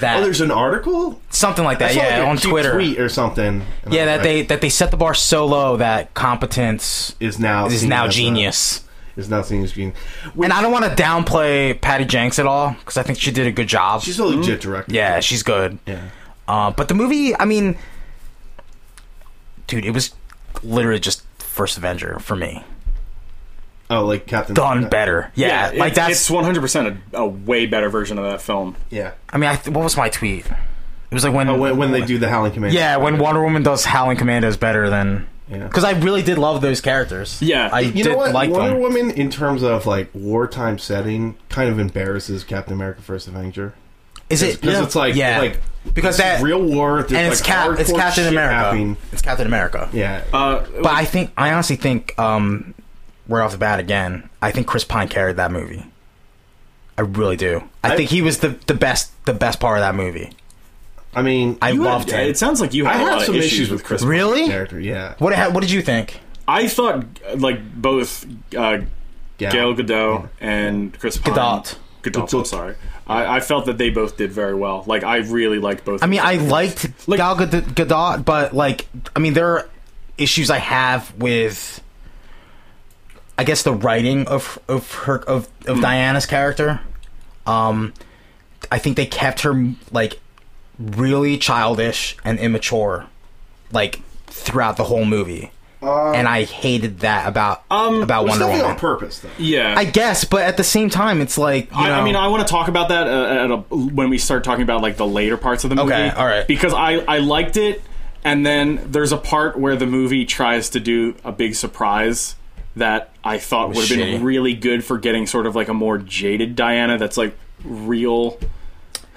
Speaker 3: that
Speaker 2: oh, there's an article.
Speaker 3: something like
Speaker 2: I
Speaker 3: that.
Speaker 2: saw,
Speaker 3: Yeah,
Speaker 2: like, a
Speaker 3: on
Speaker 2: cute
Speaker 3: Twitter.
Speaker 2: tweet or something. And
Speaker 3: Yeah,
Speaker 2: I was
Speaker 3: that
Speaker 2: like,
Speaker 3: they that they set the bar so low that competence
Speaker 2: is now
Speaker 3: is
Speaker 2: seen
Speaker 3: now
Speaker 2: as a-
Speaker 3: genius.
Speaker 2: is now seen as genius.
Speaker 3: And I don't want to downplay Patty Jenks at all because I think she did a good job.
Speaker 2: She's a legit director.
Speaker 3: Hmm? yeah, she's good.
Speaker 2: Yeah.
Speaker 3: Uh, but the movie, I mean, dude, it was literally just first Avenger for me.
Speaker 2: Oh, like Captain.
Speaker 3: Done better. Yeah,
Speaker 1: it-
Speaker 3: like that's.
Speaker 1: it's 100 percent a way better version of that film.
Speaker 2: Yeah.
Speaker 3: I mean, I th- what was my tweet? It was like when,
Speaker 2: Oh, when, when they do the Howling Command.
Speaker 3: yeah, when Wonder Woman does Howling Commando is better than
Speaker 2: Yeah.
Speaker 3: because I really did love those characters.
Speaker 1: Yeah.
Speaker 3: I
Speaker 1: You
Speaker 2: You
Speaker 3: did
Speaker 2: know what?
Speaker 3: like
Speaker 2: Wonder
Speaker 3: them.
Speaker 2: Woman, in terms of like wartime setting, kind of embarrasses Captain America: First Avenger
Speaker 3: Is it
Speaker 2: because it's like
Speaker 3: yeah?
Speaker 2: like
Speaker 3: because
Speaker 2: this is
Speaker 3: that
Speaker 2: real war. There's
Speaker 3: and it's
Speaker 2: like
Speaker 3: Cap, it's
Speaker 2: hardcore
Speaker 3: Captain
Speaker 2: shit
Speaker 3: America.
Speaker 2: happening.
Speaker 3: It's Captain America.
Speaker 2: Yeah,
Speaker 1: Uh,
Speaker 3: But I think I honestly think um, right off the bat again. I think Chris Pine carried that movie. I really do. I,
Speaker 2: I-
Speaker 3: think he was the, the best the best part of that movie.
Speaker 2: I mean,
Speaker 3: I
Speaker 1: you had-
Speaker 3: loved him.
Speaker 1: It sounds like you
Speaker 2: I
Speaker 1: had a
Speaker 2: had
Speaker 1: lot of
Speaker 2: some
Speaker 1: issues,
Speaker 2: issues
Speaker 1: with
Speaker 2: with
Speaker 1: Chris.
Speaker 2: Chris-
Speaker 3: really?
Speaker 2: character. Yeah,
Speaker 3: What ha- what did you think?
Speaker 1: I thought uh, like both uh,
Speaker 2: Gal.
Speaker 1: Gail Godot and Chris Pine.
Speaker 3: Godot.
Speaker 1: Godot. I'm sorry. I, I felt that they both did very well. Like I really liked both.
Speaker 3: I mean, I liked
Speaker 1: Like-
Speaker 3: Gal Gadot, Gadot, but like, I mean, there are issues I have with, I guess, the writing of of her of of
Speaker 1: Hmm.
Speaker 3: Diana's character. Um, I think they kept her like really childish and immature, like throughout the whole movie, and I hated that about
Speaker 1: Um,
Speaker 3: about
Speaker 2: It's
Speaker 3: Wonder
Speaker 2: definitely on
Speaker 3: Woman.
Speaker 2: purpose though.
Speaker 1: yeah.
Speaker 3: I guess, but at the same time, it's like you
Speaker 1: I,
Speaker 3: know,
Speaker 1: I mean, I want to talk about that uh, at a, when we start talking about like the later parts of the movie.
Speaker 3: Okay, all right.
Speaker 1: Because I I liked it, and then there's a part where the movie tries to do a big surprise that I thought would have been
Speaker 3: shitty.
Speaker 1: really good for getting sort of like a more jaded Diana that's like real.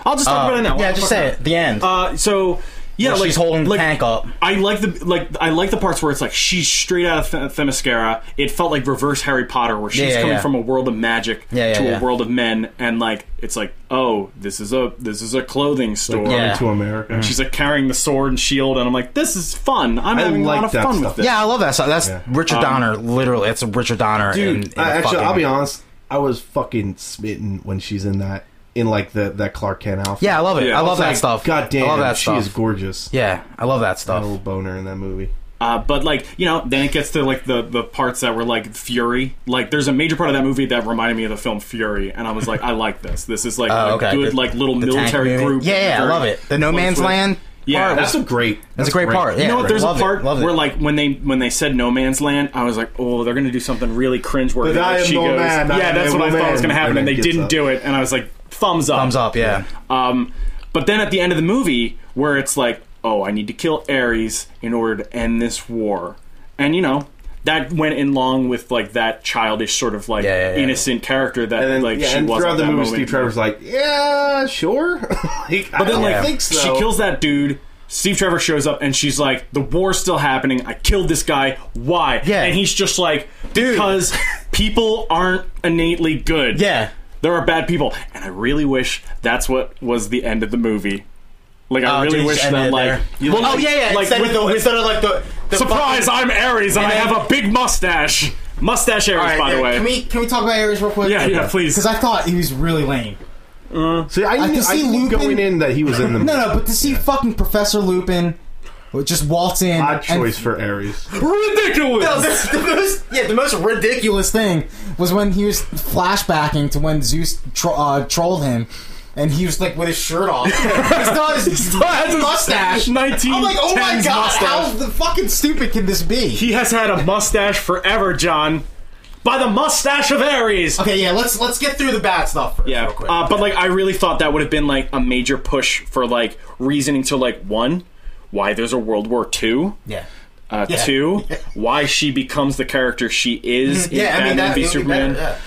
Speaker 1: I'll just talk about it now.
Speaker 3: yeah, just say it. The end.
Speaker 1: Uh, so yeah,
Speaker 3: Uh, Where
Speaker 1: like
Speaker 3: she's holding
Speaker 1: like,
Speaker 3: the tank up.
Speaker 1: I like the like I like the parts where it's like she's straight out of Th- Themyscira. It felt like reverse Harry Potter, where she's
Speaker 3: Yeah, yeah,
Speaker 1: coming
Speaker 3: yeah.
Speaker 1: from a world of magic
Speaker 3: Yeah, yeah,
Speaker 1: to
Speaker 3: yeah.
Speaker 1: a world of men, and like it's like oh, this is a this is a clothing store.
Speaker 2: Coming
Speaker 3: Yeah.
Speaker 2: to America.
Speaker 1: She's like carrying the sword and shield, and I'm like, this is fun. I'm
Speaker 2: I
Speaker 1: having a
Speaker 2: like
Speaker 1: lot of
Speaker 2: that
Speaker 1: fun
Speaker 2: stuff.
Speaker 1: with this.
Speaker 3: Yeah, I love that song. That's
Speaker 2: Yeah.
Speaker 1: Um,
Speaker 3: Richard Donner. Literally, it's Richard Donner. in,
Speaker 2: Dude,
Speaker 3: in
Speaker 2: I,
Speaker 3: a
Speaker 2: actually,
Speaker 3: fucking-
Speaker 2: I'll be honest. I was fucking smitten when she's in that in like the that Clark Kent outfit.
Speaker 3: Yeah, I love it.
Speaker 1: Yeah, I
Speaker 3: I
Speaker 2: It's
Speaker 3: love that
Speaker 2: like,
Speaker 3: stuff.
Speaker 2: God damn,
Speaker 3: I love that
Speaker 2: she
Speaker 3: stuff.
Speaker 2: is Oh. gorgeous.
Speaker 3: yeah, I love that
Speaker 2: Got
Speaker 3: stuff.
Speaker 2: A little boner in that movie.
Speaker 1: Uh, but like you know, then it gets to like the the parts that were like Fury. Like there's a major part of that movie that reminded me of the film Fury, and I was like, I like this. This is like
Speaker 3: Oh,
Speaker 1: a
Speaker 3: okay.
Speaker 1: good
Speaker 3: The-
Speaker 1: like little
Speaker 3: the tank
Speaker 1: military
Speaker 3: movie.
Speaker 1: group.
Speaker 3: Yeah, yeah, I
Speaker 1: Very
Speaker 3: love it. The No
Speaker 1: close
Speaker 3: Man's
Speaker 1: with-
Speaker 3: Land.
Speaker 1: Yeah,
Speaker 3: part
Speaker 1: that's
Speaker 2: That's
Speaker 3: was-
Speaker 2: a great.
Speaker 3: that's a great part. Yeah,
Speaker 1: You know what? There's
Speaker 3: Love
Speaker 1: a
Speaker 3: it,
Speaker 1: part
Speaker 3: love it.
Speaker 1: where like when they when they said No Man's Land, I was like, oh, they're gonna do something really cringeworthy.
Speaker 2: But I
Speaker 1: Like,
Speaker 2: am
Speaker 1: she
Speaker 2: no
Speaker 1: goes,
Speaker 2: man, I
Speaker 1: yeah,
Speaker 2: am
Speaker 1: that's
Speaker 2: no
Speaker 1: what I thought was
Speaker 2: man.
Speaker 1: gonna happen,
Speaker 2: And
Speaker 1: and
Speaker 2: then
Speaker 1: they
Speaker 2: gets
Speaker 1: didn't
Speaker 2: up.
Speaker 1: do it. And I was like, thumbs up,
Speaker 3: thumbs up. Yeah,
Speaker 1: Um, but then at the end of the movie, where it's like, oh, I need to kill Ares in order to end this war, and you know. That went in long with like that childish sort of like
Speaker 3: Yeah, yeah, yeah.
Speaker 1: innocent character that
Speaker 2: And then,
Speaker 1: like
Speaker 2: yeah,
Speaker 1: she
Speaker 2: and
Speaker 1: was
Speaker 2: throughout
Speaker 1: at
Speaker 2: the
Speaker 1: that
Speaker 2: movie,
Speaker 1: moment.
Speaker 2: Steve Trevor's like, "Yeah, sure." like, I
Speaker 1: But then,
Speaker 2: don't
Speaker 1: like,
Speaker 2: think so.
Speaker 1: she kills that dude, Steve Trevor shows up and she's like, "The war's still happening. I killed this guy. Why?"
Speaker 4: Yeah.
Speaker 1: and he's just like,
Speaker 4: Dude.
Speaker 1: "Because people aren't innately good.
Speaker 4: Yeah.
Speaker 1: there are bad people." And I really wish that's what was the end of the movie. Like, I
Speaker 4: Oh,
Speaker 1: really
Speaker 4: just
Speaker 1: wish
Speaker 4: ended
Speaker 1: that, like,
Speaker 4: there.
Speaker 1: you-
Speaker 4: oh
Speaker 1: like-
Speaker 4: yeah, yeah.
Speaker 1: like
Speaker 4: instead,
Speaker 1: with
Speaker 4: of the,
Speaker 1: with-
Speaker 4: instead of like the, the
Speaker 1: surprise, I'm Aries and I
Speaker 4: then-
Speaker 1: have a big mustache. Mustache Aries,
Speaker 4: All right,
Speaker 1: by
Speaker 4: yeah,
Speaker 1: the way.
Speaker 4: Can we can we talk about Ares real quick?
Speaker 1: Yeah, yeah, please.
Speaker 4: Because I thought he was really lame.
Speaker 2: See, I,
Speaker 3: I
Speaker 2: knew,
Speaker 3: can
Speaker 2: I
Speaker 3: see
Speaker 2: knew
Speaker 3: Lupin-
Speaker 2: going in that he was in the
Speaker 3: No, no, but to see fucking Professor Lupin just waltz in.
Speaker 2: odd
Speaker 3: and-
Speaker 2: choice for Ares.
Speaker 1: Ridiculous.
Speaker 3: No, that's the most, yeah, the most ridiculous thing was when he was flashbacking to when Zeus tro- uh, trolled him, and he was like with his shirt off. He's not his,
Speaker 1: has his
Speaker 3: mustache. I'm like, oh my
Speaker 1: 1910s
Speaker 3: god, how
Speaker 1: mustache.
Speaker 3: the fucking stupid can this be?
Speaker 1: He has had a mustache forever, John. By the mustache of Aries.
Speaker 3: okay, yeah, let's let's get through the bad stuff first,
Speaker 1: Yeah,
Speaker 3: real quick.
Speaker 1: uh, but like I really thought that would have been like a major push for like reasoning to like one, why there's a World War Two,
Speaker 3: yeah.
Speaker 1: uh,
Speaker 3: Yeah.
Speaker 1: two, why she becomes the character she is in
Speaker 3: Mm-hmm. Yeah, I
Speaker 1: Batman
Speaker 3: mean that uh,
Speaker 1: v
Speaker 3: would be better,
Speaker 1: Superman.
Speaker 3: yeah.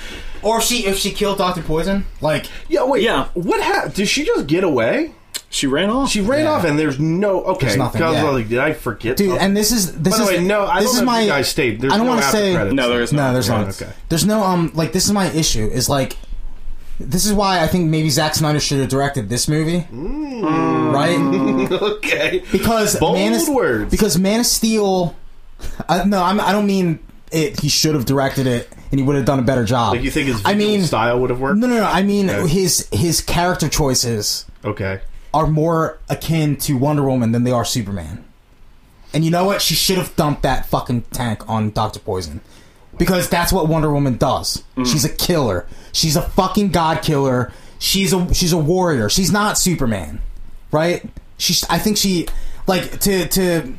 Speaker 3: Or if she if she killed Doctor Poison, like
Speaker 2: Yeah, wait.
Speaker 1: Yeah.
Speaker 2: What happened? Did she just get away?
Speaker 1: She ran off.
Speaker 2: She ran off, and there's no. Okay.
Speaker 3: nothing,
Speaker 2: I was
Speaker 3: yeah.
Speaker 2: like, did I forget?
Speaker 3: dude.
Speaker 2: something?
Speaker 3: And this is this
Speaker 2: By the
Speaker 3: is
Speaker 2: way, no, I
Speaker 3: this
Speaker 2: don't
Speaker 3: is
Speaker 2: know if
Speaker 3: my
Speaker 2: you guys stayed. There's
Speaker 3: I don't
Speaker 2: no
Speaker 3: wanna
Speaker 2: after
Speaker 3: say-
Speaker 2: credits.
Speaker 1: no, there is
Speaker 3: No,
Speaker 1: not.
Speaker 3: there's
Speaker 2: Yeah,
Speaker 3: not.
Speaker 2: okay.
Speaker 3: There's no um like this is my issue is like this is why I think maybe Zack Snyder should have directed this movie. Right?
Speaker 2: okay.
Speaker 3: Because
Speaker 2: Mm. Bold
Speaker 3: Man of,
Speaker 2: words.
Speaker 3: Because Man of Steel I, no, I'm, I don't mean it he should have directed it and he would have done a better job.
Speaker 2: Like you think his
Speaker 3: I
Speaker 2: visual
Speaker 3: mean
Speaker 2: style would have worked?
Speaker 3: No, no, no. I mean
Speaker 2: Okay.
Speaker 3: his his character choices
Speaker 2: Okay.
Speaker 3: are more akin to Wonder Woman than they are Superman. And you know what? She should have dumped that fucking tank on Dr. Poison. Because that's what Wonder Woman does.
Speaker 2: Mm.
Speaker 3: She's a killer. She's a fucking god killer. She's a she's a warrior. She's not Superman. Right? She's I think she like to to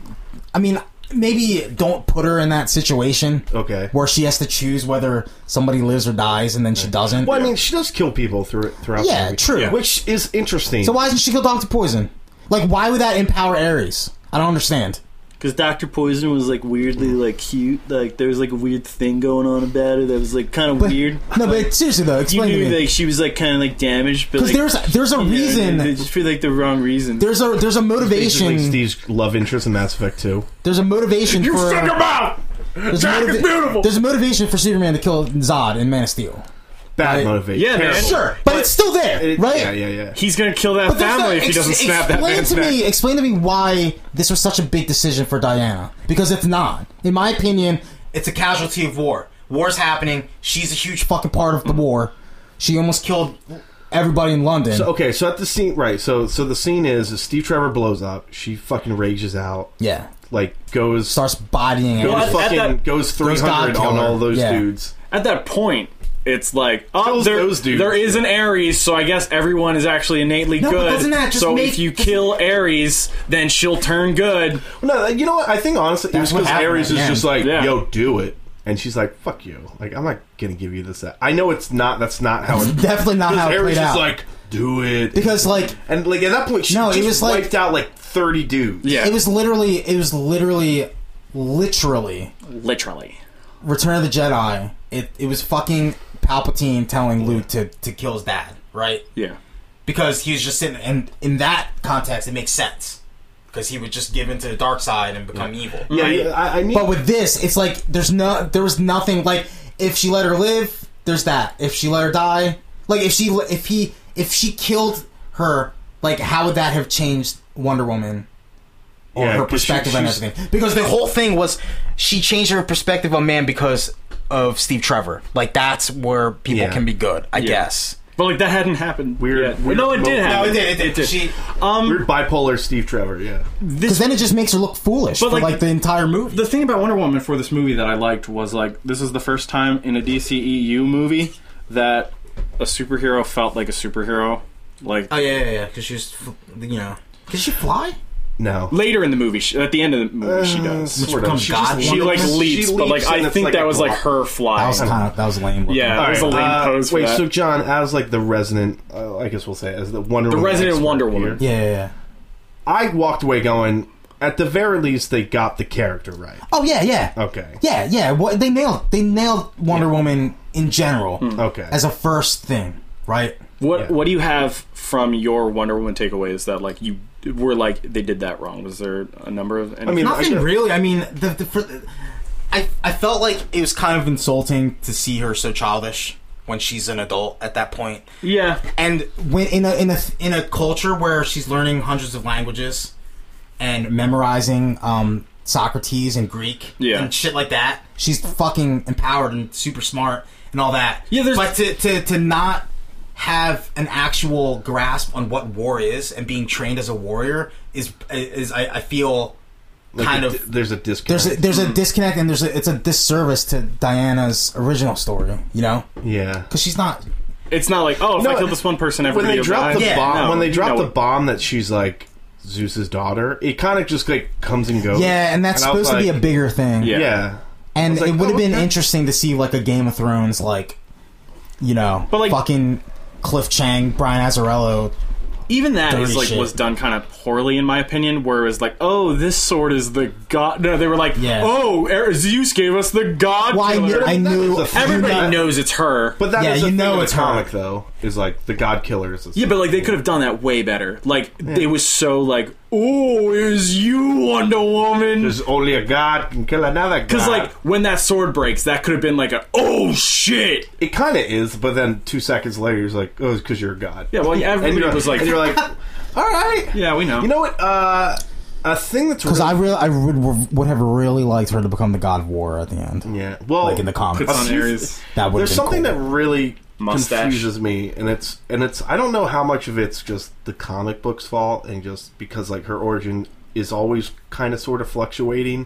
Speaker 3: I mean maybe don't put her in that situation
Speaker 2: Okay.
Speaker 3: where she has to choose whether somebody lives or dies and then she doesn't.
Speaker 2: Well, I mean, she does kill people through, throughout the
Speaker 3: Yeah,
Speaker 2: movie,
Speaker 3: true. Yeah.
Speaker 2: Which is interesting.
Speaker 3: So why doesn't she kill Doctor Poison? Like, why would that empower Ares? I don't understand.
Speaker 6: Because Doctor Poison was like weirdly like cute, like there was like a weird thing going on about her that was like kind of
Speaker 3: But,
Speaker 6: weird.
Speaker 3: No, but seriously though,
Speaker 6: You
Speaker 3: explain to
Speaker 6: knew
Speaker 3: me.
Speaker 6: like she was like kind of like damaged, but
Speaker 3: Because
Speaker 6: like,
Speaker 3: there's there's
Speaker 6: you
Speaker 3: a
Speaker 6: know, they- they
Speaker 3: reason.
Speaker 6: just for like the wrong reason.
Speaker 3: There's a there's a
Speaker 2: Basically,
Speaker 3: motivation.
Speaker 2: Steve's love interest in Mass Effect 2.
Speaker 3: There's a motivation
Speaker 1: you
Speaker 3: for
Speaker 1: stick him out.
Speaker 3: there's, a
Speaker 1: Jack is
Speaker 3: motiva-
Speaker 1: beautiful.
Speaker 3: there's a motivation for Superman to kill Zod in Man of Steel.
Speaker 2: Bad
Speaker 3: Right.
Speaker 2: motivation.
Speaker 1: Yeah, man.
Speaker 2: Terrible.
Speaker 1: Sure.
Speaker 3: But it's still there,
Speaker 2: It-
Speaker 3: right?
Speaker 2: Yeah, yeah, yeah.
Speaker 1: He's gonna kill that
Speaker 3: there's
Speaker 1: family
Speaker 3: no-
Speaker 1: if he
Speaker 3: ex-
Speaker 1: doesn't snap that
Speaker 3: explain
Speaker 1: man's
Speaker 3: to
Speaker 1: neck.
Speaker 3: me, Explain to me why this was such a big decision for Diana. Because it's not. In my opinion, it's a casualty of war. War's happening. She's a huge fucking part of the war. She almost killed everybody in London.
Speaker 2: So, okay, so at the scene, right? So, so the scene is, is Steve Trevor blows up. She fucking rages out,
Speaker 3: yeah.
Speaker 2: like goes,
Speaker 3: Starts bodying
Speaker 2: goes
Speaker 1: Well, at-
Speaker 3: everyone.
Speaker 1: at
Speaker 2: fucking
Speaker 1: that-
Speaker 2: goes three
Speaker 3: Goes
Speaker 2: hundred
Speaker 3: God
Speaker 2: on
Speaker 3: killer.
Speaker 2: all those
Speaker 3: Yeah.
Speaker 2: dudes.
Speaker 1: at that point, it's like, oh,
Speaker 2: Those-
Speaker 1: there,
Speaker 2: those dudes.
Speaker 1: there is an Aries, so I guess everyone is actually innately
Speaker 3: No, but
Speaker 1: good.
Speaker 3: doesn't that just
Speaker 1: so
Speaker 3: make-
Speaker 1: if you kill Aries, then she'll turn good.
Speaker 2: No, uh, you know what? I think honestly, it was
Speaker 3: That's what
Speaker 2: because
Speaker 3: happened
Speaker 2: Aries
Speaker 3: at
Speaker 2: is
Speaker 3: the
Speaker 2: just
Speaker 3: end.
Speaker 2: like,
Speaker 1: Yeah.
Speaker 2: "Yo, do it," and she's like, "Fuck you!" Like, I'm not gonna give you this. That I know it's not. That's not how it.
Speaker 3: Definitely not how it
Speaker 2: Aries
Speaker 3: played
Speaker 2: is
Speaker 3: out.
Speaker 2: like, "Do it,"
Speaker 3: because like
Speaker 2: and like at that point, she
Speaker 3: No, it
Speaker 2: just
Speaker 3: was like-
Speaker 2: wiped out like thirty dudes.
Speaker 1: Yeah,
Speaker 3: it was literally it was literally literally
Speaker 1: literally.
Speaker 3: Return of the Jedi. It it was fucking Palpatine telling Luke to to kill his dad, right?
Speaker 1: Yeah,
Speaker 3: because he was just sitting and in that context it makes sense because he would just give into the dark side and become evil
Speaker 2: yeah. yeah, I, I need.
Speaker 3: but with this it's like there's no there was nothing like if she let her live there's that if she let her die like if she if he if she killed her like how would that have changed wonder woman or
Speaker 2: Yeah,
Speaker 3: her
Speaker 2: 'cause she-
Speaker 3: perspective on
Speaker 2: she's-
Speaker 3: everything because the whole thing was she changed her perspective on man because of steve trevor like that's where people
Speaker 2: Yeah. can be
Speaker 3: good i guess
Speaker 1: but like that hadn't happened.
Speaker 2: Weird-
Speaker 1: yet.
Speaker 2: weird
Speaker 1: no, it did
Speaker 2: moment.
Speaker 1: happen.
Speaker 2: No,
Speaker 3: Oh, it did, it did. She-
Speaker 1: um,
Speaker 2: Weird bipolar Steve Trevor, yeah.
Speaker 1: this
Speaker 3: because then it just makes her look foolish
Speaker 1: But,
Speaker 3: for
Speaker 1: like,
Speaker 3: like, the entire movie
Speaker 1: the thing about Wonder Woman for this movie that I liked was like this is the first time in a DCEU movie that a superhero felt like a superhero. Like
Speaker 3: Oh yeah, yeah, yeah. Because she was, f- you know, can she fly?
Speaker 2: No.
Speaker 1: later in the movie, she, at the end of the movie, she does.
Speaker 2: Sort of.
Speaker 3: becomes
Speaker 2: She just
Speaker 3: God.
Speaker 1: She like
Speaker 2: leaps- Uh, she
Speaker 1: leaps, but like
Speaker 2: leaps and
Speaker 1: I
Speaker 2: it's
Speaker 1: think that
Speaker 2: a
Speaker 1: was like
Speaker 2: block.
Speaker 1: her flying.
Speaker 3: That was kind of that was lame. Looking.
Speaker 1: Yeah. That was a lame pose for
Speaker 2: uh, wait,
Speaker 1: that.
Speaker 2: so John, as like the resident, uh, I guess we'll say, as the Wonder
Speaker 1: The
Speaker 2: Woman
Speaker 1: resident
Speaker 2: expert
Speaker 1: Wonder
Speaker 2: here,
Speaker 1: Woman.
Speaker 3: yeah, yeah, yeah.
Speaker 2: I walked away going, at the very least, they got the character right.
Speaker 3: Oh yeah, yeah,
Speaker 2: Okay,
Speaker 3: yeah, yeah. What they nailed, they nailed Wonder Woman in general
Speaker 2: okay.
Speaker 3: as a first thing, right?
Speaker 1: What
Speaker 2: Yeah.
Speaker 1: What do you have from your Wonder Woman takeaway? Is that like you were like they did that wrong? Was there a number of?
Speaker 2: mean, I
Speaker 3: Nothing
Speaker 2: should-
Speaker 3: really. I mean, the, the, for, I I felt like it was kind of insulting to see her so childish when she's an adult at that point,
Speaker 1: yeah,
Speaker 3: and when in a in a in a culture where she's learning hundreds of languages and memorizing um, Socrates and Greek
Speaker 1: Yeah.
Speaker 3: and shit like that, she's fucking empowered and super smart and all that.
Speaker 1: Yeah, there's-
Speaker 3: but to, to to not have an actual grasp on what war is and being trained as a warrior is is I, I feel
Speaker 2: Like,
Speaker 3: kind
Speaker 2: a
Speaker 3: of
Speaker 2: di- there's a disconnect.
Speaker 3: there's a, there's a disconnect and there's a, it's a disservice to Diana's original story, you know,
Speaker 2: yeah.
Speaker 3: because she's not.
Speaker 1: it's not like oh, if
Speaker 2: No,
Speaker 1: I kill this one person,
Speaker 2: when
Speaker 1: everybody
Speaker 2: they drop the
Speaker 1: dies.
Speaker 3: Yeah,
Speaker 2: bomb,
Speaker 1: no,
Speaker 2: when they drop
Speaker 1: no.
Speaker 2: the bomb that she's like Zeus's daughter, it kind of just like comes and goes.
Speaker 3: Yeah, and that's
Speaker 2: Oh. And I was
Speaker 3: supposed to be a
Speaker 2: like-
Speaker 3: bigger thing.
Speaker 1: Yeah.
Speaker 2: Yeah.
Speaker 3: and
Speaker 2: I was
Speaker 3: it
Speaker 2: like,
Speaker 3: would have
Speaker 2: oh,
Speaker 3: been
Speaker 2: okay.
Speaker 3: interesting to see like a Game of Thrones, like you know,
Speaker 1: But, like-
Speaker 3: fucking Cliff Chang, Brian Azzarello.
Speaker 1: Even that
Speaker 3: Dirty
Speaker 1: is like
Speaker 3: shit.
Speaker 1: was done kind of poorly in my opinion. Where it was like, oh, this sword is the god. No, they were like,
Speaker 3: Yeah.
Speaker 1: oh, Er- Zeus gave us the god.
Speaker 3: Why I,
Speaker 1: killer.
Speaker 3: knew, I
Speaker 2: That
Speaker 3: knew
Speaker 2: was a-
Speaker 1: Everybody
Speaker 2: You're not-
Speaker 1: knows it's her.
Speaker 2: But that
Speaker 3: Yeah,
Speaker 2: is a
Speaker 3: you
Speaker 2: thing
Speaker 3: know
Speaker 2: in the
Speaker 3: it's her.
Speaker 2: comic though. Is like the God Killers.
Speaker 1: Yeah, but like they could have done that way better. Like it was so like, oh, is you Wonder Woman?
Speaker 2: There's only a God can kill another God.
Speaker 1: Because like when that sword breaks, that could have been like a oh shit.
Speaker 2: it kind of is, but then two seconds later, he's like, "Oh, it's because you're a God."
Speaker 1: Yeah, well, yeah,
Speaker 2: and
Speaker 1: everybody
Speaker 2: you're
Speaker 1: was like,
Speaker 2: and you're like, "All right."
Speaker 1: yeah, we know.
Speaker 2: You know what? Uh, a thing that's
Speaker 3: because
Speaker 2: really-
Speaker 3: I really I would would have really liked her to become the God of War at the end,
Speaker 2: yeah, well,
Speaker 3: like in the comics.
Speaker 1: puts on
Speaker 2: a few-
Speaker 1: Ares.
Speaker 3: That would
Speaker 2: There's
Speaker 3: have been
Speaker 2: something
Speaker 3: cool.
Speaker 2: that really
Speaker 1: Mustache.
Speaker 2: confuses me, and it's and it's I don't know how much of it's just the comic book's fault, and just because like her origin is always kind of sort of fluctuating,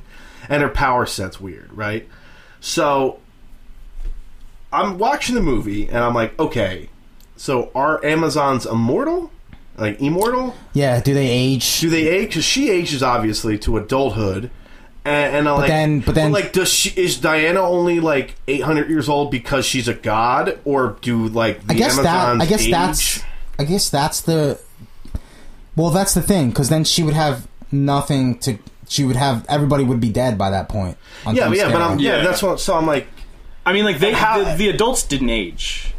Speaker 2: and her power set's weird, right? So I'm watching the movie, and I'm like, okay, so are Amazons immortal, like immortal?
Speaker 3: yeah. Do they age?
Speaker 2: Do they age? Because she ages obviously to adulthood, and, and I'm like,
Speaker 3: then- but then-
Speaker 2: like, does she is Diana only like 800 years old because she's a god, or do like the
Speaker 3: I guess
Speaker 2: Amazons
Speaker 3: that. I guess
Speaker 2: age?
Speaker 3: that's. I guess that's the. Well, that's the thing, because then she would have nothing to. She would have everybody would be dead by that point. on
Speaker 2: yeah,
Speaker 3: some
Speaker 2: but yeah, but
Speaker 3: scale.
Speaker 2: I'm, yeah,
Speaker 1: Yeah.
Speaker 2: that's what. So I'm like,
Speaker 1: I mean, like they
Speaker 2: How-
Speaker 1: the, the adults didn't age.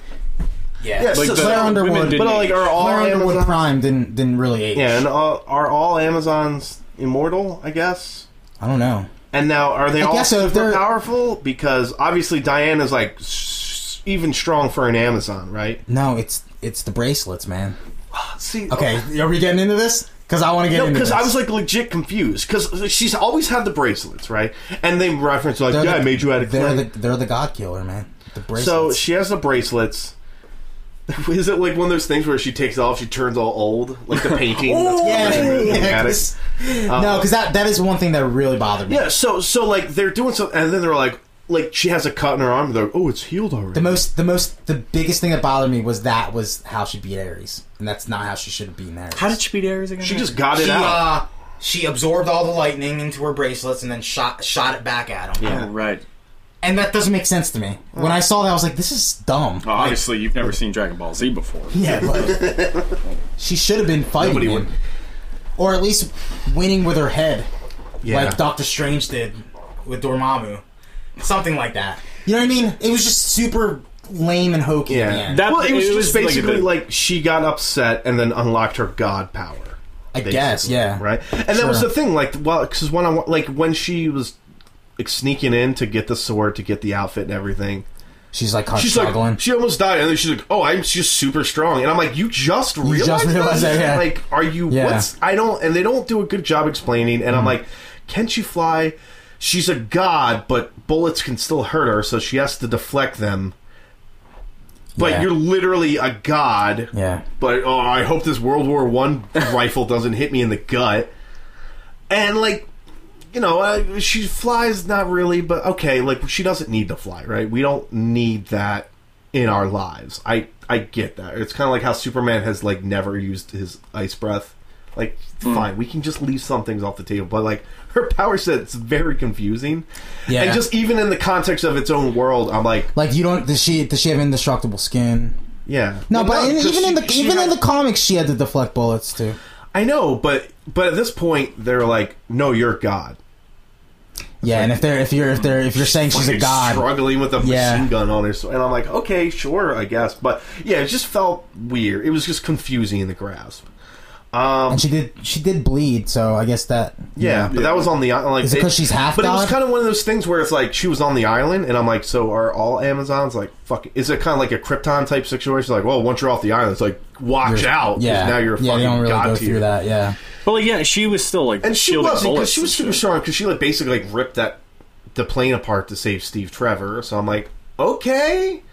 Speaker 2: yeah,
Speaker 1: Like
Speaker 2: so,
Speaker 1: the
Speaker 2: so-
Speaker 3: Claire Underwood.
Speaker 1: women
Speaker 2: but
Speaker 1: didn't
Speaker 2: like,
Speaker 1: age.
Speaker 2: are all
Speaker 3: Claire Underwood
Speaker 2: Amazons?
Speaker 3: Prime didn't didn't really age.
Speaker 2: Yeah, and all, are all Amazons immortal? I guess.
Speaker 3: I don't know.
Speaker 2: And now, are they
Speaker 3: I
Speaker 2: all
Speaker 3: guess so, if
Speaker 2: super
Speaker 3: they're-
Speaker 2: powerful? Because obviously, Diana's like s- even strong for an Amazon, right?
Speaker 3: No, it's it's the bracelets, man.
Speaker 2: See,
Speaker 3: Okay, are we getting into this? Because I want to get
Speaker 2: No,
Speaker 3: into this.
Speaker 2: because I was like legit confused because she's always had the bracelets, right? And they reference like,
Speaker 3: They're
Speaker 2: "Yeah,
Speaker 3: the-
Speaker 2: I made you out of
Speaker 3: they're
Speaker 2: clay."
Speaker 3: the they're the God Killer, man. The bracelets.
Speaker 2: so she has the bracelets. Is it like one of those things where she takes it off, she turns all old, like the painting? that's
Speaker 3: Oh, yeah,
Speaker 2: looking
Speaker 3: yeah,
Speaker 2: at it?
Speaker 3: 'cause- no, because that that is one thing that really bothered me.
Speaker 2: Uh, Yeah, so so like they're doing something, and then they're like, like she has a cut in her arm. They're like, "Oh, it's healed already."
Speaker 3: The most, the most, the biggest thing that bothered me was that was how she beat Ares, and that's not how she should have beaten Ares.
Speaker 1: How did she beat Ares again?
Speaker 2: she just got it
Speaker 3: she,
Speaker 2: out.
Speaker 3: uh, she absorbed all the lightning into her bracelets and then shot shot it back at him.
Speaker 1: Oh, right.
Speaker 3: And that doesn't make sense to me. When I saw that, I was like, "This is dumb."
Speaker 2: Oh.
Speaker 1: Well, obviously, you've never seen Dragon Ball Z before.
Speaker 3: Yeah, but she should have been fighting
Speaker 2: Nobody
Speaker 3: him,
Speaker 2: would.
Speaker 3: or at least winning with her head,
Speaker 2: Yeah.
Speaker 3: like Doctor Strange did with Dormammu, something like that. You know what I mean? It was just super lame and hokey.
Speaker 2: yeah,
Speaker 3: Yeah, in the end.
Speaker 1: That-
Speaker 2: well, it was
Speaker 1: it
Speaker 2: just
Speaker 1: was like
Speaker 2: basically
Speaker 1: the-
Speaker 2: like she got upset and then unlocked her god power.
Speaker 3: I guess.
Speaker 2: basically,
Speaker 3: Yeah,
Speaker 2: right. And that was the
Speaker 3: Sure.
Speaker 2: thing, like, well, because when I wa- like when she was like, sneaking in to get the sword to get the outfit and everything,
Speaker 3: She's like kind of
Speaker 2: she's
Speaker 3: struggling.
Speaker 2: like, she almost died, and then she's like, oh, I'm just super strong, and I'm like, you just realized,
Speaker 3: just realized
Speaker 2: this?
Speaker 3: that, yeah.
Speaker 2: like, are you?
Speaker 3: Yeah. Mm-hmm.
Speaker 2: What's I don't, and they don't do a good job explaining, and I'm like, can she fly? She's a god, but bullets can still hurt her, so she has to deflect them. But
Speaker 3: Yeah.
Speaker 2: you're literally a god
Speaker 3: yeah,
Speaker 2: but oh, I hope this World War One rifle doesn't hit me in the gut. And like, you know, uh, she flies not really, but okay, like she doesn't need to fly, right? We don't need that in our lives. I I get that. It's kind of like how Superman has like never used his ice breath. Like, fine, we can just leave some things off the table, but like her power set's very confusing.
Speaker 3: yeah.
Speaker 2: And just even in the context of its own world, I'm like,
Speaker 3: like you don't. Does she? Does she have indestructible skin?
Speaker 2: yeah.
Speaker 3: No,
Speaker 2: Well,
Speaker 3: but in,
Speaker 2: 'cause
Speaker 3: even in
Speaker 2: she-
Speaker 3: the
Speaker 2: she
Speaker 3: even
Speaker 2: had-
Speaker 3: in the comics, she had to deflect bullets too.
Speaker 2: I know, but but at this point, they're like, "No, you're God."
Speaker 3: Yeah, and if they're if you're if they're if you're saying she's a
Speaker 2: Fucking
Speaker 3: god,
Speaker 2: struggling with a
Speaker 3: Yeah.
Speaker 2: machine gun on her, so- and I'm like, "Okay, sure, I guess." But yeah, it just felt weird. It was just confusing in the grasp. Um,
Speaker 3: and she did she did bleed. So I guess that
Speaker 2: yeah, but that was on the island. Like,
Speaker 3: Is it
Speaker 2: they-
Speaker 3: 'cause she's half
Speaker 2: But it was
Speaker 3: dog?
Speaker 2: kind of one of those things where it's like she was on the island, and I'm like, so are all Amazons like fuck? Is it kind of like a Krypton type situation? Like, well, once you're off the island, it's like watch
Speaker 3: you're-
Speaker 2: out. 'cause
Speaker 3: Yeah,
Speaker 2: now you're a
Speaker 3: yeah.
Speaker 2: fucking
Speaker 3: They don't really
Speaker 2: god
Speaker 3: go
Speaker 2: tier.
Speaker 3: through that. Yeah,
Speaker 1: But like, yeah, she was still like,
Speaker 2: And she
Speaker 1: shielding
Speaker 2: wasn't because
Speaker 1: bullets
Speaker 2: she was
Speaker 1: and
Speaker 2: super
Speaker 1: shit.
Speaker 2: strong because she like basically like ripped that the plane apart to save Steve Trevor. So I'm like, okay,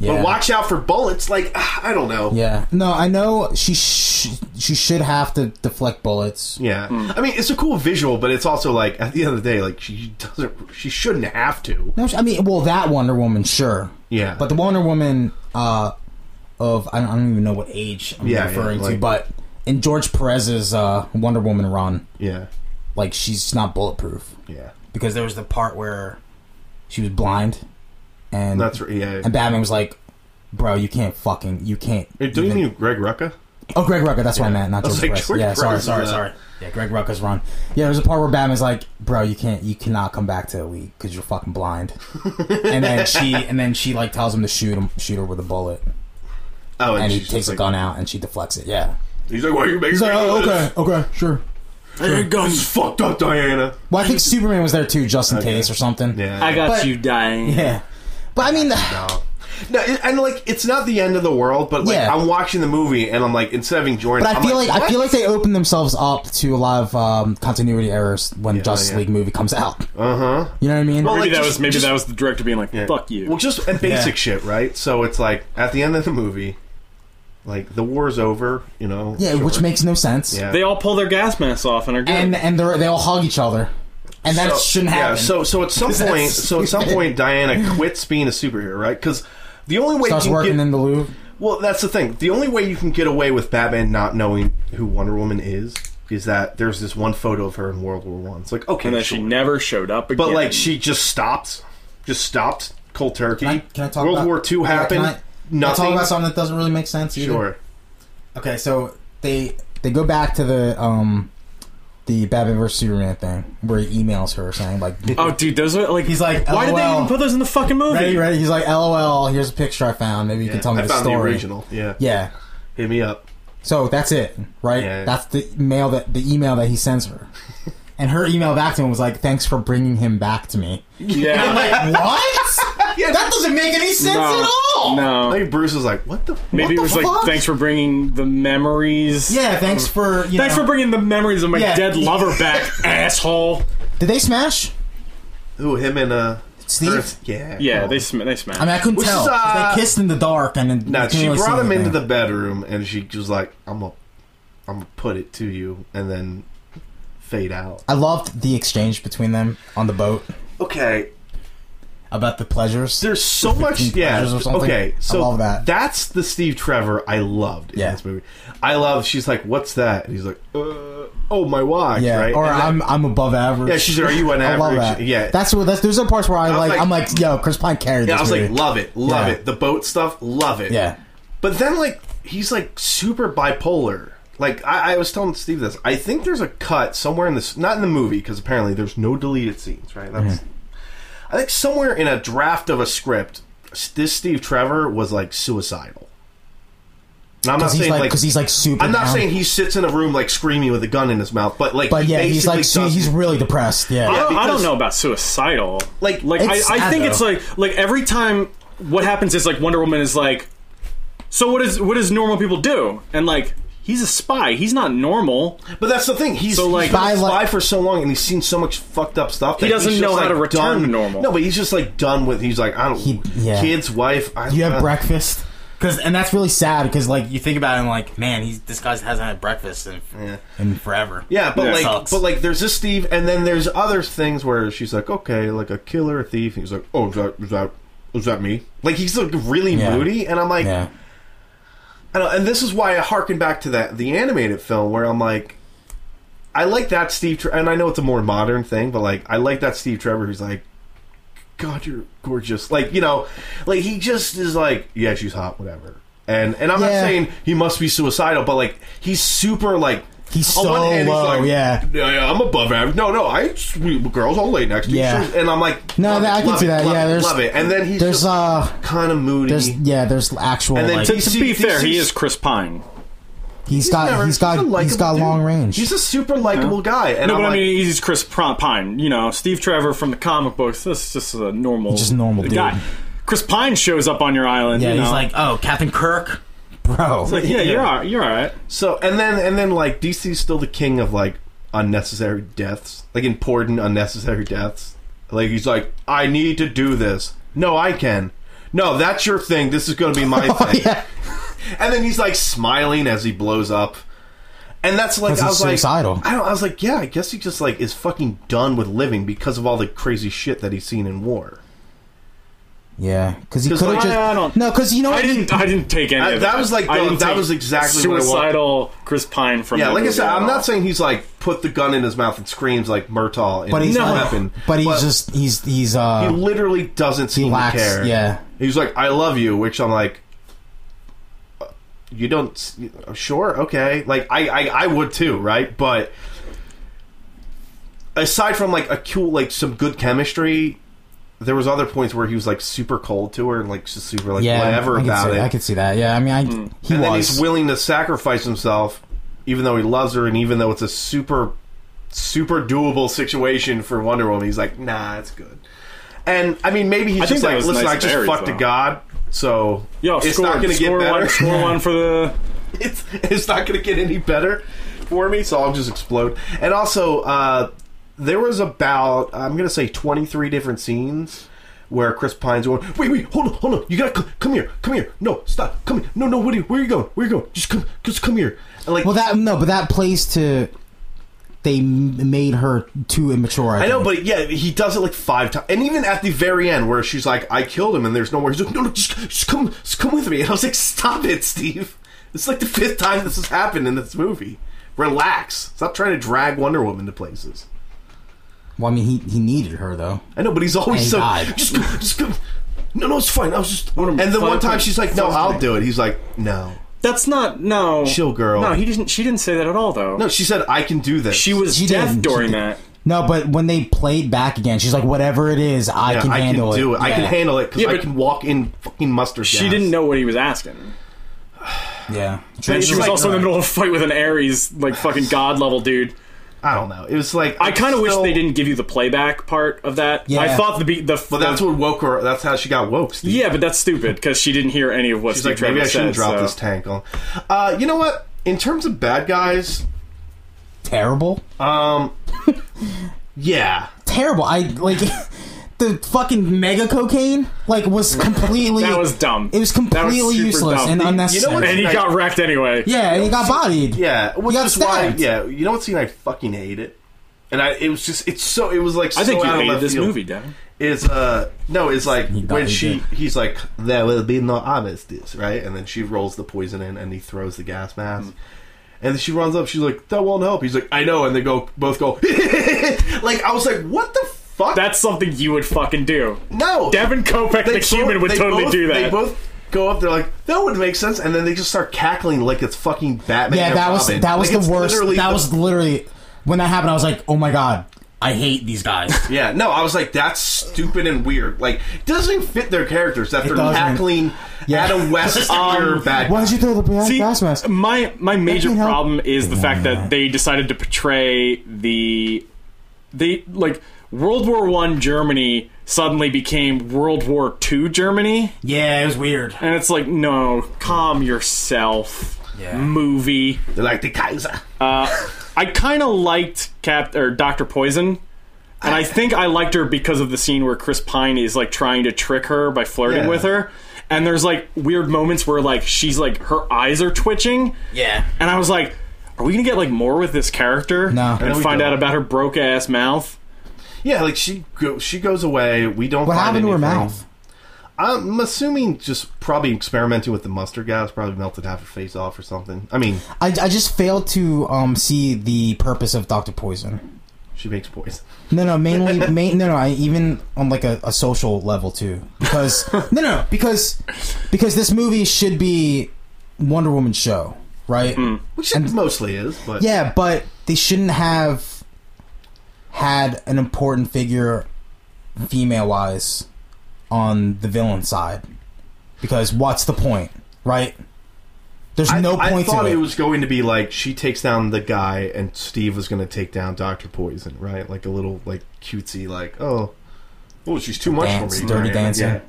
Speaker 3: yeah.
Speaker 2: but watch out for bullets. Like, ah, I don't know.
Speaker 3: Yeah. No, I know she sh- she should have to deflect bullets.
Speaker 2: Yeah, I mean it's a cool visual, but it's also like at the end of the day, like she doesn't, she shouldn't have to.
Speaker 3: No, sh- I mean, well, that Wonder Woman, sure,
Speaker 2: Yeah,
Speaker 3: but the Wonder Woman uh, of I don't, I don't even know what age I'm
Speaker 2: Yeah,
Speaker 3: referring
Speaker 2: yeah,
Speaker 3: to,
Speaker 2: like-
Speaker 3: but in George Perez's uh, Wonder Woman run,
Speaker 2: yeah,
Speaker 3: like she's not bulletproof
Speaker 2: yeah,
Speaker 3: because there was the part where she was blind, and
Speaker 2: that's right. Yeah,
Speaker 3: and Batman was like, "Bro, you can't fucking you can't."
Speaker 2: Hey, don't you
Speaker 3: even-
Speaker 2: mean Greg Rucka?
Speaker 3: Oh, Greg Rucka. That's what I meant. Not
Speaker 2: I was
Speaker 3: George
Speaker 2: like,
Speaker 3: Perez.
Speaker 2: George
Speaker 3: yeah, sorry,
Speaker 2: Perez is
Speaker 3: sorry,
Speaker 2: a-
Speaker 3: sorry. Yeah, Greg Rucka's run. Yeah, there's a part where Batman's like, "Bro, you can't, you cannot come back to the league because you're fucking blind." and then she, and then she like tells him to shoot him, shoot her with a bullet,
Speaker 2: Oh,
Speaker 3: and he
Speaker 2: she's
Speaker 3: takes
Speaker 2: just
Speaker 3: a
Speaker 2: like-
Speaker 3: gun out and she deflects it. Yeah,
Speaker 2: He's like, "Why are you making?"
Speaker 3: he's like,
Speaker 2: me do
Speaker 3: "Oh,
Speaker 2: this?"
Speaker 3: okay, okay, sure."
Speaker 7: There it
Speaker 2: This
Speaker 7: goes.
Speaker 2: is fucked up, Diana.
Speaker 3: Well, I think Superman was there too, just in
Speaker 2: Okay.
Speaker 3: case or something.
Speaker 2: Yeah,
Speaker 7: I got
Speaker 3: But-
Speaker 7: you dying.
Speaker 3: yeah. But I mean,
Speaker 2: No. No, it- and like it's not the end of the world, but like
Speaker 3: Yeah.
Speaker 2: I'm watching the movie and I'm like instead of enjoying,
Speaker 3: but
Speaker 2: it,
Speaker 3: I
Speaker 2: I'm
Speaker 3: feel like, I
Speaker 2: "What?"
Speaker 3: feel like they open themselves up to a lot of um, continuity errors when
Speaker 2: Yeah,
Speaker 3: Justice
Speaker 2: yeah.
Speaker 3: League movie comes out. Uh huh. You know what I mean?
Speaker 2: Well,
Speaker 1: Maybe
Speaker 2: like,
Speaker 1: that
Speaker 2: just-
Speaker 1: was maybe
Speaker 2: just-
Speaker 1: that was the director being like,
Speaker 2: Uh-huh. Yeah.
Speaker 1: "Fuck you."
Speaker 2: Well, just and basic shit, right? So it's like at the end of the movie, like the war's over, you know.
Speaker 3: yeah,
Speaker 2: sure.
Speaker 3: which makes no sense.
Speaker 2: yeah.
Speaker 1: they all pull their gas masks off and are good.
Speaker 3: and and they're, they all hug each other, and that
Speaker 2: So-
Speaker 3: shouldn't
Speaker 2: yeah,
Speaker 3: happen.
Speaker 2: so so at some point,
Speaker 3: that's
Speaker 2: so at some
Speaker 3: stupid.
Speaker 2: point, Diana quits being a superhero, right? Because the only way
Speaker 3: starts
Speaker 2: you
Speaker 3: working
Speaker 2: can get,
Speaker 3: in the Louvre.
Speaker 2: Well, that's the thing. The only way you can get away with Batman not knowing who Wonder Woman is is that there's this one photo of her in World War One. It's like okay,
Speaker 1: and then
Speaker 2: sure.
Speaker 1: she never showed up again.
Speaker 2: but like she just stopped, just stopped cold turkey.
Speaker 3: Can I, can I talk
Speaker 2: World
Speaker 3: about
Speaker 2: War Two
Speaker 3: yeah,
Speaker 2: happened.
Speaker 3: Can I, can I
Speaker 2: nothing.
Speaker 3: talk about something that doesn't really make sense. Either?
Speaker 2: sure.
Speaker 3: Okay, so they they go back to the um the Batman vs Superman thing where he emails her saying like.
Speaker 1: oh, dude, those are like.
Speaker 3: He's like,
Speaker 1: why did
Speaker 2: "Oh,
Speaker 1: they
Speaker 3: LOL.
Speaker 1: even put those in the fucking movie?
Speaker 3: Ready, ready. He's like, "LOL, here's a picture I found. Maybe you
Speaker 2: Yeah,
Speaker 3: can tell me
Speaker 2: I
Speaker 3: the
Speaker 2: found
Speaker 3: story."
Speaker 2: the original. Yeah.
Speaker 3: Yeah.
Speaker 2: hit me up.
Speaker 3: So that's it, right?
Speaker 2: Yeah.
Speaker 3: That's the mail that the email that he sends her, and her email back to him was like, "Thanks for bringing him back to me."
Speaker 1: Yeah,
Speaker 3: Like what?
Speaker 2: Yeah,
Speaker 3: That doesn't make any sense
Speaker 1: no,
Speaker 3: at all.
Speaker 1: No,
Speaker 2: Maybe Bruce is like, what the?
Speaker 1: maybe it
Speaker 3: the
Speaker 1: was
Speaker 3: fuck?
Speaker 1: like, "Thanks for bringing the memories."
Speaker 3: Yeah, thanks for you
Speaker 1: Thanks
Speaker 3: know.
Speaker 1: for bringing the memories of my
Speaker 3: Yeah.
Speaker 1: dead lover back, asshole.
Speaker 3: Did they smash
Speaker 2: Who him and uh,
Speaker 3: Steve?
Speaker 2: Earth- Yeah,
Speaker 1: Yeah,
Speaker 2: cool.
Speaker 1: they sm- they smashed.
Speaker 3: I mean, I couldn't
Speaker 2: Which
Speaker 3: tell.
Speaker 2: is,
Speaker 3: 'cause
Speaker 2: uh,
Speaker 3: they kissed in the dark, and then
Speaker 2: No,
Speaker 3: you couldn't
Speaker 2: she
Speaker 3: really see
Speaker 2: brought him into
Speaker 3: anything.
Speaker 2: the bedroom and she was like, I'm gonna, I'm gonna put it to you, and then fade out.
Speaker 3: I loved the exchange between them on the boat
Speaker 2: Okay,
Speaker 3: about the pleasures.
Speaker 2: there's so
Speaker 3: The
Speaker 2: much.
Speaker 3: 15
Speaker 2: Yeah.
Speaker 3: pleasures or something.
Speaker 2: Okay,
Speaker 3: I
Speaker 2: so
Speaker 3: love that.
Speaker 2: that's the Steve Trevor I loved in
Speaker 3: Yeah.
Speaker 2: this movie. I love. She's like, what's that? And he's like, uh, oh my watch,
Speaker 3: yeah,
Speaker 2: right?
Speaker 3: or
Speaker 2: And then-
Speaker 3: I'm I'm above average.
Speaker 2: Yeah, she's are you an
Speaker 3: I
Speaker 2: average?
Speaker 3: love that.
Speaker 2: Yeah,
Speaker 3: that's what that's. There's a parts where I,
Speaker 2: was
Speaker 3: like,
Speaker 2: like-
Speaker 3: I'm like, yo, Chris Pine carried
Speaker 2: yeah. I was
Speaker 3: this movie.
Speaker 2: like, love it, love
Speaker 3: Yeah.
Speaker 2: it. The boat stuff, love it.
Speaker 3: yeah,
Speaker 2: But then, like, he's like super bipolar. Like, I, I was telling Steve this. I think there's a cut somewhere in this, not in the movie, because apparently there's no deleted scenes, right? That's. I think somewhere in a draft of a script, s- this Steve Trevor was like suicidal. And I'm not
Speaker 3: because he's
Speaker 2: saying
Speaker 3: like
Speaker 2: like.
Speaker 3: because he's like super.
Speaker 2: I'm not
Speaker 3: down.
Speaker 2: saying he sits in a room like screaming with a gun in his mouth, but like,
Speaker 3: but
Speaker 2: he
Speaker 3: yeah, he's
Speaker 2: basically
Speaker 3: like su-
Speaker 2: does-
Speaker 3: he's really depressed. Yeah,
Speaker 1: I, don't, I
Speaker 2: because-
Speaker 1: don't know about suicidal.
Speaker 2: Like,
Speaker 1: like I,
Speaker 3: it's
Speaker 1: I
Speaker 3: sad,
Speaker 1: think
Speaker 3: though.
Speaker 1: it's like like every time what happens is like Wonder Woman is like, so what is what does normal people do? And like he's a spy. He's not normal.
Speaker 2: But that's the thing. He's,
Speaker 1: So, like-
Speaker 2: he's been a
Speaker 3: By, like-
Speaker 2: spy for so long, and he's seen so much fucked up stuff. That
Speaker 1: He doesn't
Speaker 2: he's just,
Speaker 1: know how
Speaker 2: like,
Speaker 1: to return
Speaker 2: done,
Speaker 1: to normal.
Speaker 2: No, but he's just like done with. He's like, I don't.
Speaker 3: He- yeah.
Speaker 2: Kids, wife. I,
Speaker 3: you have
Speaker 2: uh,
Speaker 3: breakfast because and that's really sad because like you think about it and like man he's this guy hasn't had breakfast in, in forever
Speaker 2: Yeah, but
Speaker 1: Yeah.
Speaker 2: like,
Speaker 3: Sucks.
Speaker 2: but like, there's this Steve, and then there's other things where she's like, okay, like a killer, a thief. And he's like, oh, is that, is that, is that me? Like he's like really
Speaker 3: Yeah.
Speaker 2: moody, and I'm like,
Speaker 3: yeah
Speaker 2: I don't, and this is why I harken back to that the animated film where I'm like, I like that Steve, Tre- and I know it's a more modern thing, but like I like that Steve Trevor who's like, God, you're gorgeous. Like you know, like he just is like, yeah, she's hot, whatever. And and I'm not
Speaker 3: Yeah.
Speaker 2: saying he must be suicidal, but like he's super like.
Speaker 3: he's
Speaker 2: on
Speaker 3: so
Speaker 2: one hand, he's
Speaker 3: low
Speaker 2: like,
Speaker 3: yeah
Speaker 2: Yeah, yeah, I'm above average. No, no, I we, girls all late next to
Speaker 3: Yeah.
Speaker 2: yeah. and I'm like,
Speaker 3: No,
Speaker 2: love
Speaker 3: that-
Speaker 2: it,
Speaker 3: I can
Speaker 2: love
Speaker 3: see
Speaker 2: it,
Speaker 3: that.
Speaker 2: love
Speaker 3: Yeah,
Speaker 2: it,
Speaker 3: there's-
Speaker 2: love it. And then he's
Speaker 3: there's
Speaker 2: just
Speaker 3: uh
Speaker 2: kind of moody.
Speaker 3: there's yeah there's actual
Speaker 2: And then
Speaker 3: like,
Speaker 2: to-
Speaker 1: To be
Speaker 2: DC
Speaker 1: fair, he is Chris Pine.
Speaker 3: he's got
Speaker 2: never-
Speaker 3: he's got
Speaker 2: a
Speaker 3: he's
Speaker 2: likable
Speaker 3: got
Speaker 2: dude.
Speaker 3: long range.
Speaker 2: He's a super likable guy. And
Speaker 1: No,
Speaker 2: I'm
Speaker 1: but I
Speaker 2: like-
Speaker 1: mean, he's Chris Pro- Pine. You know, Steve Trevor from the comic books. This is just a normal,
Speaker 3: Just normal dude.
Speaker 1: guy. Chris Pine shows up on your island.
Speaker 4: Yeah,
Speaker 1: you
Speaker 4: he's
Speaker 1: know.
Speaker 4: like, oh, Captain Kirk.
Speaker 3: bro.
Speaker 1: It's like, yeah, you're all, you're all right.
Speaker 2: So and then and then like DC's still the king of like unnecessary deaths, like important unnecessary deaths. Like he's like, I need to do this. No, I can. No, that's your thing. This is going to be my thing.
Speaker 3: Oh, yeah.
Speaker 2: And then he's like smiling as he blows up. And that's like
Speaker 3: 'Cause
Speaker 2: I was
Speaker 3: he's suicidal.
Speaker 2: like I, don't, I was like yeah I guess he just like is fucking done with living because of all the crazy shit that he's seen in war.
Speaker 3: Yeah, because he
Speaker 2: 'Cause,
Speaker 3: could have
Speaker 2: like,
Speaker 3: just
Speaker 1: I don't-
Speaker 3: no, because you know
Speaker 1: I
Speaker 3: what he-
Speaker 1: didn't. I didn't take any.
Speaker 2: I-
Speaker 1: of
Speaker 2: that was like
Speaker 1: I
Speaker 2: the-
Speaker 1: didn't
Speaker 2: that
Speaker 1: take
Speaker 2: was exactly what I wanted.
Speaker 1: suicidal Chris Pine from.
Speaker 2: Yeah,
Speaker 1: that
Speaker 2: like I
Speaker 1: movie
Speaker 2: said,
Speaker 1: at
Speaker 2: I'm
Speaker 1: all.
Speaker 2: not saying he's like put the gun in his mouth and screams like Murtaugh in
Speaker 3: But
Speaker 2: his
Speaker 3: he's not-
Speaker 2: weapon,
Speaker 3: but he's just he's he's uh
Speaker 2: he literally doesn't seem
Speaker 3: lacks-
Speaker 2: to care.
Speaker 3: yeah.
Speaker 2: he's like, "I love you," which I'm like, uh, "You don't? s- uh, Sure, okay." Like, I, I, I would too, right? But aside from like a cool, like some good chemistry, there was other points where he was like super cold to her and like just super like
Speaker 3: yeah
Speaker 2: whatever
Speaker 3: I could
Speaker 2: about
Speaker 3: see,
Speaker 2: it.
Speaker 3: I could see that. Yeah, I mean, I, he
Speaker 2: and then he's
Speaker 3: was
Speaker 2: willing to sacrifice himself, even though he loves her, and even though it's a super, super doable situation for Wonder Woman. He's like, nah, it's good. And I mean, maybe he's
Speaker 1: I think
Speaker 2: just
Speaker 1: that
Speaker 2: like,
Speaker 1: was
Speaker 2: listen,
Speaker 1: nice
Speaker 2: I just
Speaker 1: marriage,
Speaker 2: fucked
Speaker 1: though.
Speaker 2: a god, so
Speaker 1: Yo,
Speaker 2: it's
Speaker 1: score,
Speaker 2: not going to get
Speaker 1: score
Speaker 2: better.
Speaker 1: One, score one for the.
Speaker 2: it's it's not going to get any better for me, so I'll just explode. And also, uh, there was about I'm going to say 23 different scenes where Chris Pine's going, wait, wait, hold on, hold on, you got to come here, come here, no, stop, come here, no, no, what are you, where are you going, where are you going, just come, just come here. And like,
Speaker 3: well that no, but that plays to they m- made her too immature. I,
Speaker 2: I know,
Speaker 3: think.
Speaker 2: but yeah, he does it like five times, and even at the very end where she's like, "I killed him," and there's no more. He's like, "No, no, just, just come, just come with me." And I was like, "Stop it, Steve! It's like the fifth time this has happened in this movie. Relax. Stop trying to drag Wonder Woman to places."
Speaker 3: well, I mean, he he needed her though.
Speaker 2: I know, but he's always
Speaker 3: And he
Speaker 2: so
Speaker 3: died.
Speaker 2: just, come, just come. No, no, it's fine. I was just.
Speaker 1: Wonder
Speaker 2: And
Speaker 1: Woman,
Speaker 2: then one
Speaker 1: fuck
Speaker 2: time
Speaker 1: it.
Speaker 2: she's like, "No,
Speaker 1: Fuck
Speaker 2: I'll
Speaker 1: me."
Speaker 2: do it." He's like, "No,
Speaker 1: That's not no.
Speaker 2: Chill, girl.
Speaker 1: No, he didn't. She didn't say that at all, though.
Speaker 2: no." She said, "I can do this."
Speaker 1: she was
Speaker 3: She
Speaker 1: deaf
Speaker 3: didn't.
Speaker 1: during
Speaker 3: She
Speaker 1: that.
Speaker 3: No, but when they played back again, she's like, "Whatever it is, I
Speaker 2: Yeah,
Speaker 3: can
Speaker 2: I can
Speaker 3: handle
Speaker 2: do it. I can
Speaker 3: Yeah.
Speaker 2: handle it because
Speaker 1: Yeah,
Speaker 2: I
Speaker 1: but-
Speaker 2: can walk in fucking mustard."
Speaker 1: She
Speaker 2: gas."
Speaker 1: didn't know what he was asking.
Speaker 3: Yeah,
Speaker 1: And she was
Speaker 2: like-
Speaker 1: also in the middle of a fight with an Ares, like fucking god level dude.
Speaker 2: I don't know. It was like
Speaker 1: I kind of wish
Speaker 2: still-
Speaker 1: they didn't give you the playback part of that.
Speaker 3: Yeah.
Speaker 1: I thought the be- the
Speaker 2: But that's
Speaker 1: the-
Speaker 2: what woke her. That's how she got woke. Steve.
Speaker 1: Yeah, but that's stupid because she didn't hear any of what
Speaker 2: she's
Speaker 1: Steve
Speaker 2: like, maybe
Speaker 1: Trevor
Speaker 2: I shouldn't
Speaker 1: said.
Speaker 2: drop
Speaker 1: so.
Speaker 2: this tank on. Uh, you know what? In terms of bad guys,
Speaker 3: terrible,
Speaker 2: um, yeah,
Speaker 3: terrible. I like the fucking mega cocaine. Like was completely
Speaker 1: That was dumb.
Speaker 3: It was
Speaker 1: That
Speaker 3: completely
Speaker 1: super
Speaker 3: useless
Speaker 1: dumb.
Speaker 3: and unnecessary.
Speaker 2: what's-
Speaker 1: and he got wrecked anyway.
Speaker 3: yeah, and he got bodied.
Speaker 2: yeah. Which
Speaker 3: got
Speaker 2: is why,
Speaker 3: stabbed.
Speaker 2: yeah. You know what scene I fucking hate it, and I it was just it's so it was like
Speaker 1: I think
Speaker 2: so
Speaker 1: you
Speaker 2: out of
Speaker 1: hated
Speaker 2: left
Speaker 1: this
Speaker 2: field.
Speaker 1: movie, Devin.
Speaker 2: Is uh no, it's like
Speaker 3: He died,
Speaker 2: when
Speaker 3: he
Speaker 2: she
Speaker 3: did.
Speaker 2: he's like there will be no armistice, right? And then she rolls the poison in, and he throws the gas mask.
Speaker 1: Hmm.
Speaker 2: And then she runs up. She's like, "That won't help." He's like, "I know." And they go, both go, like I was like, "What the fuck?"
Speaker 1: That's something you would fucking do.
Speaker 2: no,
Speaker 1: Devin Kopeck, the
Speaker 2: both-
Speaker 1: human, would
Speaker 2: they
Speaker 1: totally
Speaker 2: both-
Speaker 1: do that.
Speaker 2: They both go up. They're like, "That would make sense," and then they just start cackling like it's fucking Batman.
Speaker 3: Yeah,
Speaker 2: and
Speaker 3: that was
Speaker 2: Robin.
Speaker 3: that was
Speaker 2: Like, it's
Speaker 3: the worst.
Speaker 2: literally
Speaker 3: That
Speaker 2: the-
Speaker 3: was literally when that happened. I was like, oh my god, I hate these guys.
Speaker 2: Yeah, no, I was like, that's stupid and weird. Like, it doesn't fit their characters that they're
Speaker 3: doesn't.
Speaker 2: cackling
Speaker 3: Yeah.
Speaker 2: Adam West um, bad. guy.
Speaker 3: Why did you throw the black
Speaker 1: See,
Speaker 3: gas mask?
Speaker 1: My my major
Speaker 3: can help.
Speaker 1: problem is the fact that they decided to portray the they like World War One Germany suddenly became World War Two Germany,
Speaker 4: Yeah, it was weird.
Speaker 1: and it's like, no, calm yourself,
Speaker 4: Yeah.
Speaker 1: movie.
Speaker 2: They're like the Kaiser.
Speaker 1: Uh, I kind of liked Cap or Doctor Poison. And I think I liked her because of the scene where Chris Pine is like trying to trick her by flirting
Speaker 2: Yeah.
Speaker 1: with her. And there's like weird moments where like she's like her eyes are twitching.
Speaker 4: Yeah.
Speaker 1: And I was like, are we going to get like more with this character?
Speaker 3: No.
Speaker 1: And
Speaker 2: No, we
Speaker 1: find
Speaker 2: don't.
Speaker 1: out about her broke ass mouth?
Speaker 2: Yeah, like she go, she goes away. We don't.
Speaker 3: What
Speaker 2: find
Speaker 3: happened to her
Speaker 2: anything.
Speaker 3: mouth?
Speaker 2: I'm assuming just probably experimenting with the mustard gas, probably melted half her face off or something. I mean,
Speaker 3: I, I just failed to um, see the purpose of Doctor Poison.
Speaker 2: she makes poison.
Speaker 3: No, no, mainly, main, no, no. I even on like a, a social level too, because no, no, because because this movie should be Wonder Woman show, right?
Speaker 2: Which it mostly is, but
Speaker 3: Yeah, but they shouldn't have had an important figure, female wise, on the villain side. Because what's the point, right? There's no
Speaker 2: I,
Speaker 3: point
Speaker 2: I thought
Speaker 3: to it.
Speaker 2: it. was going to be like she takes down the guy and Steve was going to take down Doctor Poison, right? Like a little like cutesy, like oh, oh, she's too much
Speaker 3: Dance,
Speaker 2: for me.
Speaker 3: dirty
Speaker 2: Diana.
Speaker 3: dancing.
Speaker 2: Yeah.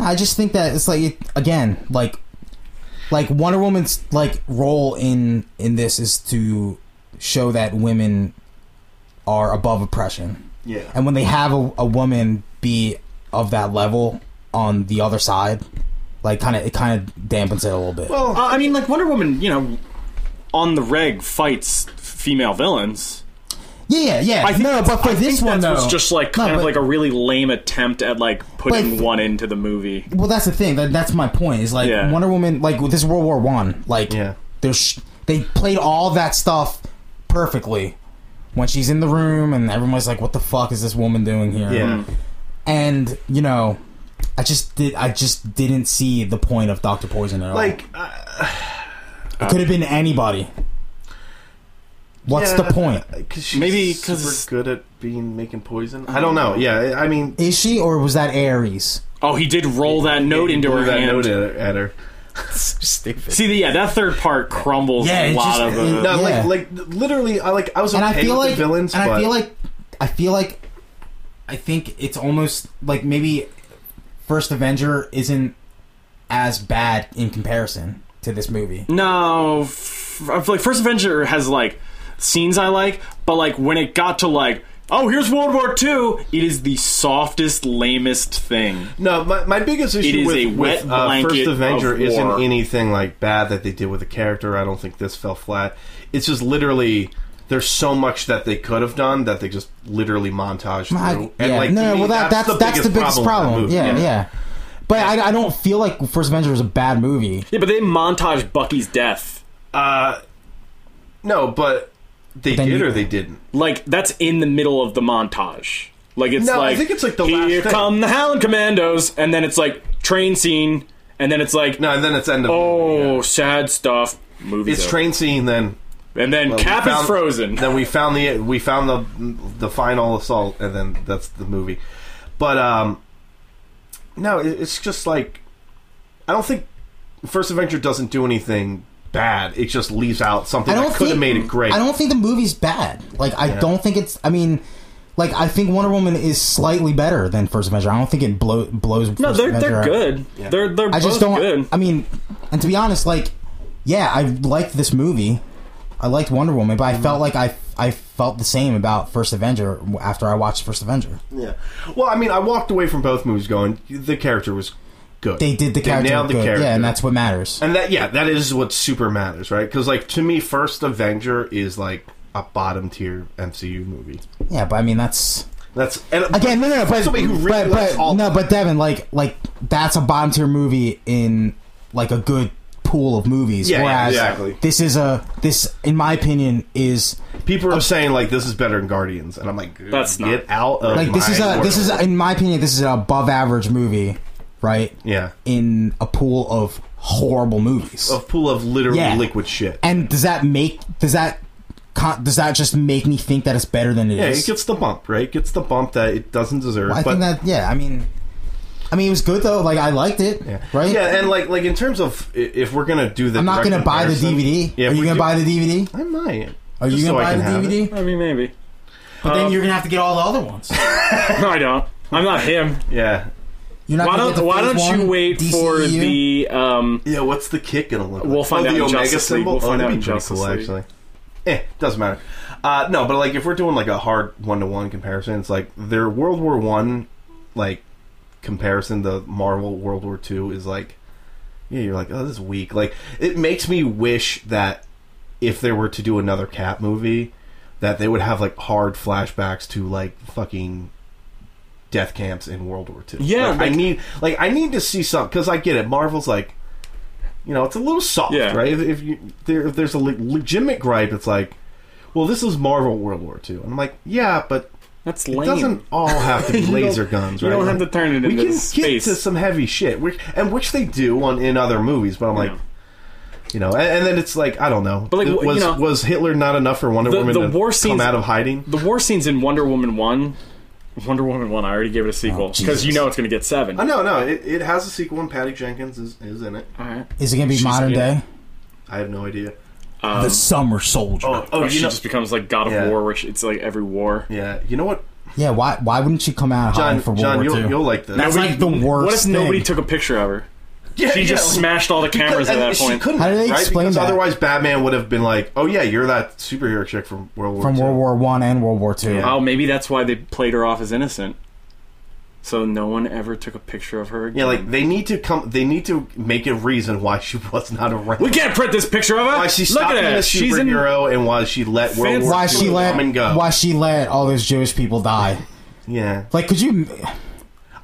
Speaker 3: I just think that it's like it, again, like like Wonder Woman's like role in in this is to show that women are above oppression,
Speaker 2: yeah,
Speaker 3: and when they have a, a woman be of that level on the other side, like kind of it kind of dampens it a little bit.
Speaker 2: Well,
Speaker 1: Uh, I mean, like Wonder Woman, you know, on the reg fights female villains.
Speaker 3: yeah, yeah, yeah.
Speaker 1: I think
Speaker 3: no, but for
Speaker 1: I
Speaker 3: this
Speaker 1: think
Speaker 3: one
Speaker 1: that's
Speaker 3: though,
Speaker 1: what's just like
Speaker 3: No,
Speaker 1: kind of
Speaker 3: but-
Speaker 1: like a really lame attempt at like putting
Speaker 3: But-
Speaker 1: one into the movie.
Speaker 3: well, that's the thing. That, that's my point. Is like
Speaker 1: Yeah.
Speaker 3: Wonder Woman, like with this World War One, like
Speaker 2: yeah.
Speaker 3: there's they played all that stuff perfectly when she's in the room and everyone's like what the fuck is this woman doing here
Speaker 2: Yeah.
Speaker 3: Mm-hmm. and you know i just did i just didn't see the point of dr poison at all
Speaker 2: Like, uh,
Speaker 3: it could have been anybody what's the point
Speaker 2: Cause she's
Speaker 1: Maybe 'cause- Mm-hmm.
Speaker 2: because good at being making poison. I don't know. Yeah, I- I mean,
Speaker 3: is she or was that aries
Speaker 1: Oh, he did roll that note
Speaker 2: he
Speaker 1: into
Speaker 2: blew
Speaker 1: her
Speaker 2: that
Speaker 1: hand.
Speaker 2: note at, at her.
Speaker 8: Stupid.
Speaker 1: See, the, yeah, that third part crumbles
Speaker 3: Yeah,
Speaker 1: a
Speaker 3: it
Speaker 1: lot
Speaker 3: just-
Speaker 1: of. Uh,
Speaker 3: it-
Speaker 2: No,
Speaker 3: Yeah.
Speaker 2: like, like literally, I like I was okay
Speaker 3: and I feel
Speaker 2: with the
Speaker 3: like
Speaker 2: villains,
Speaker 3: and
Speaker 2: but
Speaker 3: I feel like I feel like I think it's almost like maybe First Avenger isn't as bad in comparison to this movie.
Speaker 1: No, f- I feel like First Avenger has like scenes I like, but like when it got to like, oh, here's World War II, it is the softest, lamest thing.
Speaker 2: no, my, my biggest issue
Speaker 1: is
Speaker 2: with,
Speaker 1: a wet
Speaker 2: with uh,
Speaker 1: blanket
Speaker 2: First Avenger
Speaker 1: of
Speaker 2: isn't
Speaker 1: war.
Speaker 2: anything like bad that they did with the character. I don't think this fell flat. It's just literally there's so much that they could have done that they just literally montage through.
Speaker 3: I-
Speaker 2: and
Speaker 3: yeah,
Speaker 2: like,
Speaker 3: no,
Speaker 2: to me,
Speaker 3: well that that's that's, the biggest problem.
Speaker 2: with that
Speaker 3: Yeah,
Speaker 2: movie.
Speaker 3: yeah. But I, I don't feel like First Avenger is a bad movie.
Speaker 1: Yeah, but they montage Bucky's death.
Speaker 2: Uh, no, but they
Speaker 3: then
Speaker 2: did
Speaker 3: you-
Speaker 2: or they didn't.
Speaker 1: Like that's in the middle of the montage. Like it's
Speaker 2: No, I
Speaker 1: like
Speaker 2: think it's, like, the
Speaker 1: here
Speaker 2: last thing."
Speaker 1: come the Howling Commandos, and then it's like train scene, and then it's like
Speaker 2: No, and then it's end of
Speaker 1: oh
Speaker 2: yeah.
Speaker 1: sad stuff. Movie
Speaker 2: it's train scene then.
Speaker 1: and then
Speaker 2: Well, we
Speaker 1: Cap
Speaker 2: found-
Speaker 1: is frozen.
Speaker 2: Then we found the we found the the final assault, and then that's the movie. But um, no, it, it's just like I don't think First Adventure doesn't do anything bad. It just leaves out something
Speaker 3: I don't
Speaker 2: that could have
Speaker 3: think-
Speaker 2: made it great.
Speaker 3: I don't think the movie's bad. Like I
Speaker 2: Yeah.
Speaker 3: don't think it's I mean like I think Wonder Woman is slightly better than First Avenger. I don't think it blow, blows.
Speaker 1: no,
Speaker 3: First
Speaker 1: they're
Speaker 3: Avenger
Speaker 1: they're
Speaker 3: out.
Speaker 1: good. They're they're
Speaker 3: I just
Speaker 1: both
Speaker 3: don't.
Speaker 1: good.
Speaker 3: I mean, and to be honest, like, yeah, I liked this movie. I liked Wonder Woman, but
Speaker 2: Mm-hmm.
Speaker 3: I felt like I I felt the same about First Avenger after I watched First Avenger.
Speaker 2: yeah. Well, I mean, I walked away from both movies going the character was good.
Speaker 3: They did the character
Speaker 2: nailed the
Speaker 3: good,
Speaker 2: character.
Speaker 3: yeah, and that's what matters.
Speaker 2: And that, yeah, that is what super matters, right? Because, like, to me, First Avenger is like a bottom tier MCU movie.
Speaker 3: yeah, but I mean, that's
Speaker 2: That's and,
Speaker 3: again, no, no, no but,
Speaker 2: somebody who really
Speaker 3: but,
Speaker 2: likes
Speaker 3: but-
Speaker 2: all-
Speaker 3: no, but Devin, like, like that's a bottom tier movie in like a good pool of movies.
Speaker 2: Yeah, yeah,
Speaker 3: whereas
Speaker 2: exactly.
Speaker 3: this is a this, in my opinion, is
Speaker 2: people are saying like this is better than Guardians, and I'm like,
Speaker 1: That's not-
Speaker 2: get out of
Speaker 3: like this
Speaker 2: my
Speaker 3: is a
Speaker 2: world.
Speaker 3: this is in my opinion this is an above average movie, right?
Speaker 2: yeah
Speaker 3: in a pool of horrible movies.
Speaker 2: a pool of literal
Speaker 3: Yeah.
Speaker 2: liquid shit.
Speaker 3: And does that make does that con- does that just make me think that it's better than it is?
Speaker 2: yeah, it gets the bump, right? It gets the bump that it doesn't deserve.
Speaker 3: I
Speaker 2: but
Speaker 3: think that yeah, I mean, I mean it was good though. Like I liked it,
Speaker 2: yeah.
Speaker 3: right?
Speaker 2: yeah, and like like in terms of i- if we're gonna do the,
Speaker 3: I'm not
Speaker 2: direct
Speaker 3: gonna buy the
Speaker 2: comparison-
Speaker 3: DVD.
Speaker 2: Yeah,
Speaker 3: Are you gonna buy the DVD?
Speaker 2: I might.
Speaker 3: Are you
Speaker 2: Just so
Speaker 3: gonna
Speaker 2: I
Speaker 3: buy the
Speaker 2: can have
Speaker 3: DVD?
Speaker 1: I mean, maybe.
Speaker 3: But then you're gonna have to get all the other ones.
Speaker 1: No, I don't. I'm not him.
Speaker 2: Yeah,
Speaker 3: You're not
Speaker 1: Why
Speaker 3: gonna
Speaker 1: don't
Speaker 3: get the
Speaker 1: Why
Speaker 3: phase
Speaker 1: don't you
Speaker 3: one E
Speaker 1: wait for
Speaker 3: DCEU?
Speaker 1: the um?
Speaker 2: yeah. What's the kick gonna look? like?
Speaker 1: We'll find
Speaker 2: oh,
Speaker 1: out
Speaker 2: The
Speaker 1: in
Speaker 2: omega
Speaker 1: Justice League.
Speaker 2: symbol.
Speaker 1: We'll
Speaker 2: oh,
Speaker 1: find
Speaker 2: that'd
Speaker 1: out
Speaker 2: be
Speaker 1: in
Speaker 2: pretty
Speaker 1: Justice
Speaker 2: cool,
Speaker 1: League.
Speaker 2: actually. Eh, doesn't matter. Uh, no, but like if we're doing like a hard one to one comparison, it's like their World War One like comparison to Marvel World War Two is like yeah, you're like oh this is weak. Like it makes me wish that if they were to do another Cap movie, that they would have like hard flashbacks to like fucking death camps in World War Two.
Speaker 1: Yeah,
Speaker 2: Like,
Speaker 1: like-
Speaker 2: I need like I need to see something because I get it. Marvel's like you know, it's a little soft,
Speaker 1: Yeah.
Speaker 2: right? If, if you there, if there's a le- legitimate gripe, it's like, well, this is Marvel World War II, and I'm like, yeah, but
Speaker 1: That's
Speaker 2: it
Speaker 1: lame.
Speaker 2: doesn't all have to be
Speaker 1: You
Speaker 2: laser
Speaker 1: don't-
Speaker 2: guns,
Speaker 1: you
Speaker 2: right?
Speaker 1: don't have
Speaker 2: Like,
Speaker 1: to turn it
Speaker 2: We
Speaker 1: into
Speaker 2: can
Speaker 1: space.
Speaker 2: get to some heavy shit, which, and which they do on in other movies, but I'm like.
Speaker 1: Yeah.
Speaker 2: You know, and, and then it's like I don't know.
Speaker 1: But, like,
Speaker 2: It
Speaker 1: w- you
Speaker 2: was
Speaker 1: know,
Speaker 2: was Hitler not enough for Wonder
Speaker 1: the-
Speaker 2: Woman
Speaker 1: the
Speaker 2: to
Speaker 1: war
Speaker 2: come
Speaker 1: scenes-
Speaker 2: out of hiding?
Speaker 1: the war scenes in Wonder Woman one. Wonder Woman one. I already gave it a sequel because
Speaker 3: Jesus.
Speaker 1: you know it's going to get seven.
Speaker 2: Uh, Oh no, no, it, it has a sequel, and Patty Jenkins is, is in it.
Speaker 1: All right.
Speaker 3: Is it gonna be
Speaker 1: She's
Speaker 3: modern
Speaker 1: in it.
Speaker 3: day?
Speaker 2: I have no idea.
Speaker 1: Um,
Speaker 3: the summer soldier.
Speaker 1: oh, oh,
Speaker 2: you
Speaker 1: she
Speaker 2: know-
Speaker 1: just becomes like God of
Speaker 2: Yeah.
Speaker 1: War, where she, it's like every war.
Speaker 2: Yeah, you know what,
Speaker 3: Yeah, why why wouldn't she come out
Speaker 2: John?
Speaker 3: hiding for World
Speaker 2: John,
Speaker 3: War
Speaker 2: you'll,
Speaker 3: II?
Speaker 2: you'll like this.
Speaker 3: That's like the worst.
Speaker 1: What if
Speaker 3: thing.
Speaker 1: nobody took a picture of her? she just smashed all the cameras at that point.
Speaker 2: Couldn't,
Speaker 3: How do they
Speaker 2: right?
Speaker 3: explain
Speaker 2: Because
Speaker 3: that?
Speaker 2: Otherwise, Batman would have been like, "Oh yeah, you're that superhero chick from World War
Speaker 3: from
Speaker 2: II.
Speaker 3: World War One and World War Two?
Speaker 2: Yeah.
Speaker 1: Oh, maybe that's why they played her off as innocent. So no one ever took a picture of her. Again.
Speaker 2: Yeah, like they need to come. They need to make a reason why she was not around.
Speaker 1: we can't print this picture of her.
Speaker 2: why she
Speaker 1: Look
Speaker 2: stopped
Speaker 1: at
Speaker 2: being a
Speaker 1: her. She's in.
Speaker 2: superhero and why she let World
Speaker 1: Fancy-
Speaker 2: War
Speaker 3: Why
Speaker 2: II
Speaker 3: she let
Speaker 2: come and go.
Speaker 3: why she let all those Jewish people die?
Speaker 2: yeah,
Speaker 3: Like, could you?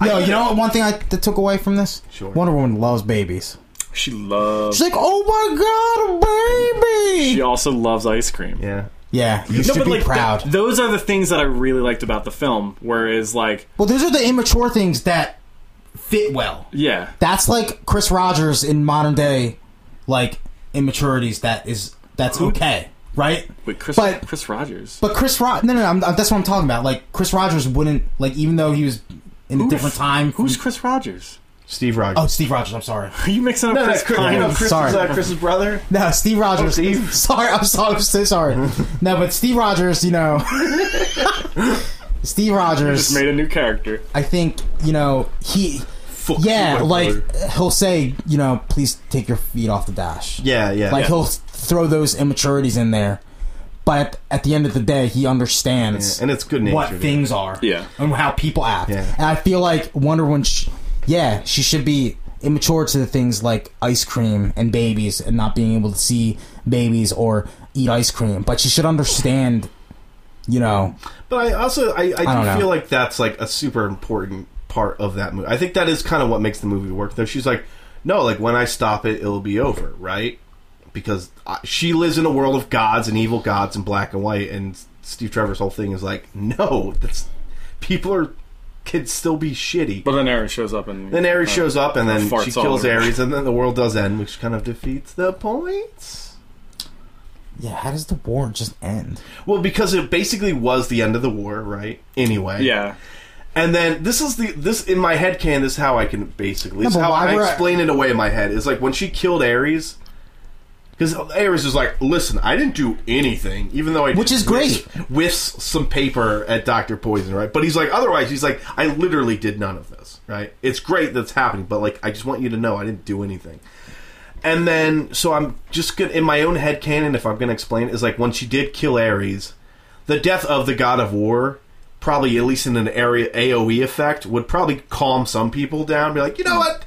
Speaker 3: Yo, you know what one thing I that took away from this?
Speaker 2: Sure.
Speaker 3: Wonder Woman loves babies.
Speaker 1: She loves.
Speaker 3: She's like, oh my god, a baby.
Speaker 1: She also loves ice cream.
Speaker 2: yeah.
Speaker 3: yeah, you should be
Speaker 1: like
Speaker 3: proud.
Speaker 1: th- those are the things that I really liked about the film. Whereas, like,
Speaker 3: well, those are the immature things that fit well.
Speaker 1: yeah,
Speaker 3: That's like Chris Rogers in modern day, like immaturities. That is that's okay, right?
Speaker 1: wait, Chris,
Speaker 3: But-
Speaker 1: Chris Rogers.
Speaker 3: But Chris Rod, no, no, no, I'm, that's what I'm talking about. Like Chris Rogers wouldn't like, even though he was in a
Speaker 1: Who-
Speaker 3: different time.
Speaker 1: Who's
Speaker 2: Mm.
Speaker 1: Chris Rogers?
Speaker 2: Steve
Speaker 3: Oh,
Speaker 2: Rogers.
Speaker 3: Steve Rogers. I'm sorry.
Speaker 1: Are you mixing up
Speaker 2: no, no,
Speaker 1: Chris?
Speaker 2: Chris, you know,
Speaker 1: Pine?
Speaker 2: Chris's,
Speaker 3: Sorry.
Speaker 2: uh, Chris's brother.
Speaker 3: No, Steve
Speaker 1: Oh,
Speaker 3: Rogers.
Speaker 2: Steve.
Speaker 3: Sorry, I'm sorry. I'm so sorry. no, but Steve Rogers. You know, Steve
Speaker 1: just
Speaker 3: Rogers.
Speaker 1: made a new character.
Speaker 3: I think you know he.
Speaker 2: Fuck
Speaker 3: Yeah,
Speaker 2: you, my
Speaker 3: like
Speaker 2: brother.
Speaker 3: he'll say, you know, please take your feet off the dash.
Speaker 2: yeah, yeah.
Speaker 3: Like he'll throw those immaturities in there, but at the end of the day, he understands
Speaker 2: and it's good nature.
Speaker 3: what things are,
Speaker 1: Yeah.
Speaker 3: and how people act.
Speaker 2: Yeah.
Speaker 3: And I feel like Wonder Woman, sh yeah, she should be immature to the things like ice cream and babies, and not being able to see babies or eat ice cream. But she should understand, you know,
Speaker 2: But I also I, I,
Speaker 3: don't
Speaker 2: do
Speaker 3: know.
Speaker 2: feel like that's like a super important part of that movie. I think that is kind of what makes the movie work. Though she's like, no, like when I stop it, it'll be over, right? Because I, she lives in a world of gods and evil gods and black and white. And Steve Trevor's whole thing is like, no, that's people are can still be shitty.
Speaker 1: But then Aaron shows up and
Speaker 2: then Ares
Speaker 1: uh,
Speaker 2: shows up and then
Speaker 1: farts
Speaker 2: she
Speaker 1: all
Speaker 2: kills
Speaker 1: over.
Speaker 2: Ares, and then the world does end, which kind of defeats the point.
Speaker 3: yeah, how does the war just end?
Speaker 2: Well, because it basically was the end of the war, right? Anyway,
Speaker 1: Yeah,
Speaker 2: And then this is the this in my head can this is how I can basically this is
Speaker 3: but
Speaker 2: how
Speaker 3: why
Speaker 2: I
Speaker 3: were I-
Speaker 2: explain it away in my head is like when she killed Ares because Ares is like listen I didn't do anything even though I
Speaker 3: Which
Speaker 2: did
Speaker 3: is great.
Speaker 2: whiffs, whiffs some paper at Doctor Poison right but he's like otherwise he's like I literally did none of this right it's great that's happening but like I just want you to know I didn't do anything and then so I'm just gonna in my own head canon if I'm gonna explain it is like when she did kill Ares the death of the god of war probably at least in an area AOE effect would probably calm some people down. Be like, you know what?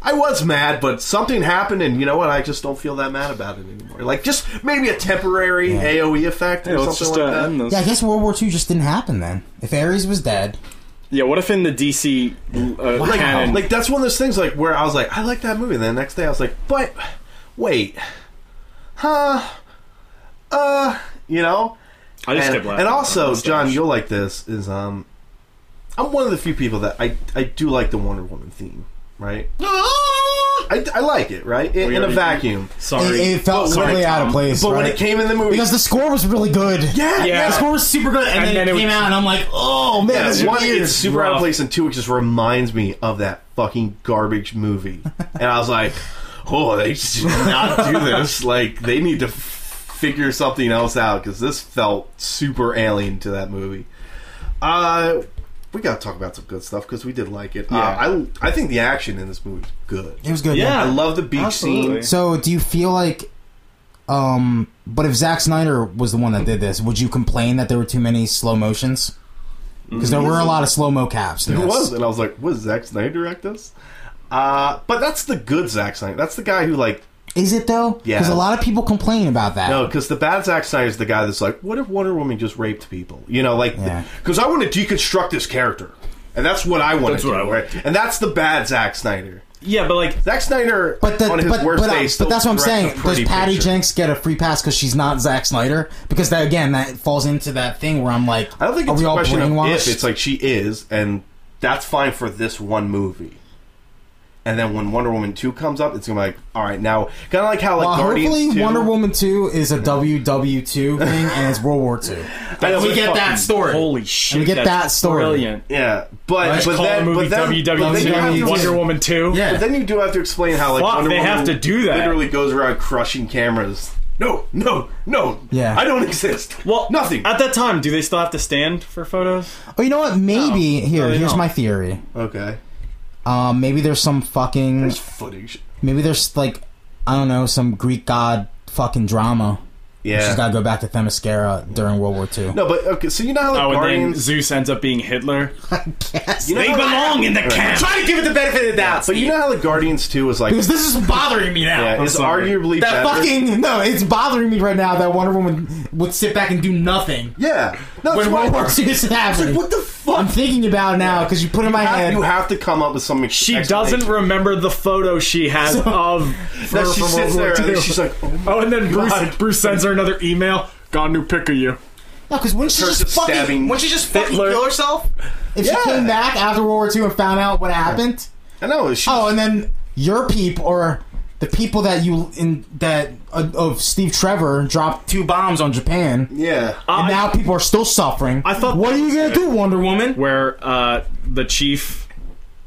Speaker 2: I was mad, but something happened, and you know what? I just don't feel that mad about it anymore. Like just maybe a temporary AOE effect
Speaker 1: Hey,
Speaker 2: or
Speaker 1: let's
Speaker 2: something
Speaker 1: just
Speaker 2: like
Speaker 1: uh,
Speaker 2: that.
Speaker 1: end this.
Speaker 3: Yeah, I guess World War II just didn't happen then. If Ares was dead,
Speaker 1: Yeah, what if in the DC uh,
Speaker 2: Like,
Speaker 1: canon,
Speaker 2: like that's one of those things like where I was like, I like that movie. And then the next day I was like, but wait, huh? Uh, you know.
Speaker 1: I just
Speaker 2: and,
Speaker 1: kept laughing.
Speaker 2: and
Speaker 1: at my
Speaker 2: also,
Speaker 1: mustache.
Speaker 2: John, you'll like this. Is um, I'm one of the few people that I I do like the Wonder Woman theme, right? I, I like it, right? In,
Speaker 1: We
Speaker 2: in a
Speaker 1: already-
Speaker 2: vacuum.
Speaker 1: sorry,
Speaker 3: it, it felt
Speaker 1: Sorry,
Speaker 3: really out of
Speaker 1: Tom.
Speaker 3: place.
Speaker 2: But when
Speaker 3: right?
Speaker 2: it came in the movie,
Speaker 3: because the score was really good.
Speaker 2: yeah,
Speaker 1: Yeah.
Speaker 2: yeah,
Speaker 3: The score was super good, and,
Speaker 1: And
Speaker 3: then,
Speaker 1: then
Speaker 3: it
Speaker 1: it
Speaker 3: came
Speaker 1: was-
Speaker 3: out, and I'm like, oh man,
Speaker 2: Yeah,
Speaker 3: this is
Speaker 2: one,
Speaker 3: weird.
Speaker 2: it's super out
Speaker 1: rough.
Speaker 2: of place, and two, it just reminds me of that fucking garbage movie. and I was like, oh, they should not do this. Like, they need to f- figure something else out because this felt super alien to that movie. Uh, we got to talk about some good stuff because we did like it. Uh, I I think the action in this movie is good.
Speaker 3: It was good.
Speaker 1: Yeah.
Speaker 2: I love the beach
Speaker 1: Absolutely.
Speaker 2: scene.
Speaker 3: So, do you feel like, um, but if Zack Snyder was the one that did this, would you complain that there were too many slow motions? Because there were a lot of slow mo caps. in
Speaker 2: It
Speaker 3: this.
Speaker 2: was, and I was like, "Was Zack Snyder direct this?" Uh, but that's the good Zack Snyder. That's the guy who like
Speaker 3: Is it though?
Speaker 2: Yeah.
Speaker 3: Because a lot of people complain about that.
Speaker 2: No, because the bad Zack Snyder is the guy that's like, what if Wonder Woman just raped people? You know, like,
Speaker 3: Yeah.
Speaker 2: because I want to deconstruct this character, and that's what I want to
Speaker 1: That's
Speaker 2: do,
Speaker 1: what I want
Speaker 2: right? And that's the bad Zack Snyder.
Speaker 1: Yeah, but like
Speaker 2: Zack Snyder,
Speaker 3: But, the,
Speaker 2: on his
Speaker 3: but,
Speaker 2: worst
Speaker 3: but, uh,
Speaker 2: day,
Speaker 3: but
Speaker 2: still
Speaker 3: that's what I'm
Speaker 2: directs
Speaker 3: saying.
Speaker 2: a
Speaker 3: Does
Speaker 2: pretty
Speaker 3: Patty
Speaker 2: picture.
Speaker 3: Jenks get a free pass because she's not Zack Snyder? Because that again, that falls into that thing where I'm like,
Speaker 2: I don't think
Speaker 3: are
Speaker 2: it's
Speaker 3: we
Speaker 2: a
Speaker 3: all
Speaker 2: question of
Speaker 3: brainwashed?
Speaker 2: if. It's like she is, and that's fine for this one movie. And then when Wonder Woman two comes up, it's gonna be like, all right, now kind of like how like
Speaker 3: well,
Speaker 2: Guardians
Speaker 3: hopefully
Speaker 2: 2,
Speaker 3: Wonder Woman 2 is a WW2 thing and it's World War 2.
Speaker 2: I know,
Speaker 3: we
Speaker 2: but
Speaker 3: get
Speaker 2: fuck-
Speaker 3: that story.
Speaker 1: Holy shit!
Speaker 3: get
Speaker 1: that's
Speaker 3: that story.
Speaker 1: Brilliant.
Speaker 2: Yeah, but
Speaker 3: Let's
Speaker 2: but
Speaker 1: Call
Speaker 2: then,
Speaker 1: the movie
Speaker 2: but then, but then you have
Speaker 1: WW2
Speaker 2: to-
Speaker 1: Wonder Woman Two.
Speaker 3: Yeah.
Speaker 2: But then you do have to explain how like
Speaker 1: Fuck,
Speaker 2: Wonder
Speaker 1: they
Speaker 2: Woman
Speaker 1: have to do that.
Speaker 2: Literally goes around crushing cameras. No, no, no.
Speaker 3: Yeah.
Speaker 2: I don't exist.
Speaker 1: Well,
Speaker 2: nothing.
Speaker 1: at that time. Do they still have to stand for photos?
Speaker 3: Oh, you know what? Maybe
Speaker 1: No,
Speaker 3: here.
Speaker 1: no, they
Speaker 3: here's
Speaker 1: don't.
Speaker 3: my theory.
Speaker 2: okay,
Speaker 3: Um, maybe there's some fucking.
Speaker 2: there's footage.
Speaker 3: Maybe there's like, I don't know, some Greek god fucking drama. She's
Speaker 2: Yeah.
Speaker 3: got to go back to Themyscira during World War II.
Speaker 2: No, but okay. So you know how like
Speaker 1: Oh, and then
Speaker 2: Guardians.
Speaker 1: Zeus ends up being Hitler.
Speaker 3: Yes.
Speaker 2: You know
Speaker 1: They
Speaker 2: how-
Speaker 1: belong in the camp.
Speaker 4: Try to give it the benefit of the doubt.
Speaker 2: But you know how like Guardians two was like
Speaker 3: Because this is bothering me now.
Speaker 2: yeah,
Speaker 1: I'm
Speaker 2: it's
Speaker 1: sorry.
Speaker 2: arguably
Speaker 3: that
Speaker 2: better.
Speaker 3: fucking no, it's bothering me right now that Wonder Woman would sit back and do nothing
Speaker 2: yeah. No, that's
Speaker 3: when
Speaker 2: why.
Speaker 3: World War II is happening.
Speaker 2: What the
Speaker 3: I'm
Speaker 2: fuck?
Speaker 3: thinking about it now because you put it in my
Speaker 2: You have-
Speaker 3: head.
Speaker 2: You have to come up with some. ex-
Speaker 1: She
Speaker 2: explanation.
Speaker 1: doesn't remember the photo she has of.
Speaker 2: No,
Speaker 1: her
Speaker 2: she
Speaker 1: from
Speaker 2: sits
Speaker 1: World War
Speaker 2: there and
Speaker 1: II.
Speaker 2: then she's like, oh, my
Speaker 1: Oh, and then Bruce,
Speaker 2: God.
Speaker 1: Bruce sends her another email. Got a new pic of you.
Speaker 3: no, because wouldn't she
Speaker 2: Her
Speaker 3: just,
Speaker 2: just
Speaker 3: fucking
Speaker 2: stabbing
Speaker 3: wouldn't she just fucking
Speaker 1: Hitler.
Speaker 3: kill herself if
Speaker 2: Yeah.
Speaker 3: she came back after World War II and found out what happened?
Speaker 2: I know. She,
Speaker 3: Oh, and then your peep or the people that you in that uh, of Steve Trevor dropped two bombs on Japan,
Speaker 2: yeah.
Speaker 3: and
Speaker 1: I-
Speaker 3: now people are still suffering.
Speaker 1: I thought
Speaker 3: what
Speaker 1: that
Speaker 3: are you
Speaker 1: was
Speaker 3: gonna
Speaker 1: it.
Speaker 3: do, Wonder Woman?
Speaker 1: Where uh, the chief,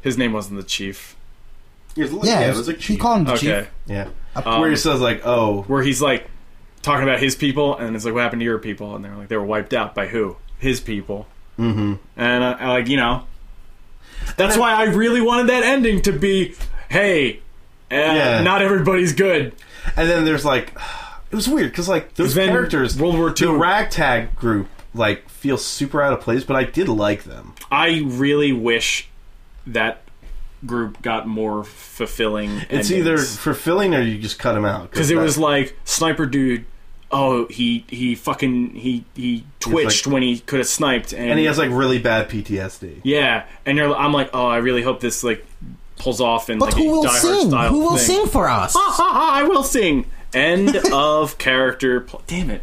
Speaker 1: his name wasn't the chief.
Speaker 2: It was,
Speaker 3: Yeah,
Speaker 2: yeah, it was like
Speaker 3: she
Speaker 2: cheap.
Speaker 3: called him the
Speaker 1: Okay,
Speaker 3: chief.
Speaker 2: yeah.
Speaker 1: Um,
Speaker 2: Where he says like, oh,
Speaker 1: where he's like talking about his people, and it's like, what happened to your people? And they're like, they were wiped out by who? His people. Mm-hmm. And I, I like, you know, that's why I really wanted that ending to be, hey, uh,
Speaker 2: Yeah.
Speaker 1: not everybody's good.
Speaker 2: And then there's like, it was weird because like those
Speaker 1: Then
Speaker 2: characters,
Speaker 1: World War
Speaker 2: the
Speaker 1: II.
Speaker 2: ragtag group, like feel super out of place, but I did like them.
Speaker 1: I really wish that group got more fulfilling.
Speaker 2: It's either fulfilling or you just cut them out
Speaker 1: because it
Speaker 2: that-
Speaker 1: was like sniper dude. Oh, he he fucking he he twitched when he could have sniped, and,
Speaker 2: and he has like really bad PTSD.
Speaker 1: yeah, and you're I'm like, oh, I really hope this like pulls off in like
Speaker 3: But who
Speaker 1: a
Speaker 3: will
Speaker 1: Die Hard
Speaker 3: sing?
Speaker 1: style
Speaker 3: Who will
Speaker 1: thing.
Speaker 3: sing for us?
Speaker 1: Ha ha ha! I will sing. End of character. Pl- Damn it!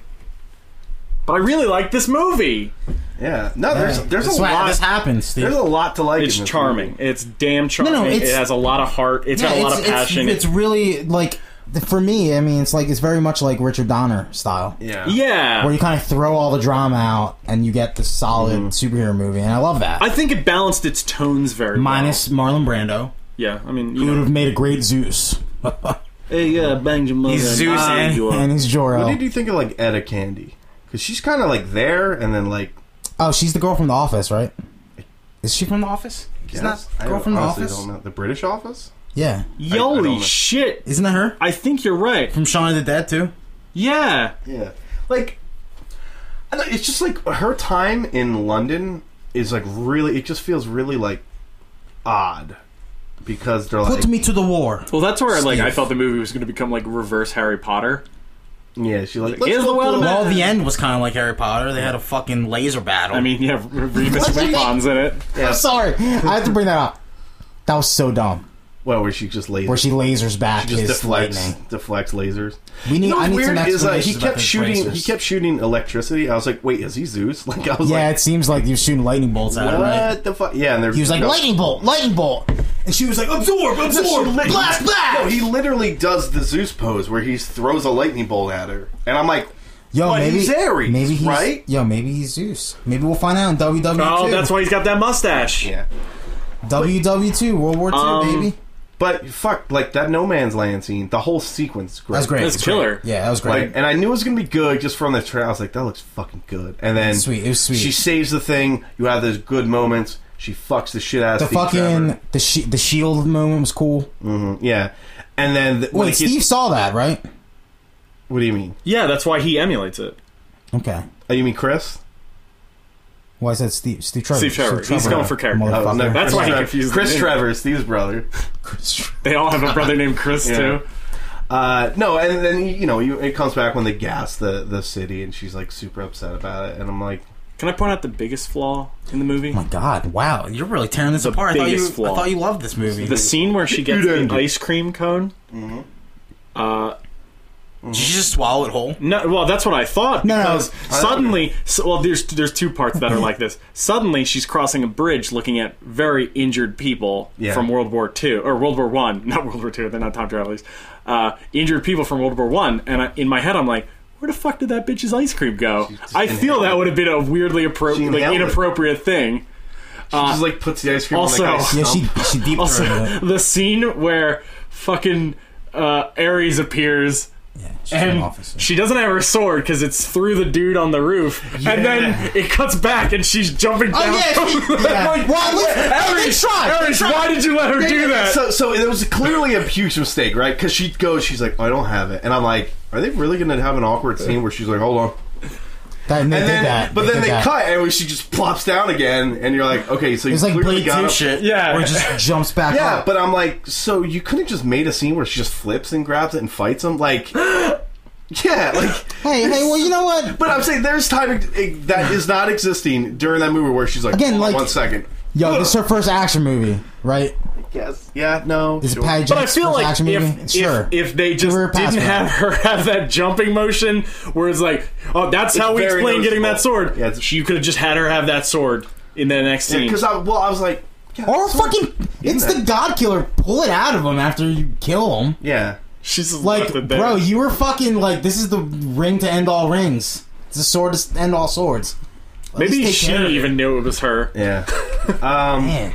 Speaker 1: But I really like this movie.
Speaker 2: Yeah, no, there's there's
Speaker 3: That's
Speaker 2: a
Speaker 3: why
Speaker 2: lot.
Speaker 3: This happens, Steve.
Speaker 2: there's a lot to like.
Speaker 1: It's
Speaker 2: in this
Speaker 1: charming.
Speaker 2: movie.
Speaker 1: It's damn charming.
Speaker 3: it's-
Speaker 1: it has a lot of heart. It's got a lot of passion.
Speaker 3: It's, really like for me. I mean, it's like it's very much like Richard Donner style,
Speaker 2: Yeah,
Speaker 1: yeah.
Speaker 3: where you kind of throw all the drama out and you get the solid superhero movie, and I love that.
Speaker 1: I think it balanced its tones very
Speaker 3: Minus Marlon Brando,
Speaker 1: well. Yeah, I mean,
Speaker 3: who
Speaker 1: you
Speaker 3: would have
Speaker 1: know,
Speaker 3: made a great Zeus,
Speaker 6: Hey, yeah, banged your mother.
Speaker 4: He's
Speaker 6: and
Speaker 4: Zeus
Speaker 6: banged
Speaker 4: and-
Speaker 6: your-
Speaker 3: and he's Jor
Speaker 2: What did you think of like Etta Candy? Because she's kind of like there, and then like
Speaker 3: Oh, she's the girl from The Office, right? Is she from The Office? She's not
Speaker 2: yes,
Speaker 3: the
Speaker 2: I
Speaker 3: girl from The
Speaker 2: honestly
Speaker 3: Office.
Speaker 2: Don't know. The British Office.
Speaker 3: Yeah,
Speaker 2: I- I
Speaker 1: holy
Speaker 2: don't know.
Speaker 1: shit!
Speaker 3: isn't that her
Speaker 1: I think you're right.
Speaker 3: from Shaun of the Dead too?
Speaker 1: Yeah,
Speaker 2: Yeah, like I don't, it's just like her time in London is like really. It just feels really like odd because they're like,
Speaker 3: Put me to the war.
Speaker 1: Well, that's where like I
Speaker 3: Steve.
Speaker 1: thought the movie was going to become like reverse Harry Potter.
Speaker 2: yeah, she like
Speaker 1: Is the world
Speaker 2: Let's
Speaker 1: a-
Speaker 3: Well, the end was kind of like Harry Potter. They had a fucking laser battle.
Speaker 1: I mean, yeah, Remus
Speaker 3: What's her
Speaker 1: Wipon's in it.
Speaker 2: Yeah.
Speaker 3: I'm sorry, I have to bring that up. That was so dumb.
Speaker 2: well, where she just lays,
Speaker 3: Where she lasers back
Speaker 2: just
Speaker 3: his
Speaker 2: deflects,
Speaker 3: lightning.
Speaker 2: deflects lasers.
Speaker 3: We need.
Speaker 2: You know
Speaker 3: I
Speaker 2: what's
Speaker 3: need
Speaker 2: weird
Speaker 3: some
Speaker 2: is like he
Speaker 3: explanations about
Speaker 2: kept
Speaker 3: those
Speaker 2: shooting,
Speaker 3: lasers.
Speaker 2: he kept shooting electricity. I was like, wait, is he Zeus? Like I was
Speaker 3: Yeah,
Speaker 2: like,
Speaker 3: it seems like he was shooting lightning bolts at
Speaker 2: what
Speaker 3: her. Right?
Speaker 2: the fuck? Yeah, and there's
Speaker 3: He was like
Speaker 2: no-
Speaker 3: lightning bolt, lightning bolt, and she was like absorb, absorb,
Speaker 2: She lit-
Speaker 3: blast, blast.
Speaker 2: No, he literally does the Zeus pose where he throws a lightning bolt at her, and I'm like,
Speaker 3: yo,
Speaker 2: but
Speaker 3: maybe
Speaker 2: he's Ares,
Speaker 3: maybe he's,
Speaker 2: right?
Speaker 3: Yo, maybe he's Zeus. Maybe we'll find out in WW2.
Speaker 1: Oh, that's why he's got that mustache.
Speaker 2: yeah.
Speaker 3: WW2 World War Two,
Speaker 1: Um,
Speaker 3: baby.
Speaker 2: But fuck, like that no man's land scene, the whole sequence, great.
Speaker 3: That was great.
Speaker 1: That's
Speaker 3: It was great.
Speaker 1: killer.
Speaker 3: Yeah, that was great.
Speaker 2: Like, and I knew it was gonna be good just from the trailer. I was like, that looks fucking good. And then
Speaker 3: Sweet, it was sweet.
Speaker 2: She saves the thing. You have those good moments. She fucks the shit out
Speaker 3: the
Speaker 2: of Steve
Speaker 3: fucking
Speaker 2: Trevor.
Speaker 3: the shi the shield moment was cool.
Speaker 2: Mhm, yeah. And then the, when
Speaker 3: Wait,
Speaker 2: it gets-
Speaker 3: Steve saw that, right?
Speaker 2: What do you mean?
Speaker 1: Yeah, that's why he emulates it.
Speaker 3: Okay.
Speaker 2: Oh, you mean Chris?
Speaker 3: Why is that Steve? Steve Trevor.
Speaker 1: Steve Trevor. He's going for character.
Speaker 2: Oh,
Speaker 3: Motherfucker.
Speaker 2: no,
Speaker 1: That's
Speaker 2: Chris
Speaker 1: why he
Speaker 2: Trevor.
Speaker 1: confused the
Speaker 2: Chris
Speaker 1: name.
Speaker 2: Trevor, Steve's brother.
Speaker 1: They all have a brother named Chris
Speaker 2: Yeah.
Speaker 1: too.
Speaker 2: Uh, no, and then you know you, it comes back when they gas the the city, and she's like super upset about it. And I'm like,
Speaker 1: Can I point out the biggest flaw in the movie?
Speaker 3: Oh my God! Wow, you're really tearing this apart. I thought you,
Speaker 1: biggest flaw.
Speaker 3: I thought you loved this movie.
Speaker 1: The scene where she gets
Speaker 2: It
Speaker 1: the
Speaker 2: ended.
Speaker 1: ice cream cone. Uh,
Speaker 3: Did you just swallow it whole?
Speaker 1: No, well, that's what I thought.
Speaker 3: No, no,
Speaker 1: because
Speaker 2: I-
Speaker 1: suddenly, so, well, there's there's two parts that are like this. Suddenly, she's crossing a bridge, looking at very injured people
Speaker 2: Yeah.
Speaker 1: from World War Two or World War One, not World War Two. They're not time travelers. Uh, injured people from World War One, and I, in my head, I'm like, where the fuck did that bitch's ice cream go?
Speaker 2: just
Speaker 1: I feel
Speaker 2: inhaled
Speaker 1: that would have been a weirdly
Speaker 2: She
Speaker 1: appropriate, like,
Speaker 2: inhaled it.
Speaker 1: inappropriate thing.
Speaker 2: She just like puts the ice cream
Speaker 1: Uh, also-
Speaker 2: on the guy's
Speaker 1: Yeah,
Speaker 3: Yeah,
Speaker 2: stump.
Speaker 3: she she deep
Speaker 1: Also,
Speaker 3: throated
Speaker 1: the scene where fucking uh, Ares appears
Speaker 3: it. She's an
Speaker 1: and
Speaker 3: officer.
Speaker 1: she doesn't have her sword because it's through the dude on the roof, and then it cuts back and she's jumping down.
Speaker 3: Oh yeah, she,
Speaker 1: from-
Speaker 3: yeah. Well, listen, they tried.
Speaker 1: Ares,
Speaker 3: They tried.
Speaker 1: why did you let her do that?
Speaker 2: So, so it was clearly a huge mistake, right? Because she goes, she's like, I don't have it, and I'm like, are they really going to have an awkward scene where she's like, hold on,
Speaker 3: That- and they
Speaker 2: and
Speaker 3: did
Speaker 2: then,
Speaker 3: that.
Speaker 2: but then
Speaker 3: did
Speaker 2: they
Speaker 3: that.
Speaker 2: cut, and she just plops down again, and you're like, okay, so you
Speaker 3: It's like
Speaker 2: clearly
Speaker 3: Blade
Speaker 2: got
Speaker 3: Two
Speaker 2: a-
Speaker 3: shit.
Speaker 1: Yeah.
Speaker 3: where it just jumps back.
Speaker 2: Yeah,
Speaker 3: up.
Speaker 2: but I'm like, so you couldn't just made a scene where she just flips and grabs it and fights him, like, yeah, like.
Speaker 3: hey, hey, well, you know what?
Speaker 2: But I'm saying there's time that is not existing during that movie where she's like,
Speaker 3: Again,
Speaker 2: "Hold on
Speaker 3: like-
Speaker 2: one second,
Speaker 3: Yo, this is her first action movie, right?
Speaker 2: yes, yeah, no,
Speaker 3: Is it
Speaker 2: sure.
Speaker 3: Patty Jenkins'
Speaker 1: but I feel
Speaker 3: first
Speaker 1: like
Speaker 3: action movie?
Speaker 1: if,
Speaker 3: sure.
Speaker 1: if if they just
Speaker 3: Give her a pass
Speaker 1: didn't
Speaker 3: for
Speaker 1: have
Speaker 3: that.
Speaker 1: her have that jumping motion where it's like, oh, that's how we
Speaker 2: very
Speaker 1: explain getting that
Speaker 2: noticeable.
Speaker 1: sword.
Speaker 2: Yeah, it's-
Speaker 1: she could have just had her have that sword in the next scene.
Speaker 2: because I well I was like, yeah,
Speaker 3: or
Speaker 2: sort of-
Speaker 3: fucking, it's
Speaker 2: that.
Speaker 3: the God Killer. Pull it out of him after you kill him.
Speaker 2: yeah,
Speaker 1: she's just
Speaker 3: Like,
Speaker 1: left it there.
Speaker 3: bro, you were fucking like, this is the ring to end all rings. It's the sword to end all swords. At least
Speaker 1: Maybe
Speaker 3: take
Speaker 1: she
Speaker 3: care of it.
Speaker 1: even knew it was her.
Speaker 2: yeah. Um,
Speaker 3: Man.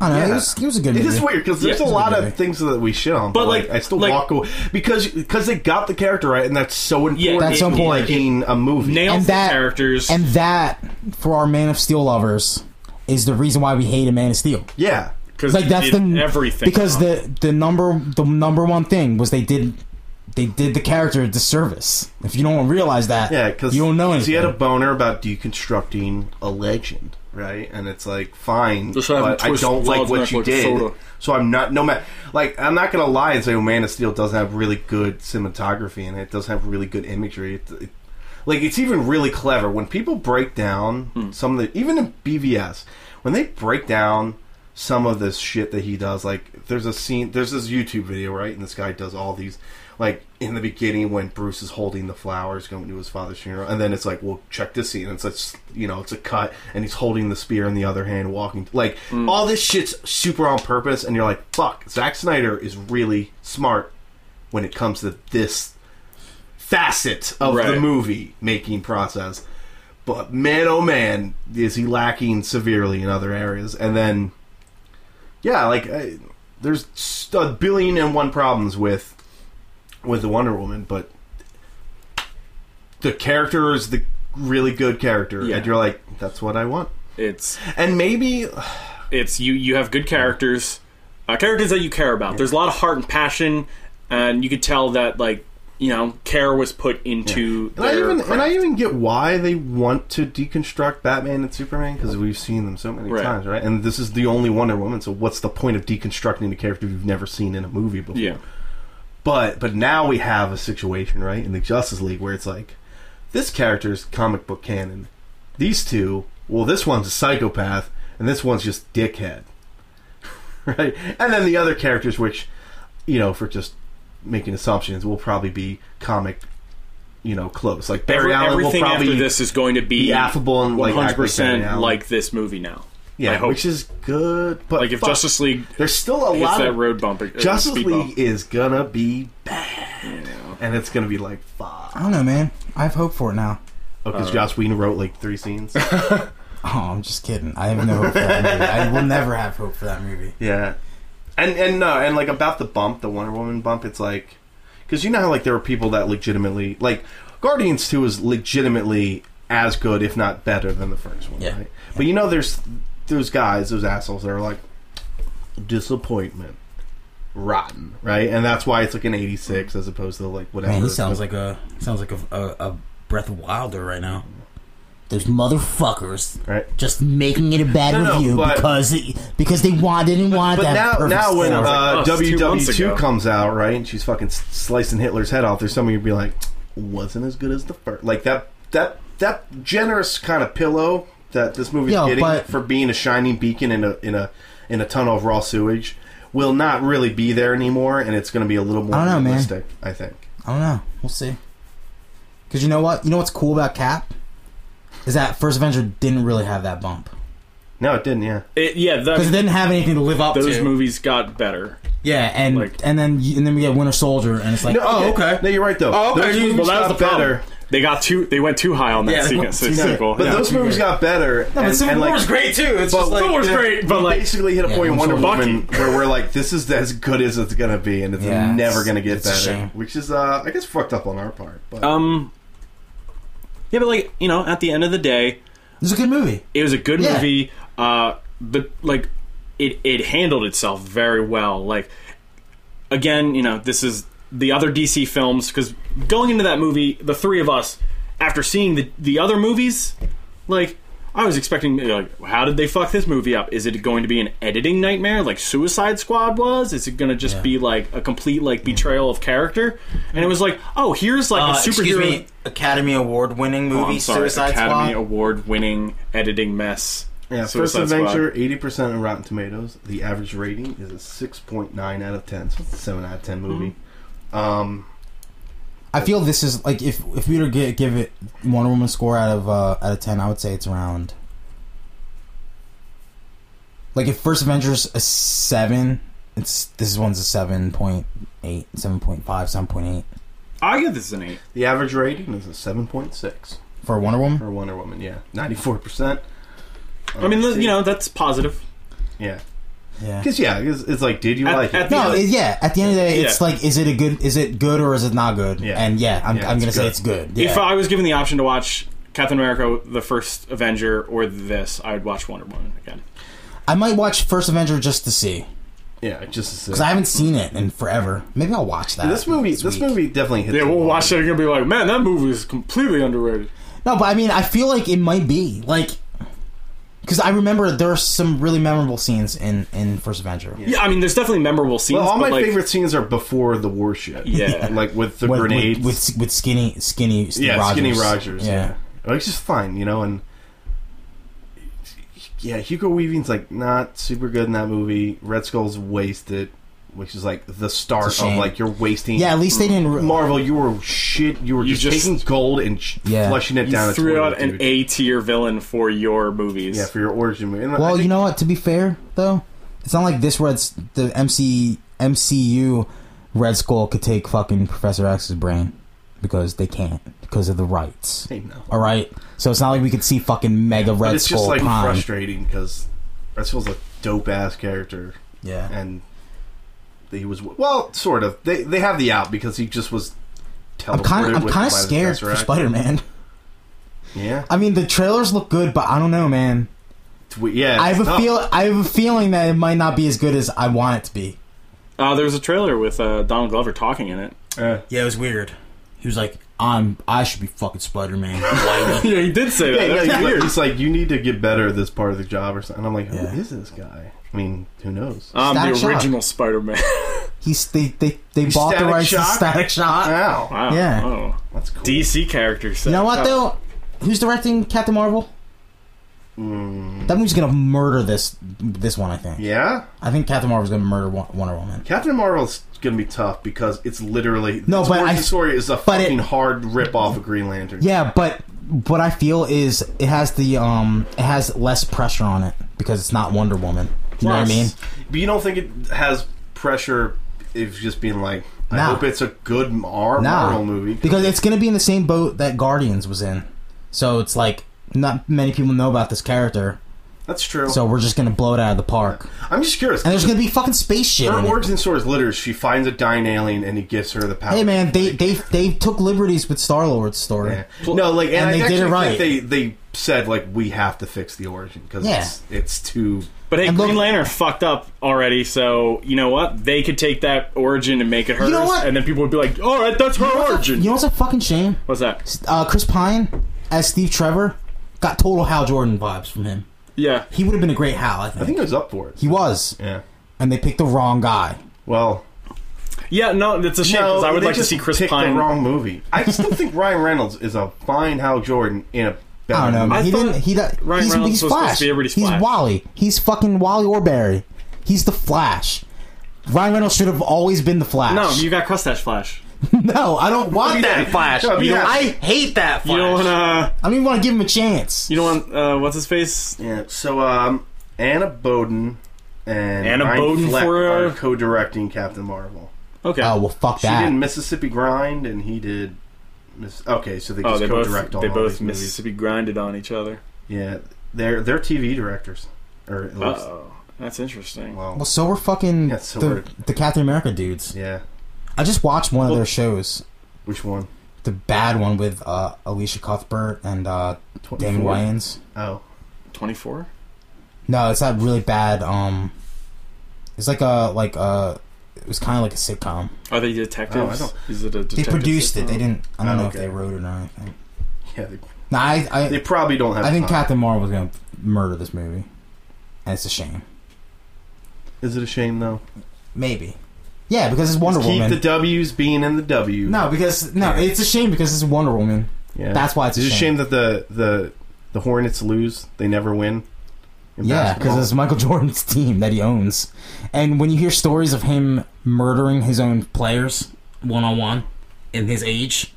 Speaker 3: I don't know.
Speaker 2: Yeah.
Speaker 3: It, was, it was a good
Speaker 2: It
Speaker 3: movie.
Speaker 2: is weird because there's
Speaker 1: Yeah.
Speaker 2: a lot
Speaker 3: Okay.
Speaker 2: of things that we shit on, but,
Speaker 1: But,
Speaker 2: like,
Speaker 1: like-
Speaker 2: I still
Speaker 1: like-
Speaker 2: walk away because because they got the character right, and that's so important.
Speaker 1: That's
Speaker 3: so
Speaker 2: in
Speaker 3: important.
Speaker 2: making a movie.
Speaker 1: Nails
Speaker 3: And
Speaker 1: the
Speaker 3: that-
Speaker 1: characters.
Speaker 3: And that, for our Man of Steel lovers, is the reason why we hated Man of Steel.
Speaker 2: yeah,
Speaker 1: because
Speaker 3: Like that's the
Speaker 1: everything
Speaker 3: because
Speaker 1: wrong.
Speaker 3: the the number the number one thing was they did they did the character a disservice. If you don't realize that,
Speaker 2: yeah, because
Speaker 3: you don't know anything.
Speaker 2: He had a boner about deconstructing a legend, right? And it's like, fine,
Speaker 1: Just have him
Speaker 2: but I
Speaker 1: twist
Speaker 2: don't like
Speaker 1: Zod's
Speaker 2: what
Speaker 1: neck
Speaker 2: you
Speaker 1: like a
Speaker 2: did.
Speaker 1: soda.
Speaker 2: So I'm not no matter like I'm not gonna lie and say, oh, Man of Steel doesn't have really good cinematography and it. it doesn't have really good imagery. It, it, like it's even really clever when people break down some of the even in BVS when they break down some of this shit that he does. Like there's a scene, there's this YouTube video right, and this guy does all these. Like in the beginning, when Bruce is holding the flowers going to his father's funeral, and then it's like, well, check this scene. And it's like, you know, it's a cut, and he's holding the spear in the other hand, walking. Like all this shit's super on purpose, and you're like, fuck, Zack Snyder is really smart when it comes to this facet of the
Speaker 1: Right.
Speaker 2: movie making process. But man, oh man, is he lacking severely in other areas? And then, yeah, like I, there's s- a billion and one problems with with the Wonder Woman, but the character is the really good character,
Speaker 1: Yeah.
Speaker 2: and you're like, that's what I want.
Speaker 1: it's
Speaker 2: And maybe
Speaker 1: it's you you have good characters uh, characters that you care about there's a lot of heart and passion and you could tell that like you know care was put into
Speaker 2: And I
Speaker 1: their
Speaker 2: even and
Speaker 1: craft.
Speaker 2: I even get why they want to deconstruct Batman and Superman because we've seen them so many
Speaker 1: Right.
Speaker 2: times, right? And this is the only Wonder Woman, so what's the point of deconstructing a character you've never seen in a movie before?
Speaker 1: yeah
Speaker 2: But but now we have a situation, right, in the Justice League where it's like this character's comic book canon. These two, well, this one's a psychopath and this one's just dickhead, right? And then the other characters, which you know, for just making assumptions, will probably be comic. You know, close like Barry
Speaker 1: Every-
Speaker 2: Allen will
Speaker 1: everything
Speaker 2: probably
Speaker 1: after this is going to be
Speaker 2: be affable and like
Speaker 1: 100
Speaker 2: 100
Speaker 1: percent like this movie now
Speaker 2: yeah,
Speaker 1: I hope.
Speaker 2: which is good. But
Speaker 1: like if
Speaker 2: fuck,
Speaker 1: Justice League
Speaker 2: there's still a
Speaker 1: hits
Speaker 2: lot
Speaker 1: that
Speaker 2: of
Speaker 1: road bump it- it-
Speaker 2: Justice
Speaker 1: speed bump.
Speaker 2: League is gonna be bad, and it's gonna be like fuck.
Speaker 3: I don't know, man. I have hope for it now.
Speaker 2: Because
Speaker 9: Uh,
Speaker 2: Josh Whedon wrote like three scenes.
Speaker 3: Oh, I'm just kidding. I have no hope for that movie. I will never have hope for that movie.
Speaker 2: yeah, and and no, and like about the bump, the Wonder Woman bump. It's like because you know how like there were people that legitimately like Guardians Two is legitimately as good, if not better, than the first one.
Speaker 3: Yeah.
Speaker 2: Right? But you know, there's those guys, those assholes that are like disappointment, rotten, right? And that's why it's like an '86 as opposed to like whatever.
Speaker 9: Man, he sounds like a sounds like a, a, a Breath of Wilder right now.
Speaker 3: Those motherfuckers
Speaker 2: right.
Speaker 3: just making it a bad
Speaker 2: No, no,
Speaker 3: review
Speaker 2: but-
Speaker 3: because it, because they want, didn't want
Speaker 2: But
Speaker 3: that.
Speaker 2: now,
Speaker 3: perfect
Speaker 2: now when
Speaker 3: score.
Speaker 2: uh,
Speaker 1: us two months
Speaker 2: WW2
Speaker 1: ago.
Speaker 2: comes out, right, and she's fucking s- slicing Hitler's head off, there's something you'd be like, wasn't as good as the first. Like that, that, that generous kind of pillow that this movie's
Speaker 3: Yeah,
Speaker 2: getting
Speaker 3: but-
Speaker 2: for being a shining beacon in a in a in a tunnel of raw sewage will not really be there anymore, and it's going to be a little more
Speaker 3: I don't know, man.
Speaker 2: realistic. I think.
Speaker 3: I don't know. We'll see. Because you know what? You know what's cool about Cap is that First Avenger didn't really have that bump
Speaker 2: No, it didn't. Yeah,
Speaker 1: It, yeah, that,
Speaker 3: because it didn't have anything to live up
Speaker 1: those
Speaker 3: to.
Speaker 1: movies got better.
Speaker 3: yeah, and
Speaker 1: like-
Speaker 3: and then you- and then we get Winter Soldier, and it's like,
Speaker 2: No,
Speaker 3: oh okay,
Speaker 2: No, you're right though.
Speaker 3: Oh, okay.
Speaker 2: Those movies
Speaker 1: Well, that was
Speaker 2: got
Speaker 1: the better.
Speaker 2: better.
Speaker 1: They got too. They went too high on
Speaker 3: Yeah,
Speaker 1: that
Speaker 3: they
Speaker 1: sequel.
Speaker 3: went
Speaker 1: sequel.
Speaker 3: too-
Speaker 2: But
Speaker 1: yeah.
Speaker 2: those movies got better.
Speaker 3: No, but
Speaker 2: and,
Speaker 3: Civil
Speaker 2: and,
Speaker 3: War
Speaker 2: like,
Speaker 3: was great too. It's
Speaker 2: but
Speaker 3: just like
Speaker 1: Civil War's
Speaker 2: yeah,
Speaker 1: great, but
Speaker 2: we
Speaker 1: like
Speaker 2: basically hit a
Speaker 3: Yeah,
Speaker 2: point in
Speaker 3: Winter
Speaker 2: Wonder
Speaker 1: Soldier.
Speaker 2: Woman where we're like, this is as good as it's gonna be, and it's
Speaker 3: Yeah,
Speaker 2: never
Speaker 3: it's-
Speaker 2: gonna get
Speaker 3: it's a
Speaker 2: better.
Speaker 3: shame.
Speaker 2: Which is, uh, I guess, fucked up on our part. But
Speaker 1: um, yeah, but like you know, at the end of the day,
Speaker 3: it's a good movie.
Speaker 1: it was a good
Speaker 3: Yeah.
Speaker 1: movie. Uh, the like it it handled itself very well. Like again, you know, this is the other DC films because going into that movie, the three of us after seeing the the other movies, like. I was expecting, you know, like, how did they fuck this movie up? Is it going to be an editing nightmare like Suicide Squad was? Is it going to just
Speaker 3: Yeah.
Speaker 1: be like a complete like betrayal of character? And it was like, oh, here's like
Speaker 3: Uh,
Speaker 1: a superhero.
Speaker 3: excuse me, Academy Award winning
Speaker 1: Oh,
Speaker 3: movie,
Speaker 1: I'm sorry,
Speaker 3: Suicide
Speaker 1: Academy
Speaker 3: Squad.
Speaker 1: Award winning editing mess.
Speaker 2: yeah, First
Speaker 1: Suicide
Speaker 2: Adventure, eighty percent on Rotten Tomatoes. The average rating is a six point nine out of ten. So it's a seven out of ten movie.
Speaker 3: Mm-hmm.
Speaker 2: Um,
Speaker 3: I feel this is like if if we were to gi- give it Wonder Woman score out of uh, out of ten, I would say it's around. Like if First Avengers a seven, it's this one's a 7.8, 7.5, 7.8
Speaker 1: I give this an eight.
Speaker 2: the average rating is a seven point six
Speaker 3: for Wonder Woman.
Speaker 2: for Wonder Woman. Yeah, ninety four percent.
Speaker 1: I mean, you know, that's positive.
Speaker 2: yeah,
Speaker 3: Yeah.
Speaker 2: because yeah, 'cause it's like, did you
Speaker 1: At-
Speaker 2: like
Speaker 1: at
Speaker 2: it?
Speaker 1: the-
Speaker 3: No, it, yeah. At the end of the day, it's
Speaker 1: Yeah.
Speaker 3: like, is it a good? Is it good or is it not good?
Speaker 2: Yeah.
Speaker 3: And yeah, I'm,
Speaker 2: Yeah,
Speaker 3: I'm
Speaker 2: it's
Speaker 3: gonna say
Speaker 2: good.
Speaker 3: it's good.
Speaker 1: If
Speaker 3: Yeah.
Speaker 1: I was given the option to watch Captain America, the first Avenger, or this, I would watch Wonder Woman again.
Speaker 3: I might watch First Avenger just to see
Speaker 2: yeah, just a
Speaker 3: because I haven't seen it in forever. Maybe I'll watch that.
Speaker 2: this movie. This
Speaker 3: week.
Speaker 2: movie definitely hits.
Speaker 1: Yeah,
Speaker 2: the
Speaker 1: we'll
Speaker 2: mark.
Speaker 1: watch it and be like, man, that movie is completely underrated.
Speaker 3: No, but I mean, I feel like it might be like because I remember there are some really memorable scenes in in First Avenger.
Speaker 1: Yeah, I mean, there's definitely memorable scenes.
Speaker 2: Well, all
Speaker 1: but
Speaker 2: my
Speaker 1: like,
Speaker 2: favorite scenes are before the war shit.
Speaker 1: Yeah.
Speaker 2: like with the
Speaker 3: With,
Speaker 2: grenades.
Speaker 3: with, with with skinny skinny
Speaker 2: yeah,
Speaker 3: Rogers.
Speaker 2: Skinny Rogers.
Speaker 3: Yeah.
Speaker 2: Yeah, Like, it's just fine, you know. And yeah, Hugo Weaving's like not super good in that movie. Red Skull's wasted, which is like the
Speaker 3: It's
Speaker 2: start
Speaker 3: a shame.
Speaker 2: of like you're wasting.
Speaker 3: yeah. At least they didn't. Re-
Speaker 2: Marvel, you were shit. You were
Speaker 1: You
Speaker 2: just,
Speaker 1: just-
Speaker 2: taking gold and sh-
Speaker 3: Yeah.
Speaker 2: flushing it
Speaker 1: you
Speaker 2: down. a
Speaker 1: threw
Speaker 2: toilet,
Speaker 1: out an
Speaker 2: dude.
Speaker 1: A tier villain for your movies.
Speaker 2: Yeah, for your origin movie. And I
Speaker 3: well,
Speaker 2: think-
Speaker 3: you know what? To be fair, though, it's not like this where it's the MC MCU Red Skull could take fucking Professor X's brain because they can't because of the rights.
Speaker 2: Hey, no.
Speaker 3: All right, so it's not like we could see fucking Mega Red
Speaker 2: but it's
Speaker 3: Skull
Speaker 2: just like
Speaker 3: Prime.
Speaker 2: frustrating because Red Skull's a dope ass character.
Speaker 3: Yeah.
Speaker 2: and he was well, sort of. They they have the out because he just was.
Speaker 3: I'm kind
Speaker 2: teleported
Speaker 3: of I'm
Speaker 2: with-
Speaker 3: kind
Speaker 2: by
Speaker 3: of
Speaker 2: the
Speaker 3: scared for
Speaker 2: Tesseract.
Speaker 3: Spider Man.
Speaker 2: Yeah,
Speaker 3: I mean, the trailers look good, but I don't know, man.
Speaker 2: It's we- yeah.
Speaker 3: I
Speaker 2: it's
Speaker 3: have a
Speaker 2: tough.
Speaker 3: feel. I have a feeling that it might not be as good as I want it to be.
Speaker 1: Uh, there was a trailer with uh, Donald Glover talking in it.
Speaker 2: Uh,
Speaker 3: Yeah, it was weird. He was like, "I'm. I should be fucking Spider Man."
Speaker 1: yeah, he did say
Speaker 2: yeah,
Speaker 1: that.
Speaker 2: yeah,
Speaker 1: That's
Speaker 2: he's like-
Speaker 1: weird.
Speaker 2: He's like, you need to get better at this part of the job or something. And I'm like, who is
Speaker 3: Yeah.
Speaker 2: this guy? I mean, who knows?
Speaker 1: I'm
Speaker 3: Static
Speaker 1: Um, the
Speaker 3: Shock.
Speaker 1: original Spider Man.
Speaker 3: He's they they they bought the
Speaker 2: Static
Speaker 3: rights to
Speaker 2: Shock?
Speaker 3: Static Shock.
Speaker 2: wow,
Speaker 1: wow.
Speaker 3: Yeah.
Speaker 1: Oh.
Speaker 2: that's cool.
Speaker 1: DC characters.
Speaker 3: You know what though? Who's directing Captain Marvel?
Speaker 2: Mm,
Speaker 3: That movie's gonna murder this this one. I think.
Speaker 2: yeah,
Speaker 3: I think Captain Marvel's gonna murder Wo- Wonder Woman.
Speaker 2: Captain Marvel's gonna be tough because it's literally
Speaker 3: No,
Speaker 2: its
Speaker 3: but I-
Speaker 2: origin story is a
Speaker 3: but it-
Speaker 2: fucking hard rip off of Green Lantern.
Speaker 3: Yeah, but what I feel is it has the um it has less pressure on it because it's not Wonder Woman. You know what I mean?
Speaker 2: But you don't think it has pressure if just being like, I
Speaker 3: Nah.
Speaker 2: hope it's a good Mar-
Speaker 3: Nah.
Speaker 2: Marvel movie.
Speaker 3: Because it's gonna be in the same boat that Guardians was in. So it's like not many people know about this character.
Speaker 2: That's true.
Speaker 3: So we're just gonna blow it out of the park.
Speaker 2: I'm just curious.
Speaker 3: And there's gonna be fucking space shit.
Speaker 2: her
Speaker 3: in it.
Speaker 2: origin story is literally she finds a dying alien and he gives her the power.
Speaker 3: Hey man, they they they took liberties with Star Lord's story.
Speaker 2: Yeah. No, like, and,
Speaker 3: And
Speaker 2: I
Speaker 3: they did
Speaker 2: actually
Speaker 3: it right.
Speaker 2: think they they said like we have to fix the origin because
Speaker 3: Yeah.
Speaker 2: it's, it's too.
Speaker 1: But hey,
Speaker 3: And
Speaker 1: Green
Speaker 3: look-
Speaker 1: Lantern fucked up already, so you know what? They could take that origin and make it hers,
Speaker 3: know what?
Speaker 1: and then people would be like, "All right, that's her origin."
Speaker 3: You know what's a fucking shame?
Speaker 1: What's that?
Speaker 3: Uh, Chris Pine as Steve Trevor got total Hal Jordan vibes from him.
Speaker 1: Yeah,
Speaker 3: He would have been a great Hal, I think.
Speaker 2: I think it was up for it.
Speaker 3: he was,
Speaker 2: Yeah.
Speaker 3: and they picked the wrong guy.
Speaker 2: Well,
Speaker 1: yeah. No, that's a shame because I would
Speaker 2: they
Speaker 1: like to
Speaker 2: just
Speaker 1: see Chris
Speaker 2: picked
Speaker 1: Pine.
Speaker 2: The wrong movie. I still think Ryan Reynolds is a fine Hal Jordan in a. Better
Speaker 3: I don't know.
Speaker 2: movie.
Speaker 3: Man. he
Speaker 1: thought
Speaker 3: didn't. He did
Speaker 1: Ryan
Speaker 3: he's,
Speaker 1: Reynolds
Speaker 3: he's
Speaker 1: was supposed
Speaker 3: Flash.
Speaker 1: to be everybody's
Speaker 3: he's
Speaker 1: Flash.
Speaker 3: Wally. He's fucking Wally Orberry. He's the Flash. Ryan Reynolds should have always been the Flash.
Speaker 1: no, you got Mustache Flash.
Speaker 3: No, I don't want that Flash.
Speaker 2: No,
Speaker 3: You
Speaker 2: yeah.
Speaker 3: know, I hate that Flash.
Speaker 1: You don't want to.
Speaker 3: I don't even want to give him a chance.
Speaker 1: You don't want uh, what's his face?
Speaker 2: Yeah. So um, Anna Boden and
Speaker 1: Anna
Speaker 2: Ryan
Speaker 1: Boden
Speaker 2: Fleck
Speaker 1: for, uh,
Speaker 2: are co-directing Captain Marvel.
Speaker 1: Okay.
Speaker 3: Oh well, fuck
Speaker 2: She
Speaker 3: that.
Speaker 2: did Mississippi Grind, and he did. Miss- okay, so they
Speaker 1: oh,
Speaker 2: just
Speaker 1: they
Speaker 2: co-direct
Speaker 1: both
Speaker 2: on
Speaker 1: they
Speaker 2: all
Speaker 1: both
Speaker 2: these movies.
Speaker 1: Mississippi grinded on each other.
Speaker 2: Yeah, they're they're TV directors, or at least
Speaker 1: Oh, that's interesting.
Speaker 2: well,
Speaker 3: Well, so we're fucking
Speaker 2: Yeah, so
Speaker 3: the,
Speaker 2: we're-
Speaker 3: the Captain America dudes.
Speaker 2: yeah.
Speaker 3: I just watched one of
Speaker 1: Well-
Speaker 3: their shows,
Speaker 2: Which one?
Speaker 3: the bad one with uh, Alicia Cuthbert and uh, Damon
Speaker 2: 24?
Speaker 3: Wayans.
Speaker 2: Oh,
Speaker 1: Twenty four.
Speaker 3: No, it's that really bad. Um, it's like a like a. It was kind of like a sitcom.
Speaker 1: Are they detectives?
Speaker 2: Oh, I don't-
Speaker 1: Is it a
Speaker 3: They
Speaker 1: detective
Speaker 3: produced it.
Speaker 1: system?
Speaker 3: They didn't. I don't
Speaker 2: Oh,
Speaker 3: know
Speaker 2: okay.
Speaker 3: if they wrote it or anything.
Speaker 2: yeah. They,
Speaker 3: No, I I,
Speaker 2: they probably don't have.
Speaker 3: I think
Speaker 2: time.
Speaker 3: Captain Marvel was gonna murder this movie, and it's a shame.
Speaker 2: Is it a shame though?
Speaker 3: Maybe. Yeah, because it's Wonder
Speaker 2: Just keep
Speaker 3: Woman.
Speaker 2: the W's being in the W.
Speaker 3: no, because no, it's a shame because it's Wonder Woman.
Speaker 2: yeah.
Speaker 3: That's why it's a
Speaker 2: It's a
Speaker 3: shame.
Speaker 2: shame that the the the Hornets lose. They never win. in
Speaker 3: Yeah,
Speaker 2: basketball.
Speaker 3: because it's Michael Jordan's team that he owns, and when you hear stories of him murdering his own players one on one in his age,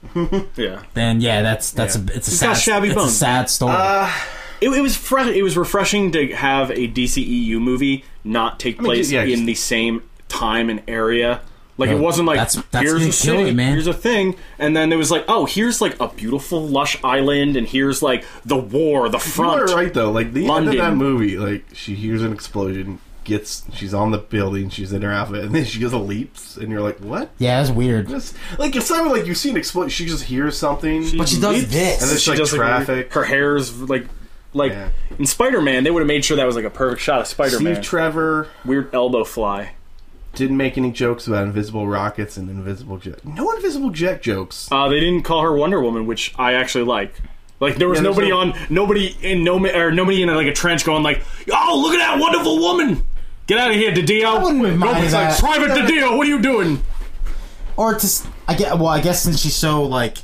Speaker 1: Yeah.
Speaker 3: then yeah, that's that's
Speaker 2: Yeah.
Speaker 3: a it's a
Speaker 1: He's
Speaker 3: sad
Speaker 1: got shabby
Speaker 3: it's a
Speaker 1: bones.
Speaker 3: sad story.
Speaker 2: Uh,
Speaker 1: It, it was fresh. It was refreshing to have a DCEU movie not take
Speaker 2: mean,
Speaker 1: place
Speaker 2: yeah, just-
Speaker 1: in the same time and area. Like it
Speaker 3: Yeah,
Speaker 1: wasn't like
Speaker 3: that's- that's
Speaker 1: here's
Speaker 3: gonna
Speaker 1: a
Speaker 3: kill
Speaker 1: city,
Speaker 3: it, man.
Speaker 1: here's a thing, and then it was like, oh, here's like a beautiful lush island, and here's like the war, the
Speaker 2: You
Speaker 1: front.
Speaker 2: are right though. Like the end
Speaker 1: London.
Speaker 2: of that movie, like she hears an explosion, gets she's on the building, she's in her outfit, and then she goes leaps, and you're like, what?
Speaker 3: yeah, that's weird.
Speaker 2: Just like it's not even like you see an explosion. She just hears something,
Speaker 3: But she does this.
Speaker 2: and it's
Speaker 1: She
Speaker 2: like
Speaker 1: does
Speaker 2: traffic.
Speaker 1: Like, her hair's like. Like
Speaker 2: Yeah.
Speaker 1: in Spider Man, they would have made sure that was like a perfect shot of Spider Man.
Speaker 2: Steve Trevor
Speaker 1: Weird elbow fly.
Speaker 2: didn't make any jokes about invisible rockets and invisible jet. No invisible jet jokes.
Speaker 1: Uh, they didn't call her Wonder Woman, which I actually like. Like there was
Speaker 2: Yeah, there's
Speaker 1: nobody
Speaker 2: no-
Speaker 1: on, nobody in no ma- or nobody in like a trench going like, "Oh, look at that wonderful woman! Get out of here, Didio!
Speaker 3: I wouldn't have minded
Speaker 1: Nobody's
Speaker 3: that.
Speaker 1: like Private Didio, what are you doing?"
Speaker 3: Or it's just I get well, I guess since she's so like.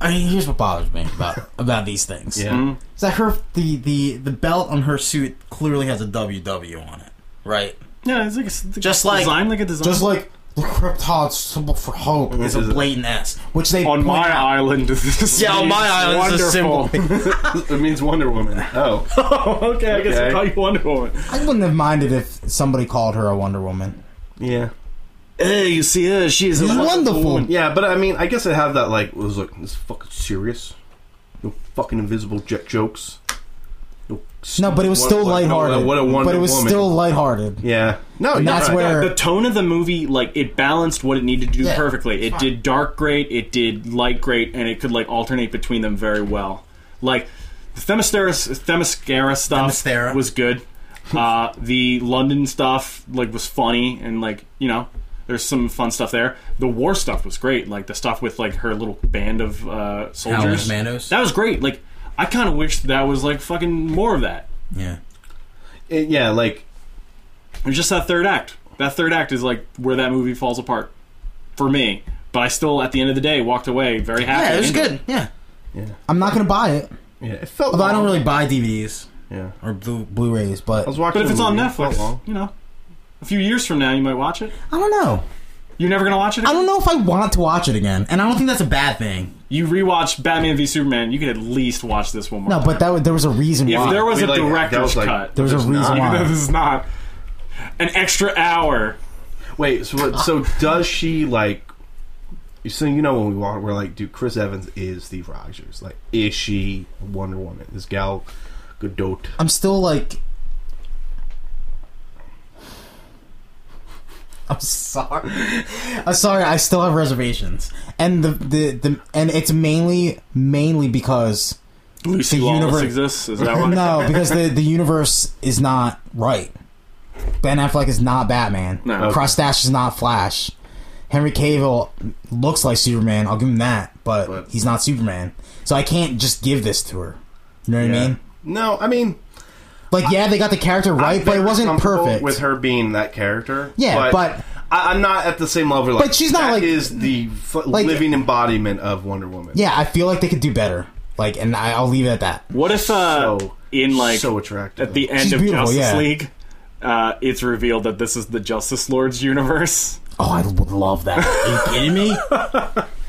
Speaker 3: I mean, here's what bothers me about about these things.
Speaker 2: yeah,
Speaker 3: Is that her the the the belt on her suit clearly has a WW on it, right?
Speaker 1: Yeah, it's like a,
Speaker 3: Just like-
Speaker 1: design, like a design.
Speaker 3: Just like the Krypton symbol for hope is a
Speaker 2: is a-
Speaker 3: blatant S, which they
Speaker 1: on
Speaker 3: point
Speaker 1: my
Speaker 3: out.
Speaker 1: island, this
Speaker 3: Yeah, on my
Speaker 1: is
Speaker 3: island is a
Speaker 1: wonderful.
Speaker 3: symbol.
Speaker 1: mm.
Speaker 2: it means Wonder Woman. Oh,
Speaker 1: okay, I guess I
Speaker 2: Okay.
Speaker 1: call you Wonder Woman.
Speaker 3: I wouldn't have minded if somebody called her a Wonder Woman.
Speaker 2: yeah.
Speaker 10: Hey, you see her? She is a
Speaker 3: She's wonderful.
Speaker 2: Yeah, but I mean, I guess I have that like it was like this is fucking serious. No fucking invisible jet jokes. No,
Speaker 3: No, but it was
Speaker 2: what-
Speaker 3: still
Speaker 2: what- no,
Speaker 3: lighthearted.
Speaker 2: What a wonder
Speaker 3: but it was
Speaker 2: woman.
Speaker 3: still lighthearted.
Speaker 2: yeah. No,
Speaker 3: And
Speaker 2: you're
Speaker 3: that's
Speaker 2: right.
Speaker 3: where-
Speaker 1: the tone of the movie like it balanced what it needed to do
Speaker 3: Yeah,
Speaker 1: perfectly it
Speaker 3: fine.
Speaker 1: did dark great it did light great and it could like alternate between them very well like the themyscira, themyscira stuff
Speaker 3: Themyscira.
Speaker 1: was good uh, the london stuff like was funny and like you know there's some fun stuff there the war stuff was great like the stuff with like her little band of uh, soldiers
Speaker 3: Mandos.
Speaker 1: that was great like i kind of wish that was like fucking more of that
Speaker 3: Yeah.
Speaker 2: It- yeah, like
Speaker 1: it was just that third act. That third act is like where that movie falls apart for me. But I still, at the end of the day, walked away very happy.
Speaker 3: Yeah, it was
Speaker 1: and-
Speaker 3: good. Yeah.
Speaker 2: Yeah.
Speaker 3: I'm not gonna buy it.
Speaker 2: yeah, it felt.
Speaker 3: Although I
Speaker 2: long.
Speaker 3: don't really buy DVDs
Speaker 2: Yeah,
Speaker 3: or Blu- Blu-rays, but
Speaker 2: I was watching.
Speaker 1: But if
Speaker 2: the
Speaker 1: it's on
Speaker 2: movie, it felt
Speaker 1: Netflix,
Speaker 2: long.
Speaker 1: you know, a few years from now, you might watch it.
Speaker 3: I don't know.
Speaker 1: You're never gonna watch it.
Speaker 3: I
Speaker 1: Again?
Speaker 3: don't know if I want to watch it again, and I don't think that's a bad thing.
Speaker 1: You rewatch Batman v Superman. You could at least watch this one more.
Speaker 3: No,
Speaker 1: time.
Speaker 3: but that w- there was a reason
Speaker 1: if
Speaker 3: why.
Speaker 1: there was a
Speaker 2: I mean, like, that
Speaker 1: director's
Speaker 2: was, like-
Speaker 1: cut,
Speaker 3: There was a
Speaker 2: There's
Speaker 3: reason
Speaker 2: not.
Speaker 3: why.
Speaker 1: this is not an extra hour.
Speaker 2: Wait, so what, so does she like? So you know when we walk, we're like, dude, Chris Evans is Steve Rogers. Like, is she Wonder Woman? Is Gal Gadot?
Speaker 3: I'm still like. I'm sorry. I'm sorry. I still have reservations, and the the, the and it's mainly mainly because
Speaker 1: Lucy
Speaker 3: The
Speaker 1: Lawless
Speaker 3: universe-
Speaker 1: exists. Is that one?
Speaker 3: no, because the the universe is not right. Ben Affleck is not Batman.
Speaker 1: No.
Speaker 3: Crustache is not Flash. Henry Cavill looks like Superman. I'll give him that, but,
Speaker 2: But-
Speaker 3: he's not Superman. So I can't just give this to her. You know what I mean?
Speaker 2: No, I mean,
Speaker 3: Like, yeah, they got the character right,
Speaker 2: I'm
Speaker 3: but it
Speaker 2: very
Speaker 3: wasn't
Speaker 2: comfortable
Speaker 3: perfect.
Speaker 2: with her being that character.
Speaker 3: Yeah, but-
Speaker 2: I, I'm not at the same level. Like,
Speaker 3: But she's not,
Speaker 2: that
Speaker 3: like-
Speaker 2: is the f-
Speaker 3: like-
Speaker 2: living embodiment of Wonder Woman.
Speaker 3: Yeah, I feel like they could do better. Like, and I, I'll leave it at that.
Speaker 1: What if uh,
Speaker 2: So-
Speaker 1: in like
Speaker 2: so attractive.
Speaker 1: at the end
Speaker 3: She's
Speaker 1: of
Speaker 3: beautiful,
Speaker 1: Justice
Speaker 3: yeah.
Speaker 1: League, uh, it's revealed that this is the Justice Lords universe.
Speaker 3: Oh, I would love that. Are you kidding me?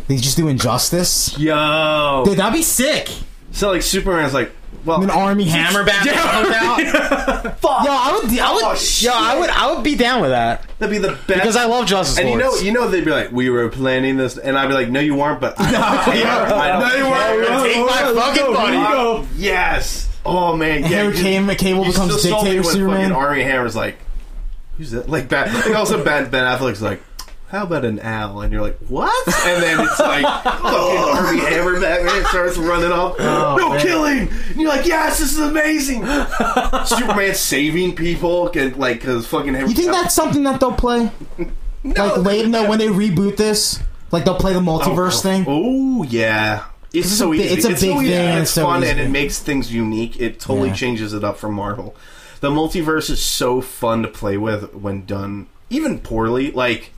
Speaker 3: They just do injustice.
Speaker 2: Yo.
Speaker 3: Dude, that'd be sick.
Speaker 2: So like Superman's like, well,
Speaker 3: An army hammer back comes out. Yo, I would, I would,
Speaker 2: Oh,
Speaker 3: yo,
Speaker 2: shit.
Speaker 3: I would, I would be down with that
Speaker 2: that'd be the best.
Speaker 3: because I love Justice
Speaker 2: and you know,
Speaker 3: Lords.
Speaker 2: you know, they'd be like, we were planning this, and I'd be like, no, you weren't, but I don't care. I don't care.
Speaker 3: Take my fucking money.
Speaker 2: Oh, yes. Oh man, yeah.
Speaker 3: Henry
Speaker 2: you-
Speaker 3: Cable- Cable
Speaker 2: you
Speaker 3: becomes
Speaker 2: still sold me
Speaker 3: dictator
Speaker 2: when
Speaker 3: Superman.
Speaker 2: Fucking Army Hammer's like, who's that? Like Ben. Like also Ben Ben Affleck's like. How about an owl? And you're like, what? And then it's like fucking Army Hammer Batman starts running off.
Speaker 3: Oh,
Speaker 2: no killing. And you're like, yes, this is amazing. Superman saving people, and like, cause fucking. Henry
Speaker 3: You think
Speaker 2: Cavill-
Speaker 3: that's something that they'll play? like later, no, when they reboot this, like they'll play the multiverse thing.
Speaker 2: Oh yeah, it's so
Speaker 3: a bi-
Speaker 2: easy.
Speaker 3: it's a
Speaker 2: so
Speaker 3: big
Speaker 2: easy,
Speaker 3: thing,
Speaker 2: and
Speaker 3: and
Speaker 2: It's
Speaker 3: so
Speaker 2: fun, and
Speaker 3: easy.
Speaker 2: it makes things unique. It totally
Speaker 3: Yeah.
Speaker 2: changes it up from Marvel. The multiverse is so fun to play with when done even poorly. Like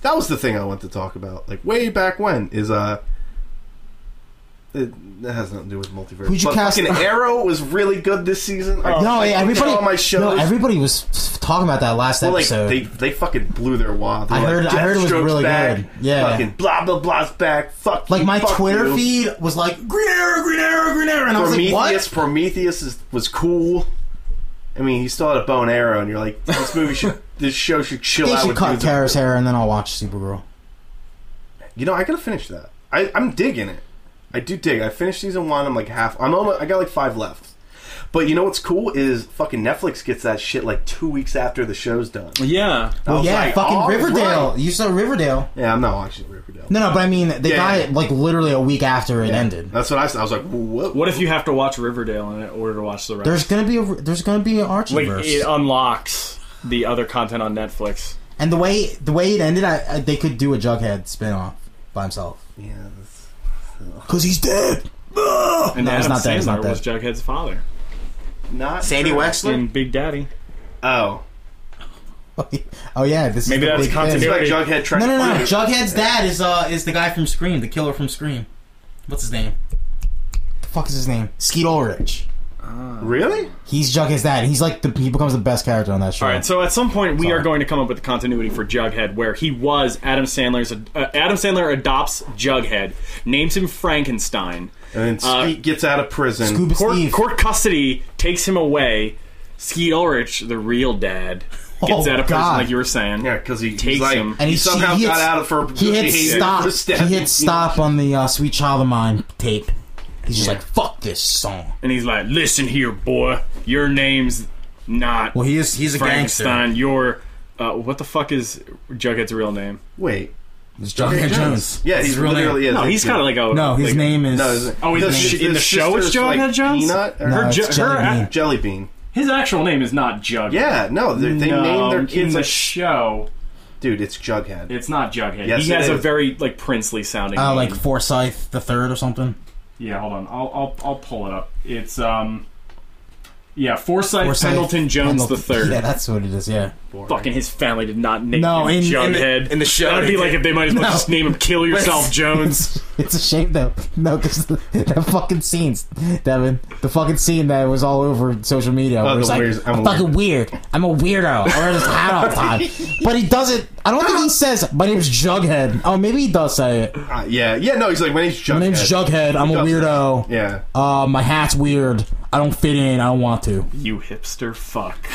Speaker 2: that was the thing I want to talk about. Like way back when is uh. It, that has nothing to do with multiverse.
Speaker 3: Who'd you
Speaker 2: but
Speaker 3: cast-
Speaker 2: fucking Arrow was really good this season. I
Speaker 3: No, yeah,
Speaker 2: looked at
Speaker 3: everybody.
Speaker 2: all my shows.
Speaker 3: No, everybody was talking about that last
Speaker 2: Well, like
Speaker 3: episode.
Speaker 2: they they fucking blew their wad. They're
Speaker 3: I
Speaker 2: like,
Speaker 3: heard- I
Speaker 2: "Death
Speaker 3: heard it was
Speaker 2: Strokes
Speaker 3: really
Speaker 2: back,
Speaker 3: good. Yeah.
Speaker 2: fucking blah blah blah's back. Fuck.
Speaker 3: like
Speaker 2: you,
Speaker 3: my
Speaker 2: fuck
Speaker 3: Twitter
Speaker 2: you.
Speaker 3: feed was like Green Arrow, Green Arrow, Green Arrow, and I was like,
Speaker 2: Prometheus.
Speaker 3: what?
Speaker 2: Prometheus is, was cool. I mean, he still had a bone arrow, and you're like, this movie should, this show should chill
Speaker 3: They
Speaker 2: out.
Speaker 3: should
Speaker 2: with
Speaker 3: cut
Speaker 2: dudes.
Speaker 3: Kara's hair, and then I'll watch Supergirl.
Speaker 2: You know, I gotta finish that. I, I'm digging it. I do dig. I finished season one. I'm like half. I'm almost. I got like five left. But you know what's cool is fucking Netflix gets that shit like two weeks after the show's done.
Speaker 1: Yeah.
Speaker 2: I
Speaker 3: Well,
Speaker 2: was
Speaker 3: yeah,
Speaker 2: like,
Speaker 3: fucking
Speaker 2: "All
Speaker 3: Riverdale.
Speaker 2: right."
Speaker 3: You saw Riverdale.
Speaker 2: Yeah, I'm not watching Riverdale.
Speaker 3: No, no, but I mean, they
Speaker 2: Yeah,
Speaker 3: got
Speaker 2: yeah.
Speaker 3: it like literally a week after it ended.
Speaker 2: That's what I said. I was like, what?
Speaker 1: What if you have to watch Riverdale in order to watch the rest?
Speaker 3: There's gonna be a there's gonna be an
Speaker 1: like
Speaker 3: Archieverse,
Speaker 1: it unlocks the other content on Netflix.
Speaker 3: and the way the way it ended, I, I they could do a Jughead spinoff by himself
Speaker 2: Yeah, that's-
Speaker 3: because he's dead. Ah!
Speaker 1: And
Speaker 3: no, he's
Speaker 1: Adam
Speaker 3: not dead. He's
Speaker 1: Sandler
Speaker 3: not
Speaker 1: was
Speaker 3: dead.
Speaker 1: Jughead's father
Speaker 2: not
Speaker 3: Sandy
Speaker 2: true.
Speaker 3: Wexler?
Speaker 1: in Big Daddy.
Speaker 2: Oh,
Speaker 3: oh yeah, this
Speaker 1: Maybe
Speaker 3: is the
Speaker 1: that's
Speaker 3: big
Speaker 1: continuity.
Speaker 2: it's
Speaker 3: thing.
Speaker 2: like Jughead trying
Speaker 3: No, no,
Speaker 2: to
Speaker 3: no.
Speaker 2: find it.
Speaker 11: Jughead's dad is uh is the guy from Scream, the killer from Scream. What's his name?
Speaker 3: The fuck is his name? Skeet Ulrich.
Speaker 2: Really?
Speaker 3: He's Jughead's dad. He's like the he becomes the best character on that show.
Speaker 1: All right, so at some point we
Speaker 3: Sorry.
Speaker 1: are going to come up with the continuity for Jughead, where he was Adam Sandler's. Uh, Adam Sandler adopts Jughead, names him Frankenstein.
Speaker 2: And then
Speaker 1: Uh,
Speaker 2: Skeet gets out of prison.
Speaker 3: Scuba
Speaker 1: Court,
Speaker 3: Steve.
Speaker 1: court custody takes him away. Skeet Ulrich, the real dad, gets
Speaker 3: Oh,
Speaker 1: out of prison,
Speaker 3: God.
Speaker 1: like you were saying.
Speaker 2: Yeah, because he he's
Speaker 1: Takes
Speaker 2: like,
Speaker 1: him.
Speaker 3: and
Speaker 2: he,
Speaker 3: he,
Speaker 2: somehow
Speaker 3: he hit-
Speaker 2: got out of for
Speaker 3: he hit
Speaker 2: behavior
Speaker 3: stop.
Speaker 2: for stabbing
Speaker 3: He hit stop on the uh, "Sweet Child of Mine" tape. He's just like, "Fuck this song."
Speaker 1: And he's like, "Listen here, boy, your name's not
Speaker 3: Well, he is he's a gangster.
Speaker 1: Frankenstein. Your uh, what the fuck is Jughead's real name?
Speaker 2: Wait.
Speaker 3: It's Jughead Jones.
Speaker 2: Yeah, he's
Speaker 11: real
Speaker 2: literally is.
Speaker 1: No, he's kind of like a
Speaker 3: No, his
Speaker 1: like-
Speaker 3: name is.
Speaker 2: No, is
Speaker 1: Oh, in the sh- in the show it's Jughead Jones?
Speaker 2: Peanut or
Speaker 3: No,
Speaker 1: Her,
Speaker 3: it's
Speaker 1: ju- her,
Speaker 3: Jelly Bean.
Speaker 2: Jelly Bean.
Speaker 1: his actual name is not Jughead.
Speaker 2: Yeah, no, they they
Speaker 1: no,
Speaker 2: name their
Speaker 1: in
Speaker 2: kids
Speaker 1: the
Speaker 2: like,
Speaker 1: show.
Speaker 2: dude, it's Jughead.
Speaker 1: It's not Jughead.
Speaker 2: Yes,
Speaker 1: he
Speaker 2: it
Speaker 1: has a
Speaker 2: is.
Speaker 1: very like princely sounding.
Speaker 3: Uh,
Speaker 1: name.
Speaker 3: like Forsyth the third or something.
Speaker 1: yeah, hold on, I'll, I'll I'll pull it up. It's um, yeah, Forsyth,
Speaker 3: Forsyth
Speaker 1: Pendleton Jones the
Speaker 3: Pendleton-
Speaker 1: third.
Speaker 3: Yeah, that's what it is. Yeah.
Speaker 1: Fucking his family did not name
Speaker 3: No,
Speaker 1: him
Speaker 3: in- in the-
Speaker 1: Jughead.
Speaker 11: in the show
Speaker 1: that'd
Speaker 11: they
Speaker 1: be like
Speaker 11: did.
Speaker 1: if they might as well
Speaker 3: No.
Speaker 1: just name him Kill Yourself Jones.
Speaker 3: It's a shame though. No, because that fucking scenes, Devin. The fucking scene that was all over social media. where
Speaker 2: Oh, the
Speaker 3: it's like,
Speaker 2: weird- I'm
Speaker 3: I'm,
Speaker 2: a
Speaker 3: fucking weird. I'm a weirdo. I wear this hat all the time. But he doesn't. I don't think he says my name's Jughead. Oh, maybe he does say it.
Speaker 2: Uh, yeah, yeah, no, he's like my name's Jughead.
Speaker 3: My name's Jughead. I'm a
Speaker 2: does
Speaker 3: weirdo.
Speaker 2: Yeah,
Speaker 3: Uh, my hat's weird. I don't fit in. I don't want to.
Speaker 1: you hipster fuck.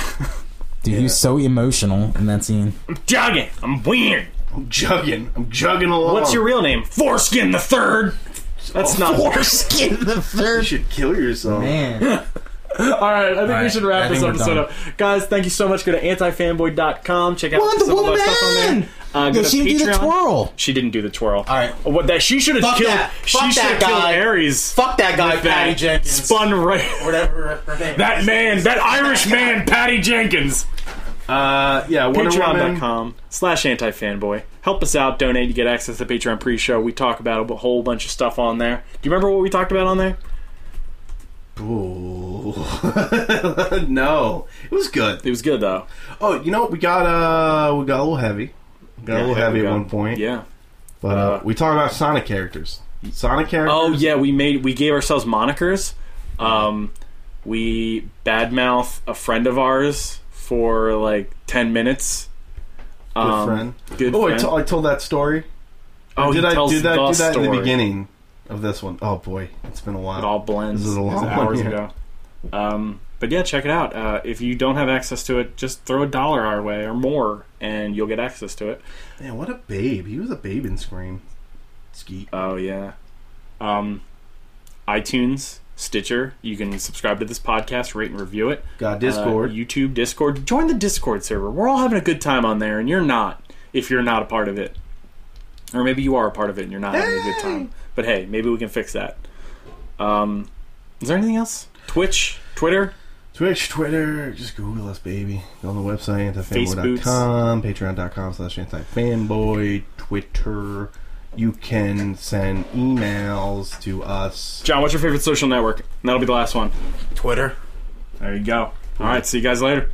Speaker 3: Dude, he's so emotional in that scene.
Speaker 1: Jughead, I'm weird.
Speaker 2: I'm jugging. I'm jugging along.
Speaker 1: What's your real name? Foreskin the third. Oh. That's not
Speaker 3: Foreskin the
Speaker 2: You
Speaker 3: third
Speaker 2: should kill yourself.
Speaker 3: man.
Speaker 1: All right, I think we
Speaker 3: right,
Speaker 1: should wrap
Speaker 3: I
Speaker 1: this
Speaker 3: think we're
Speaker 1: episode
Speaker 3: done.
Speaker 1: up. Guys, thank you so much. Go to antifanboy.com. Check out
Speaker 3: Wonder
Speaker 1: some of our stuff on
Speaker 3: Woman!
Speaker 1: there. Uh, go
Speaker 3: Yo,
Speaker 1: to
Speaker 3: she didn't do the
Speaker 1: Patreon.
Speaker 3: twirl.
Speaker 1: She didn't do the twirl. All
Speaker 3: right.
Speaker 1: What that she should have
Speaker 3: Fuck
Speaker 1: killed
Speaker 3: that.
Speaker 1: she
Speaker 3: Fuck
Speaker 1: should have
Speaker 3: that
Speaker 1: killed
Speaker 3: guy.
Speaker 1: Aries.
Speaker 3: Fuck that guy,
Speaker 1: with that.
Speaker 3: Patty Jenkins.
Speaker 1: Spun right.
Speaker 3: Whatever her name.
Speaker 1: That man, that Irish man, Patty Jenkins.
Speaker 2: Uh, yeah, Wonder Woman.
Speaker 1: Patreon.com slash antifanboy. Help us out, donate, you get access to the Patreon pre show. We talk about a whole bunch of stuff on there. Do you remember what we talked about on there?
Speaker 2: Ooh. no, it was good.
Speaker 1: It was good though.
Speaker 2: Oh, you know we got uh we got a little heavy, We got a little
Speaker 1: we
Speaker 2: heavy at
Speaker 1: got-
Speaker 2: one point.
Speaker 1: Yeah.
Speaker 2: but uh, we talked about Sonic characters. Sonic characters.
Speaker 1: Oh yeah, we made we gave ourselves monikers. Um, we badmouth a friend of ours for like ten minutes.
Speaker 2: Good
Speaker 1: Um,
Speaker 2: friend.
Speaker 1: Good
Speaker 2: Oh, I,
Speaker 1: friend.
Speaker 2: to- I told that story.
Speaker 1: oh,
Speaker 2: did
Speaker 1: he
Speaker 2: I
Speaker 1: tells
Speaker 2: did that,
Speaker 1: the
Speaker 2: did that in the
Speaker 1: story.
Speaker 2: beginning of this one? Oh boy, it's been a
Speaker 1: It
Speaker 2: while.
Speaker 1: all blends.
Speaker 2: This is a
Speaker 1: It's
Speaker 2: long one,
Speaker 1: hours
Speaker 2: yeah.
Speaker 1: ago. Um, but yeah, check it out. Uh, if you don't have access to it, just throw a dollar our way or more, and you'll get access to it.
Speaker 2: Man, what a babe! He was a babe in Scream. Skeet.
Speaker 1: Oh yeah. Um, iTunes, Stitcher. You can subscribe to this podcast, rate and review it.
Speaker 2: Got
Speaker 1: Uh,
Speaker 2: Discord.
Speaker 1: YouTube, Discord. Join the Discord server. We're all having a good time on there, and you're not if you're not a part of it. Or maybe you are a part of it and you're not having a good time. But hey, maybe we can fix that. Um, is there anything else? Twitch, Twitter,
Speaker 2: Twitch, Twitter, just Google us, baby. Go on the website,
Speaker 1: Facebooks.
Speaker 2: antifanboy.com, patreon.com slash antifanboy, Twitter. You can send emails to us.
Speaker 1: John, what's your favorite social network? And that'll be the last one.
Speaker 4: Twitter.
Speaker 1: There you go. All right, see you guys later.